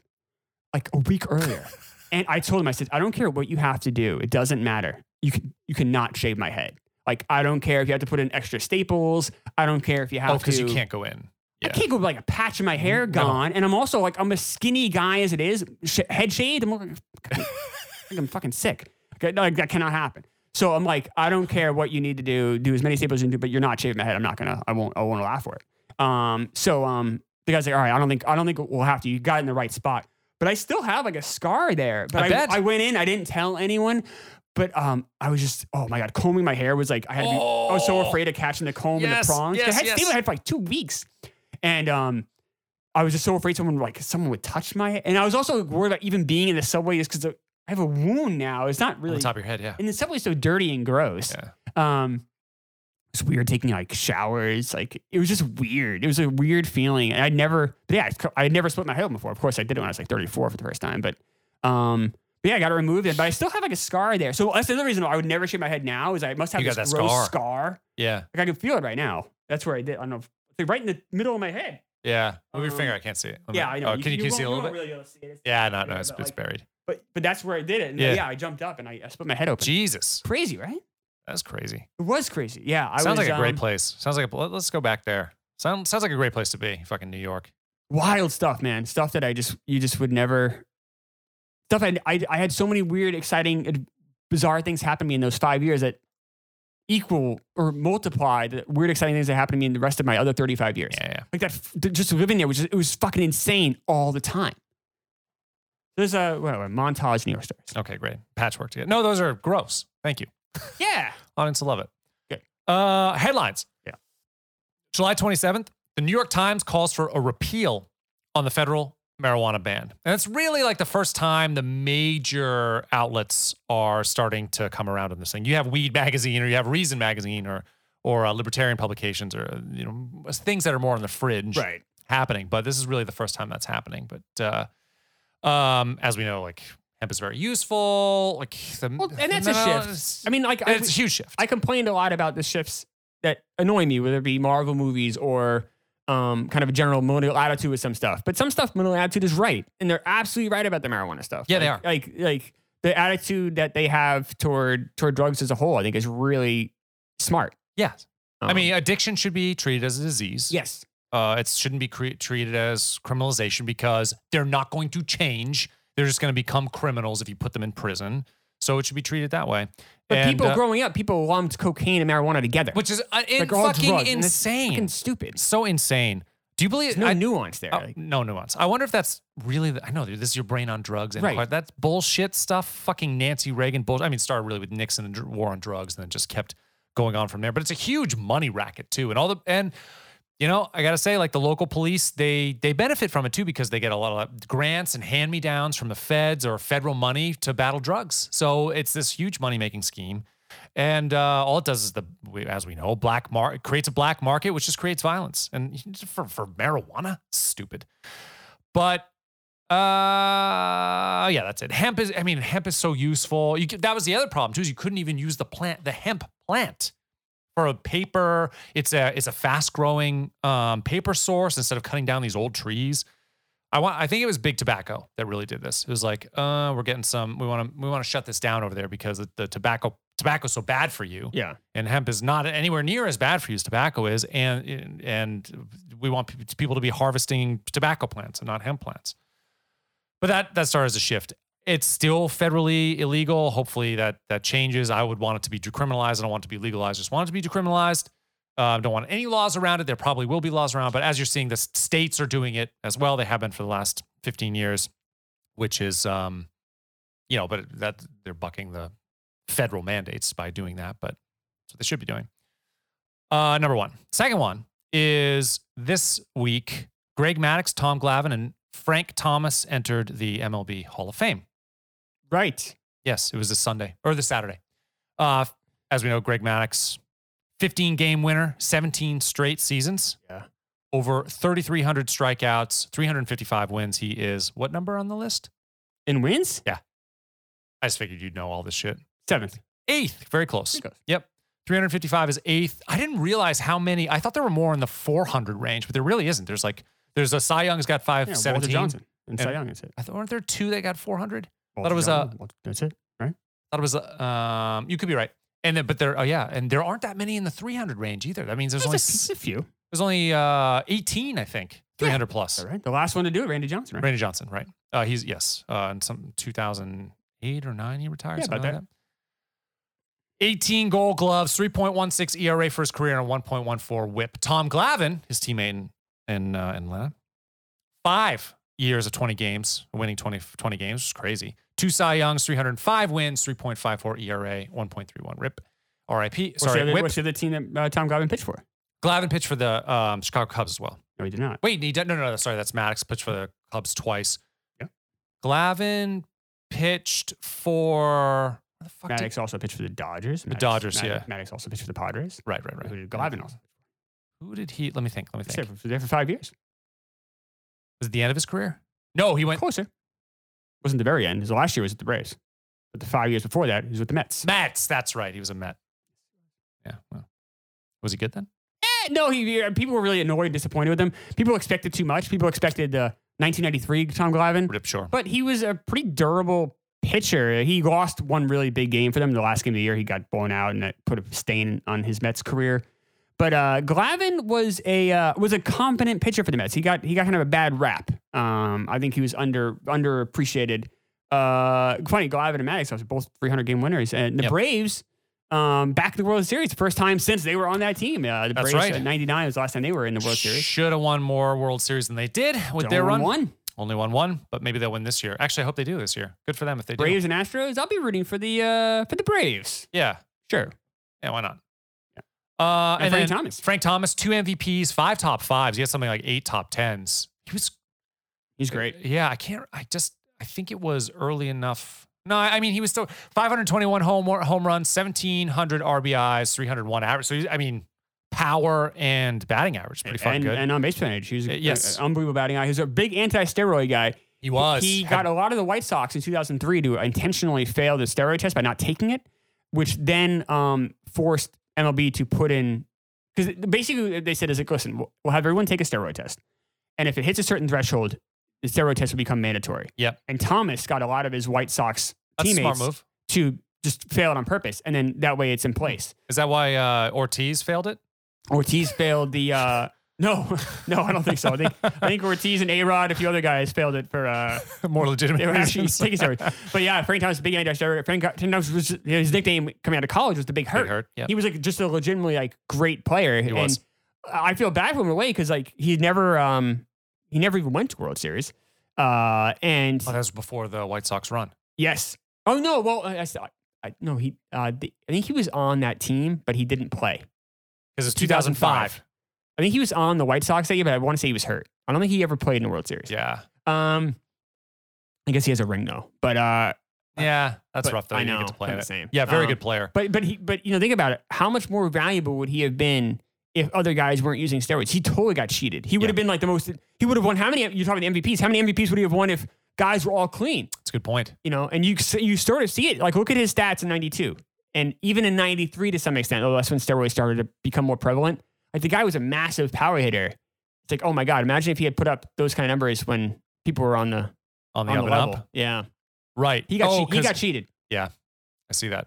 S2: like a week earlier, and I told him, I said, I don't care what you have to do. It doesn't matter. You can you cannot shave my head. Like I don't care if you have to put in extra staples. I don't care if you have
S1: Oh, because
S2: to.
S1: you can't go in.
S2: I can't go with like a patch of my hair
S1: Mm-hmm.
S2: gone, and I'm also like I'm a skinny guy as it is, sh- head shaved. I'm like, I think I'm fucking sick. Okay, no, like, that cannot happen. So I'm like, I don't care what you need to do, do as many staples as you can do, but you're not shaving my head. I'm not gonna, I won't, I won't allow for it. Um, so um, the guy's like, all right, I don't think, I don't think we'll have to. You got it in the right spot, but I still have like a scar there. But
S1: I
S2: I,
S1: bet.
S2: I went in, I didn't tell anyone. But um, I was just oh my god, combing my hair was like I had to be, I was so
S1: Oh.
S2: afraid of catching the comb and
S1: Yes,
S2: the prongs.
S1: yes,
S2: I had
S1: yes.
S2: stayed with my head for like two weeks, and um, I was just so afraid someone like someone would touch my head. And I was also worried about even being in the subway just because I have a wound now. It's not
S1: On
S2: really
S1: the top of your head, yeah.
S2: and the subway's so dirty and gross.
S1: Yeah.
S2: Um, it's weird taking like showers. Like it was just weird. It was a weird feeling. And I'd never, but yeah, it's co- I had never split my head open before. Of course, I did it when I was like 34 for the first time. But, um, but yeah, I got it removed. But I still have like a scar there. So that's the other reason why I would never shave my head now is I must have
S1: You got
S2: this
S1: that
S2: gross
S1: scar.
S2: scar.
S1: Yeah.
S2: Like I can feel it right now. That's where I did. I don't know. If, like right in the middle of my head.
S1: Yeah. Move your
S2: Um,
S1: finger. I can't see it. Let me-
S2: Yeah, I
S1: Oh,
S2: know.
S1: can you, can you see a
S2: won't-
S1: little bit?
S2: won't really be able to see it. It's-
S1: yeah, no, no,
S2: yeah,
S1: it's,
S2: but
S1: it's
S2: like-
S1: buried.
S2: But but that's where I did it. And
S1: Yeah.
S2: yeah. I jumped up and I, I split my head open.
S1: Jesus.
S2: Crazy, right?
S1: That's crazy.
S2: It was crazy. Yeah, I
S1: sounds
S2: was,
S1: like a great
S2: um,
S1: place. Sounds like a, let- let's go back there. Sounds sounds like a great place to be. Fucking New York.
S2: wild stuff, man. Stuff that I just you just would never. Stuff I I, I had so many weird, exciting, ad- bizarre things happen to me in those five years that equal or multiply the weird, exciting things that happened to me in the rest of my other thirty five years.
S1: Yeah, yeah.
S2: Like that, f- th- just living there was just, it was fucking insane all the time. There's a whatever montage New York stories.
S1: Okay, great. Patchwork together. No, those are gross. Thank you.
S2: Yeah,
S1: Audience will love it.
S2: Good.
S1: Uh, headlines.
S2: Yeah.
S1: July 27th, the New York Times calls for a repeal on the federal marijuana ban. And it's really like the first time the major outlets are starting to come around on this thing. You have Weed Magazine or you have Reason Magazine or or uh, libertarian publications or uh, you know things that are more on the fringe
S2: right.
S1: happening, but this is really the first time that's happening. But uh, um, as we know, like hemp is very useful. Like the,
S2: Well,
S1: the
S2: and that's a
S1: mineral-
S2: shift. I mean, like I,
S1: it's a huge shift.
S2: I complained a lot about the shifts that annoy me, whether it be Marvel movies or um, kind of a general millennial attitude with some stuff. But some stuff millennial attitude is right, and they're absolutely right about the marijuana stuff.
S1: Yeah, they
S2: Like- Like like the attitude that they have toward toward drugs as a whole, I think is really smart.
S1: yes. I
S2: Um,
S1: mean, addiction should be treated as a disease.
S2: yes,
S1: Uh, it shouldn't be cre- treated as criminalization because they're not going to change. They're just going to become criminals if you put them in prison. So it should be treated that way.
S2: but
S1: And,
S2: people
S1: uh,
S2: growing up, people lumped cocaine and marijuana together,
S1: which is uh, in
S2: Like, all
S1: fucking
S2: drugs, and it's
S1: insane.
S2: fucking stupid.
S1: so insane. Do you believe?
S2: There's no
S1: I-
S2: nuance there.
S1: Oh,
S2: Like,
S1: no nuance. I wonder if that's really. The, I know dude, this is your brain on drugs and
S2: Right.
S1: right. that's bullshit stuff. Fucking Nancy Reagan bullshit. I mean, it started really with Nixon and dr- war on drugs, and then just kept going on from there. But it's a huge money racket too, and all the and you know I gotta say, like the local police, they they benefit from it too because they get a lot of grants and hand me downs from the feds or federal money to battle drugs. So it's this huge money making scheme. And uh, all it does is the, we- as we know, black market creates a black market, which just creates violence. And for, for marijuana, stupid. But uh, yeah, that's it. Hemp is, I mean, hemp is so useful. You could, that was the other problem too. Is you couldn't even use the plant, the hemp plant, for a paper. It's a it's a fast growing um, paper source instead of cutting down these old trees. I want. I think it was big tobacco that really did this. It was like, uh, we're getting some. We want to we want to shut this down over there because the- the tobacco tobacco's so bad for you
S2: yeah,
S1: and hemp is not anywhere near as bad for you as tobacco is and and we want pe- people to be harvesting tobacco plants and not hemp plants but that that started as a shift it's still federally illegal hopefully that that changes i would want it to be decriminalized i don't want it to be legalized I just want it to be decriminalized uh, don't want any laws around it there probably will be laws around it, but as you're seeing the s- states are doing it as well they have been for the last 15 years which is um you know but that they're bucking the federal mandates by doing that but that's what they should be doing. Uh, number one. Second one is this week Greg Maddox, Tom Glavine, and Frank Thomas entered the MLB Hall of Fame.
S2: Right.
S1: Yes, it was this Sunday or this Saturday. Uh, as we know, Greg Maddox, 15 game winner, 17 straight seasons.
S2: Yeah.
S1: Over 3,300 strikeouts, 355 wins. He is what number on the list?
S2: In wins?
S1: I just figured you'd know all this shit.
S2: Seventh.
S1: Eighth, very close.
S2: Pretty close.
S1: Yep. 355 is eighth. I didn't realize how many. I thought there were more in the 400 range, but there really isn't. There's like, there's a Cy Young's got five,
S2: Yeah, Walter
S1: 17.
S2: Johnson. And Cy
S1: And-
S2: Young, that's it.
S1: I thought, weren't there two that got 400?
S2: Walter
S1: it was,
S2: Johnson, Walter- That's it.
S1: thought it was uh, um you could be right and then but there oh yeah and there aren't that many in the 300 range either that means there's
S2: There's
S1: only
S2: a,
S1: s-
S2: it's a few.
S1: there's only uh 18 i think 300 plus
S2: All right. The last one to do it, Randy Johnson, right?
S1: randy johnson right uh he's yes uh in some 2008 or 9 he retired
S2: Yeah,
S1: something
S2: about
S1: like that 18 gold gloves, 3.16 ERA for his career, and E a 1.14 whip. Tom Glavine, his teammate in, in, uh, in Atlanta, five years of 20 games, winning 20, 20 games, which is crazy. Two Cy Youngs, 305 wins, 3.54 ERA, 1.31 RIP. RIP.
S2: What's the
S1: Sorry,
S2: other-
S1: whip.
S2: What's the other team that uh, Tom Glavine pitched for?
S1: Glavine pitched for the um, Chicago Cubs as well.
S2: No, he did not.
S1: Wait, he did, no, no, no, sorry, that's Maddox pitched for the Cubs twice.
S2: Yeah.
S1: Glavine pitched for. Where the fuck did-
S2: Maddox also pitched for the Dodgers. The
S1: Dodgers, yeah.
S2: Maddox also pitched for the Padres.
S1: right, right, right.
S2: Who did Glavine also?
S1: Who did he? Let me think. Let me
S2: He
S1: think.
S2: stayed for- there for five years.
S1: Was it the end of his career? No, he went
S2: Closer. Wasn't the very end. His last year was with the Braves. But the five years before that, he was with the Mets.
S1: Mets. That's right. He was a Met. Yeah. Well, was he good then?
S2: Eh, no, he, he- people were really annoyed, disappointed with him. People expected too much. People expected the 1993 Tom Glavine.
S1: Rip Shore.
S2: But he was a pretty durable pitcher. He lost one really big game for them. The last game of the year, he got blown out, and that put a stain on his Mets career. But uh, Glavin was a uh, was a competent pitcher for the Mets. He got he got kind of a bad rap. Um, I think he was under underappreciated. Uh, funny, Glavin and Maddox are both 300 game winners, and the
S1: Yep.
S2: Braves um, back to the World Series, first time since they were on that team. Uh, the
S1: That's
S2: Braves
S1: right.
S2: at 99 was the last time they were in the World Series.
S1: Should have won more World Series than they did with their
S2: Don't
S1: run.
S2: One.
S1: Only won one, but maybe they'll win this year. Actually, I hope they do this year. Good for them if they do.
S2: Braves and Astros. I'll be rooting for the uh, for the Braves.
S1: Yeah.
S2: Sure.
S1: Yeah. Why not? Uh,
S2: And
S1: and,
S2: Frank
S1: then
S2: Thomas.
S1: Frank Thomas, two MVPs, five top fives. He had something like eight top tens. He was
S2: He's great.
S1: Yeah, I can't. I just I think it was early enough. No, I I mean he was still 521 home home runs, 1700 RBIs, 301 average. So he's- I mean, power and batting average, pretty fucking
S2: and,
S1: good.
S2: and um, on base percentage, he was
S1: Uh,
S2: a,
S1: yes.
S2: yes. unbelievable batting eye. He's a big anti-steroid guy.
S1: he was.
S2: He
S1: had-
S2: got a lot of the White Sox in 2003 to intentionally fail the steroid test by not taking it, which then um, forced MLB to put in because basically they said is like, listen, we'll, we'll have everyone take a steroid test, and if it hits a certain threshold, the steroid test will become mandatory.
S1: Yep.
S2: And Thomas got a lot of his White Sox
S1: that's a smart
S2: teammates
S1: move.
S2: to just fail it on purpose, and then that way it's in place.
S1: Is that why uh, Ortiz failed it?
S2: Ortiz failed the. Uh, no, no, I don't think so. I think, I think Ortiz and A Rod, a few other guys, failed it for. Uh,
S1: More legitimate.
S2: they were actually
S1: reasons.
S2: taking steroids. But yeah, Frank Thomas, big anti-steroid. Frank Thomas was his nickname coming out of college was the Big Hurt.
S1: Big Hurt, yep.
S2: He was like just a legitimately like great player. and
S1: was.
S2: I feel bad for him in a way because like he never um he never even went to World Series. Uh, and
S1: Oh, that was before the White Sox run.
S2: yes, oh no, well I, I, I no he uh, the, I think he was on that team, but he didn't play.
S1: Because it's
S2: 2005.
S1: 2005.
S2: I think he was on the White Sox that year, but I want to say he was hurt. I don't think he ever played in the World Series.
S1: Yeah.
S2: Um, I guess he has a ring though, but uh,
S1: Yeah. That's
S2: But
S1: rough though.
S2: I
S1: You didn't
S2: know,
S1: get to play
S2: I'm
S1: in
S2: the
S1: it.
S2: same.
S1: Yeah, very
S2: Um,
S1: good player.
S2: but but he but you know think about it. How much more valuable would he have been if other guys weren't using steroids? He totally got cheated. He would
S1: Yeah.
S2: have been like the most. He would have won. How many? You're talking the MVPs. How many MVPs would he have won if guys were all clean?
S1: It's a good point.
S2: You know, and you you sort of see it. Like look at his stats in '92, and even in '93 to some extent, although that's when steroids started to become more prevalent. Like the guy was a massive power hitter. It's like, oh my god, imagine if he had put up those kind of numbers when people were on the
S1: On the
S2: on
S1: up
S2: the
S1: and
S2: level.
S1: up.
S2: Yeah,
S1: Right.
S2: he got
S1: oh,
S2: che- he
S1: 'cause-
S2: got cheated.
S1: I see that.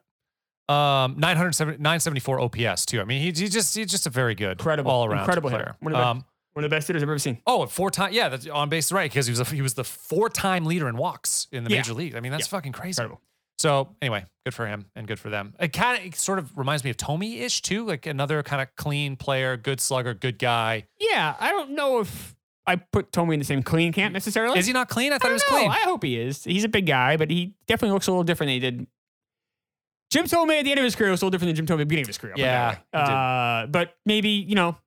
S1: Um, 970 974 OPS too. I mean, he, he just he's just a very good,
S2: Incredible.
S1: all around
S2: Incredible
S1: player.
S2: hitter. One of the
S1: Um,
S2: One of the best hitters I've ever seen.
S1: oh, and four time, yeah, that's on base right because he was a, he was the four time leader in walks in the
S2: Yeah.
S1: major league. I mean, that's fucking crazy.
S2: Incredible.
S1: So anyway, good for him and good for them. It kind of sort of reminds me of Tommy ish too, like another kind of clean player, good slugger, good guy.
S2: Yeah, I don't know if I put Tommy in the same clean camp necessarily.
S1: Is he not clean? I
S2: I
S1: thought he was
S2: don't know.
S1: clean.
S2: I hope he is. He's a big guy, but he definitely looks a little different than he did. Jim Tomey at the end of his career was a little different than Jim Tomey at the beginning of his career. I'll put it
S1: Yeah,
S2: that way. Uh, but maybe you know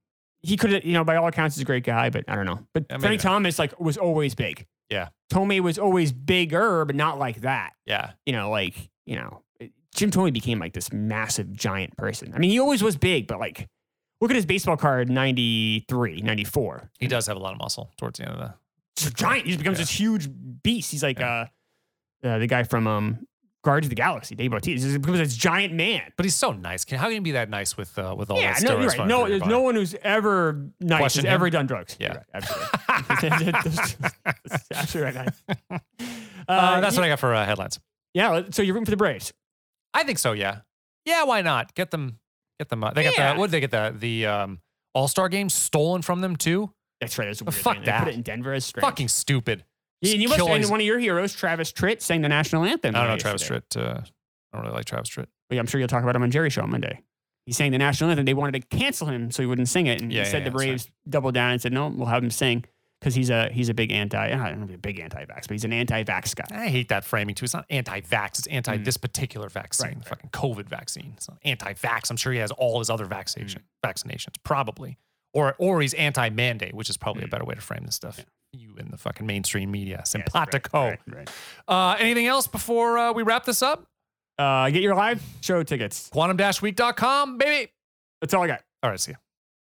S2: he could, you know, by all accounts, he's a great guy, but I don't know. But
S1: Yeah, maybe
S2: Frank
S1: not.
S2: Thomas like was always big.
S1: Yeah.
S2: Tomei was always bigger, but not like that.
S1: Yeah.
S2: You know, like you know, it- Jim Tomey became like this massive giant person. I mean, he always was big, but like, look at his baseball card, 93, 94.
S1: He does have a lot of muscle towards the end of the.
S2: It's a giant. He just becomes
S1: Yeah.
S2: this huge beast. He's like uh, uh, the guy from um, Guardians of the Galaxy, Dave Bautista. He just becomes this giant man.
S1: But he's so nice. Can, how can you be that nice with uh, with all
S2: Yeah,
S1: that
S2: no,
S1: steroids
S2: you're right.
S1: running
S2: No,
S1: through your
S2: there's
S1: body?
S2: no one who's ever nice
S1: Question
S2: has
S1: him?
S2: ever done drugs.
S1: Yeah.
S2: You're right, absolutely. That's- that's absolutely right. man. Uh,
S1: Uh, that's
S2: yeah,
S1: what I got for uh, headlines.
S2: yeah. So you're rooting for the Braves.
S1: I think so. Yeah. Yeah. Why not? Get them. Get them. Uh, they got
S2: Yeah.
S1: the. What did they get the the um, All Star game stolen from them too?
S2: That's right. That's a
S1: Well,
S2: weird
S1: fuck
S2: thing.
S1: that.
S2: They put it in Denver as strange.
S1: Fucking stupid.
S2: Yeah, and you must.
S1: killing-
S2: And one of your heroes, Travis Tritt, sang the national anthem.
S1: I don't know
S2: yesterday.
S1: Travis Tritt. Uh, I don't really like Travis Tritt.
S2: Well, yeah, I'm sure you'll talk about him on Jerry's show on Monday. He sang the national anthem. They wanted to cancel him so he wouldn't sing it, and
S1: Yeah,
S2: he
S1: yeah,
S2: said
S1: yeah,
S2: the
S1: that's right.
S2: Braves doubled down and said, "No, we'll have him sing." Because he's a he's a big anti I don't know if he's a big anti-vax, but he's an anti-vax guy.
S1: I hate that framing too. It's not anti-vax. It's anti
S2: Mm.
S1: this particular vaccine,
S2: Right,
S1: the
S2: right.
S1: fucking COVID vaccine. It's not anti-vax. I'm sure he has all his other vaccination
S2: Mm.
S1: vaccinations, probably, or or he's anti-mandate, which is probably a
S2: Mm.
S1: better way to frame this stuff.
S2: Yeah.
S1: You in the fucking mainstream media,
S2: Yes, right,
S1: simpatico.
S2: right, right.
S1: Uh, anything else before uh, we wrap this up?
S2: Uh, get your live show tickets.
S1: Quantum-week.com, baby.
S2: That's all I got.
S1: All right, see ya.